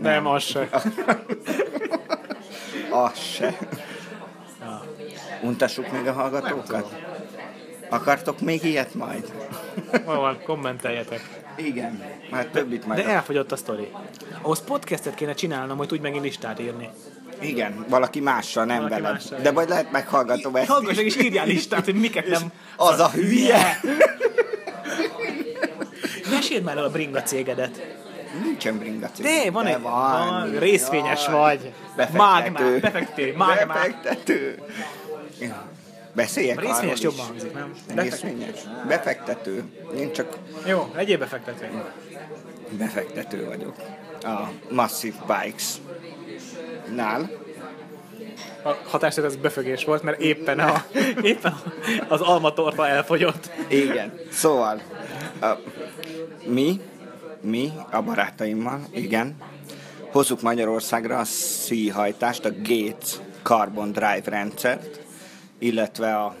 B: Nem, az se.
A: Az se. Untassuk még a hallgatókat? Akartok még ilyet majd?
B: Van, kommenteljetek.
A: Igen, már Hát többit majd.
B: De elfogyott a sztori. Ahhoz podcastet kéne csinálnom, hogy tudj megint listát írni.
A: Igen, valaki mással, nem
B: Valaki
A: veled.
B: mással.
A: De majd lehet meghallgatom ezt
B: Hallgass meg és írjál listát, hogy miket nem...
A: Az a hülye!
B: Meséld már el a bringa cégedet.
A: Nincsen bringa cég.
B: De van
A: De
B: egy, van, részvényes vagy. Mágnál, befektető, mágnál.
A: Befektető. Beszéljek
B: Részvényes
A: arról is.
B: jobban hangzik, nem?
A: Részvényes. Befektető. Én csak
B: Jó, legyél befektető.
A: befektető vagyok. A Massive Bikes nál.
B: A hatástört ez befögés volt, mert éppen, a, éppen az almatorta elfogyott.
A: Igen. Szóval, a, mi, mi a barátaimmal, igen, hozzuk Magyarországra a szíhajtást, a Gates Carbon Drive rendszert, illetve a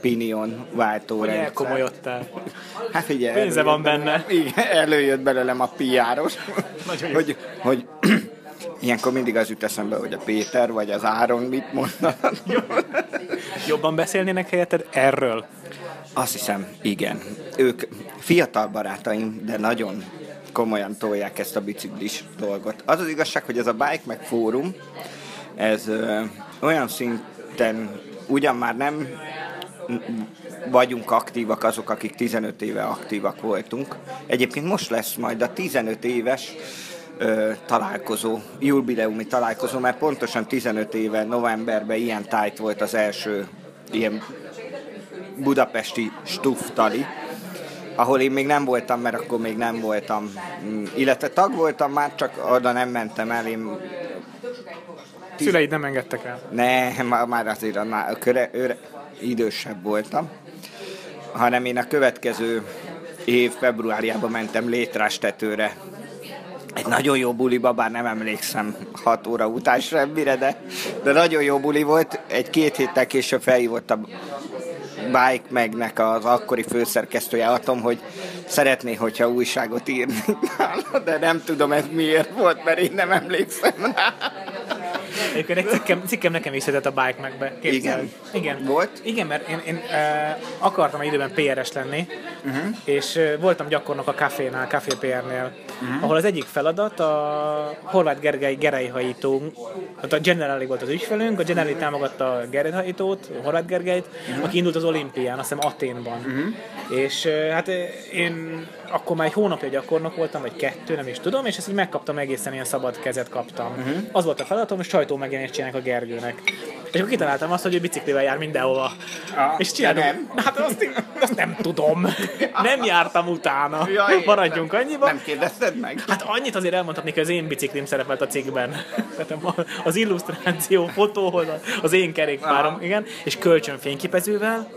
A: Pinion váltó
B: Hogy
A: rendszert.
B: elkomolyodtál.
A: Hát figyelj,
B: Pénze
A: előjött
B: van benne.
A: Igen, előjött belőlem a piáros, hogy, hogy ilyenkor mindig az jut eszembe, hogy a Péter vagy az Áron mit mondanak.
B: Jobban beszélnének helyetted erről?
A: Azt hiszem, igen. Ők fiatal barátaim, de nagyon komolyan tolják ezt a biciklis dolgot. Az az igazság, hogy ez a Bike meg fórum, ez ö, olyan szinten ugyan már nem vagyunk aktívak azok, akik 15 éve aktívak voltunk. Egyébként most lesz majd a 15 éves ö, találkozó, jubileumi találkozó, mert pontosan 15 éve novemberben ilyen tájt volt az első ilyen budapesti Stuftali, ahol én még nem voltam, mert akkor még nem voltam, mm, illetve tag voltam már, csak oda nem mentem el, én
B: Szüleid nem engedtek el.
A: ne, már, már azért annál a köre, öre, idősebb voltam, hanem én a következő év februárjában mentem létrás tetőre. Egy nagyon jó buliba, bár nem emlékszem 6 óra után semmire, de, de nagyon jó buli volt. Egy két héttel később felhívott a Bike megnek az akkori főszerkesztője Atom, hogy szeretné, hogyha újságot írnék nála, de nem tudom ez miért volt, mert én nem emlékszem rá.
B: Egyébként egy cikkem, cikkem nekem visszatett a bike megbe.
A: Igen.
B: Igen.
A: Volt?
B: Igen, mert én, én uh, akartam egy időben PR-es lenni, uh-huh. és uh, voltam gyakornok a kafénál, Café PR-nél, uh-huh. ahol az egyik feladat a Horváth Gergely gerejhajító, hát a Generali volt az ügyfelünk, a Generali támogatta a gerejhajítót, Horváth Gergelyt, uh-huh. aki indult az olimpián, azt hiszem Aténban. Uh-huh. És uh, hát uh, én akkor már egy hónapja gyakornok voltam, vagy kettő, nem is tudom, és ezt így megkaptam egészen ilyen szabad kezet kaptam. Uh-huh. Az volt a feladatom, hogy sajtó megjelenést csinálnak a Gergőnek. És akkor kitaláltam azt, hogy ő biciklivel jár mindenhova.
A: Ah,
B: és csinálom.
A: de nem.
B: Hát azt, én- azt nem tudom. Nem jártam utána.
A: Ja, értem.
B: Maradjunk annyiban.
A: Nem kérdezted meg?
B: Hát annyit azért elmondhatnék, hogy az én biciklim szerepelt a cikkben. Tehát a- az illusztráció fotóhoz, az én kerékpárom, igen. És kölcsön fényképezővel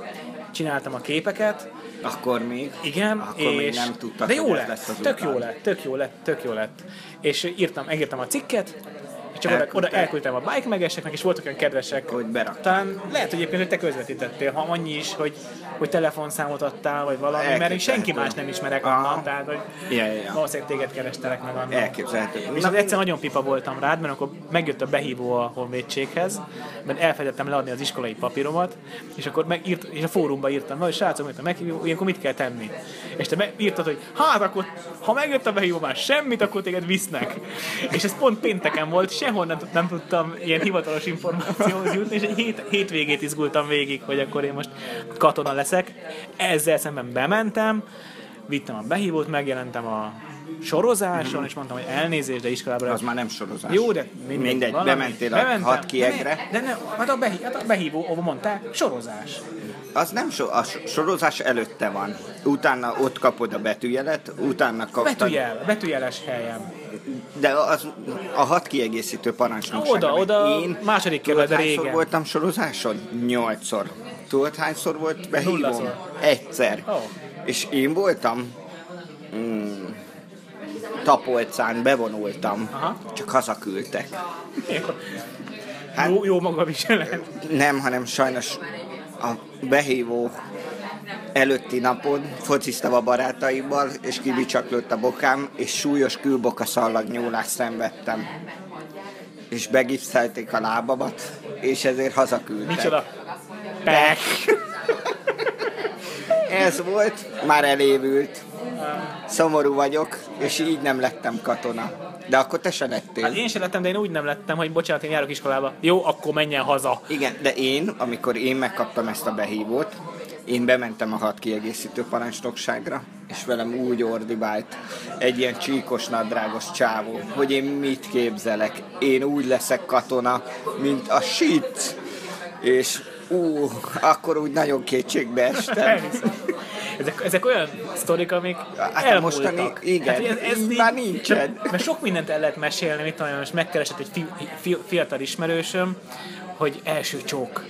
B: csináltam a képeket,
A: Akkor még.
B: igen,
A: Akkor
B: és
A: még nem tudtad,
B: de jó
A: hogy
B: lett,
A: ez lesz az
B: tök
A: után.
B: jó lett, tök jó lett, tök jó lett. És írtam, megírtam a cikket, és csak oda,
A: Elküldted.
B: oda elküldtem a bike megeseknek, és voltak olyan kedvesek.
A: Hogy berakták.
B: Talán lehet hogy egyébként, hogy te közvetítettél, ha annyi is, hogy, hogy telefonszámot adtál, vagy valami, mert én
A: Elképzelhető.
B: senki más nem ismerek
A: Aha.
B: annak, tehát hogy
A: Ja, ja, ja.
B: valószínűleg téged kerestelek meg annak.
A: Elképzelhető.
B: És
A: Na,
B: az egyszer nagyon pipa voltam rád, mert akkor megjött a behívó a honvédséghez, mert elfelejtettem leadni az iskolai papíromat, és akkor megírt, és a fórumba írtam, hogy srácok, hogy a meghívó, ilyenkor mit kell tenni? És te me- írtad, hogy hát akkor, ha megjött a behívó már semmit, akkor téged visznek. És ez pont pénteken volt, sehol nem, tud- nem tudtam ilyen hivatalos információhoz jutni, és egy hét, hétvégét izgultam végig, hogy akkor én most katona leszek. Ezzel szemben bementem, vittem a behívót, megjelentem a sorozáson, és mondtam, hogy elnézést, de iskolába
A: az már nem sorozás.
B: jó, de
A: mindegy. mindegy bementél a hat kiegre.
B: De, ne, de ne, hát, a behí, hát a behívó, ahol mondták, sorozás.
A: Az nem so, a so- sorozás előtte van. Utána ott kapod a betűjelet, utána kaptad.
B: Betűjel, betűjeles helyem.
A: De az, a hat kiegészítő parancsnokság.
B: Oda,
A: amit
B: oda,
A: én,
B: második
A: tudod,
B: kerület, de
A: hányszor
B: régen.
A: voltam sorozáson? Nyolcszor. Tudod, hányszor volt behívom?
B: Nullaszor.
A: Egyszer.
B: Ó.
A: És én voltam mm, tapolcán, bevonultam.
B: Aha.
A: Csak hazaküldtek.
B: Hát, jó, jó maga viselet.
A: Nem, hanem sajnos a behívó előtti napon fociztam a barátaimmal, és kibicsaklott a bokám, és súlyos külbokaszallag nyúlást szenvedtem. És begipszelték a lábamat, és ezért hazaküldtek.
B: Micsoda? Pek.
A: Ez volt, már elévült. Szomorú vagyok, és így nem lettem katona. De akkor te se
B: Hát
A: lettél.
B: én sem lettem, de én úgy nem lettem, hogy bocsánat, én járok iskolába. Jó, akkor menjen haza.
A: Igen, de én, amikor én megkaptam ezt a behívót, Én bementem a hat kiegészítő parancsnokságra, és velem úgy ordibált egy ilyen csíkos nadrágos csávó, hogy én mit képzelek. Én úgy leszek katona, mint a shit. És ú, akkor úgy nagyon kétségbe estem.
B: Elhiszem. Ezek, ezek olyan sztorik, amik
A: Hát a
B: elmúltak.
A: mostani- igen,
B: hogy
A: így
B: így-
A: már nincsen.
B: Nem, Mert sok mindent el lehet mesélni, mit tudom, én, most megkeresett egy fi, fi, fiatal ismerősöm, hogy első csók.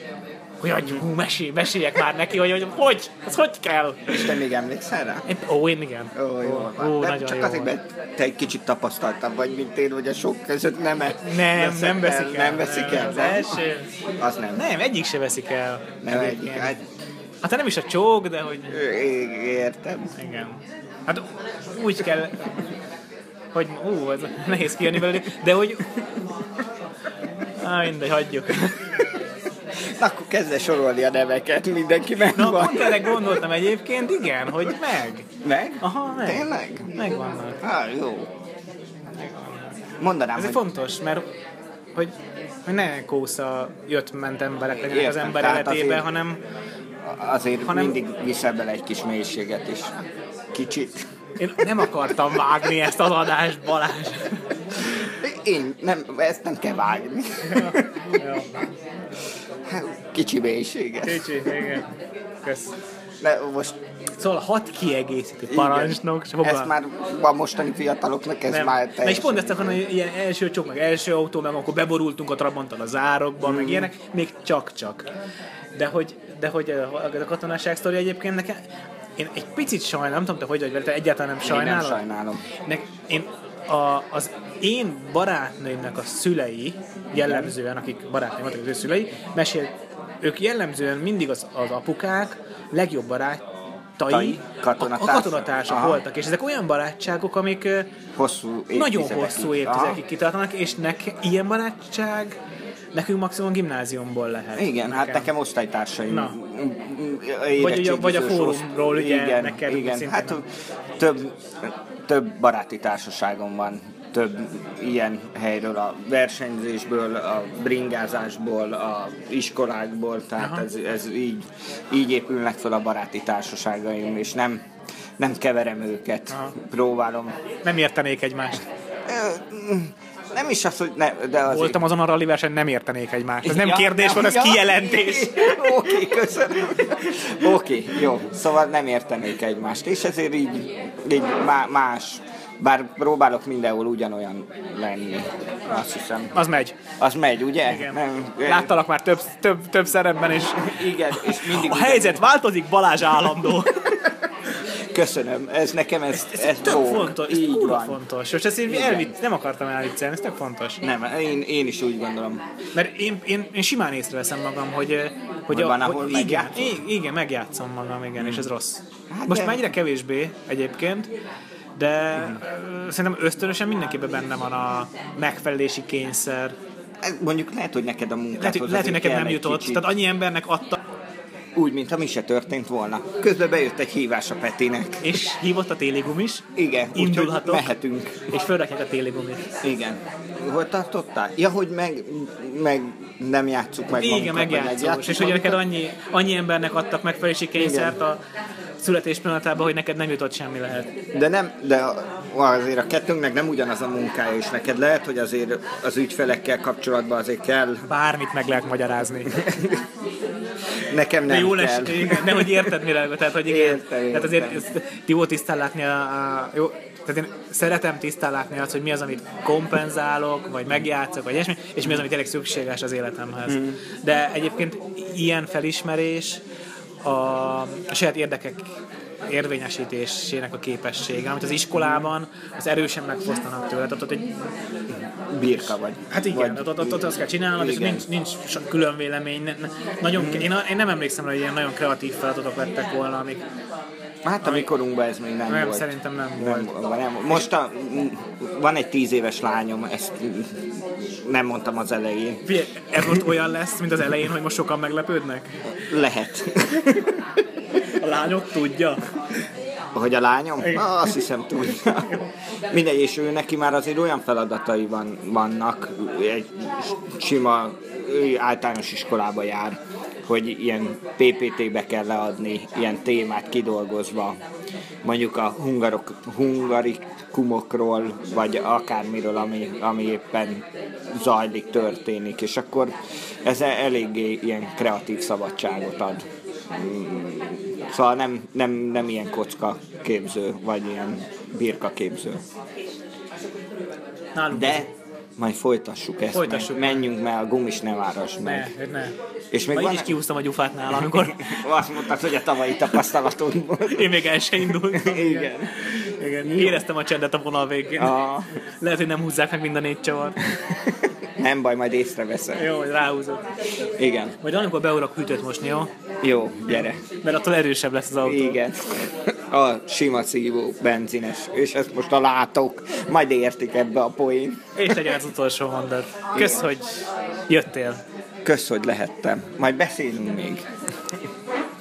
B: Hogy adjuk, hú, mesélj, meséljek már neki, hogy, hogy hogy, ez hogy kell.
A: És te még emlékszel rá?
B: Én, ó, én igen.
A: Ó, jó.
B: Ó,
A: van. Nem,
B: nagyon
A: csak
B: jó volt.
A: azért, mert te egy kicsit tapasztaltabb vagy, mint én, hogy a sok között nem
B: Nem, nem veszik el.
A: Nem veszik el,
B: Az
A: nem?
B: első.
A: Az nem.
B: Nem, egyik se veszik el.
A: Nem egyik.
B: Egyébként.
A: Hát,
B: Hát nem is a csók, de hogy...
A: é- értem.
B: Igen. Hát úgy kell, hogy ú, ez nehéz kijönni belőle, de hogy... Á, mindegy, hagyjuk.
A: Na, akkor kezdve sorolni a neveket, mindenki
B: Na,
A: megvan.
B: pont erre gondoltam egyébként, igen, hogy meg.
A: Meg?
B: Aha, meg.
A: Tényleg?
B: Megvannak.
A: Á, jó. Mondanám,
B: Ez
A: hogy
B: fontos, mert hogy, hogy ne kósza jött-ment emberek legyenek az
A: Értem,
B: ember
A: tehát
B: életében,
A: azért-
B: hanem
A: azért
B: hanem-
A: mindig viszel bele egy kis mélységet is. Kicsit.
B: én nem akartam vágni ezt az adást, Balázs.
A: Én, nem, ezt nem kell vágni. Kicsi mélységet.
B: Kicsi, igen. Kösz.
A: De most
B: Szóval hat kiegészítő
A: Igen.
B: parancsnok, és
A: Ez már a mostani fiataloknak ez
B: Nem.
A: már
B: Na és
A: teljesen...
B: pont ezt akarom, hogy ilyen első csok, meg első autó, meg akkor beborultunk a Trabanttal az árokban,
A: Hmm.
B: meg ilyenek, még csak-csak. De hogy, de hogy eh, a, a katonaság sztori egyébként nekem, én egy picit sajnálom, nem tudom, te hogy vagy vele, te egyáltalán nem
A: Én nem
B: sajnálod.
A: sajnálom.
B: Nek, én a, az én barátnőimnek a szülei, jellemzően, akik barátnőim voltak az ő szülei, mesél, ők jellemzően mindig az, az apukák legjobb barátai,
A: Tai,
B: a,
A: katonatársak.
B: a katonatársak
A: Aha.
B: voltak, és ezek olyan barátságok, amik eh, ö,
A: Hosszú évtizedekig.
B: nagyon hosszú évtizedekig
A: Aha.
B: kitartanak, és nek, ilyen barátság nekünk maximum gimnáziumból lehet.
A: Igen, hát nekem osztálytársaim.
B: Na.
A: érettségizős
B: vagy a fórumról,
A: oszt-
B: ugye, neked
A: igen.
B: szintén.
A: Hát több, több baráti társaságom van, több ilyen helyről, a versenyzésből, a bringázásból, a iskolákból, tehát ez, ez így, így épülnek fel a baráti társaságaim, és nem, nem keverem őket. Próbálom
B: Nem értenék egymást.
A: Hát Ö, Nem is az, hogy ne, de az
B: Voltam azon a rally versenyen, nem értenék egymást. Ez nem kérdés volt, ez
A: ja.
B: kijelentés.
A: Oké, köszönöm. Oké, jó. Szóval nem értenék egymást, és ezért így, így má- más. Bár próbálok mindenhol ugyanolyan lenni. Azt hiszem.
B: Az megy.
A: Az megy, ugye?
B: Igen.
A: Nem,
B: Láttalak már több, több, több szerepben, és
A: Igen, és mindig...
B: a helyzet változik, Balázs állandó.
A: Köszönöm, ez nekem ez, ez, ez
B: Tök
A: dolg.
B: fontos, ez
A: Így
B: kurva
A: van.
B: fontos. És ezt én elvitt, nem akartam elviccelni, ez tök fontos.
A: Nem, én, én is úgy gondolom.
B: Mert én, én, én simán észreveszem magam, hogy, eh, hogy,
A: Hogy van, ahol
B: igen,
A: megjátszod?
B: i- igen, megjátszom magam, igen, és ez rossz.
A: Hát
B: Most
A: de-
B: már egyre kevésbé egyébként, de ö, szerintem ösztönösen mindenképpen benne van a megfelelési kényszer.
A: Ez Mondjuk lehet, hogy neked a munkához
B: Lehet, hogy, lehet, hogy
A: Hát azért
B: nekem
A: kell
B: nem
A: egy
B: jutott,
A: kicsit.
B: tehát annyi embernek adta,
A: Úgy, mintha mi se történt volna. Közben bejött egy hívás a Petinek.
B: és hívott a télégum is.
A: Igen, úgyhogy
B: Indulhatok.
A: mehetünk.
B: És fölrakják a téligumit.
A: Igen. Hol tartottál? Ja, hogy meg, meg nem játsszuk meg
B: Igen,
A: magunkat, vagy
B: megjátszós.
A: megjátsszuk
B: És hogy neked
A: magunkat.
B: annyi, annyi embernek adtak megfelelési kényszert a születés pillanatában, hogy neked nem jutott semmi lehet.
A: De nem, de azért a kettőnknek nem ugyanaz a munkája, és neked lehet, hogy azért az ügyfelekkel kapcsolatban azért kell,
B: Bármit meg lehet magyarázni.
A: nekem
B: De
A: nem
B: jól
A: kell.
B: esik, igen, de hogy érted mire, tehát hogy igen.
A: Értem,
B: Tehát azért
A: értem.
B: ezt, ti jó tisztán látni a, a jó, tehát én szeretem tisztán látni azt, hogy mi az, amit kompenzálok, vagy megjátszok, vagy ilyesmi, és mi az, amit tényleg szükséges az életemhez.
A: Hmm.
B: Mm. De egyébként ilyen felismerés a, a saját érdekek érvényesítésének a képessége, amit az iskolában az erősen megfosztanak tőle. Tehát ott egy
A: Birka vagy.
B: Hát igen, ott,
A: Vagy-
B: ott, ott, ott azt kell csinálnod, és
A: Igen.
B: nincs, nincs sok külön vélemény. Ne, ne, nagyon, én, én nem emlékszem rá, hogy ilyen nagyon kreatív feladatok lettek volna, amik
A: Hát a mi korunkban ez még nem,
B: nem,
A: volt.
B: szerintem nem,
A: Nem,
B: volt.
A: nem, most a, van egy tíz éves lányom, ezt nem mondtam az elején.
B: Figyelj, ez most olyan lesz, mint az elején, hogy most sokan meglepődnek?
A: Lehet.
B: A lányok tudja.
A: Hogy a lányom? Ah, azt hiszem tudja. Mindegy, és ő neki már azért olyan feladatai van, vannak, egy sima ő általános iskolába jár, hogy ilyen PPT-be kell leadni, ilyen témát kidolgozva, mondjuk a hungarok, hungarikumokról, vagy akármiről, ami, ami éppen zajlik, történik, és akkor ez eléggé ilyen kreatív szabadságot ad. Mm, Szóval nem, nem, nem ilyen kocka képző, vagy ilyen birka képző.
B: Nálunk
A: De majd folytassuk ezt,
B: Folytassuk.
A: meg. menjünk mert a gumis ne várass meg.
B: Ne, ne.
A: És még
B: Ma
A: van...
B: így is kiúztam a gyufát nála, amikor
A: Azt mondtad, hogy a tavalyi tapasztalatunkból.
B: én még el se indultam.
A: Igen.
B: Igen. Éreztem a csendet a vonal végén.
A: A...
B: Lehet, hogy nem húzzák meg mind a négy csavart.
A: Nem baj, majd észreveszem.
B: Jó, hogy ráhúzok.
A: Igen.
B: Majd amikor beurok hűtőt mosni, jó?
A: Jó, gyere.
B: Mert attól erősebb lesz az autó.
A: Igen. A sima szívó, benzines. És ezt most a látók majd értik ebbe a poén.
B: És legyen az utolsó mondat. Kösz, hogy jöttél.
A: Kösz, hogy lehettem. Majd beszélünk még.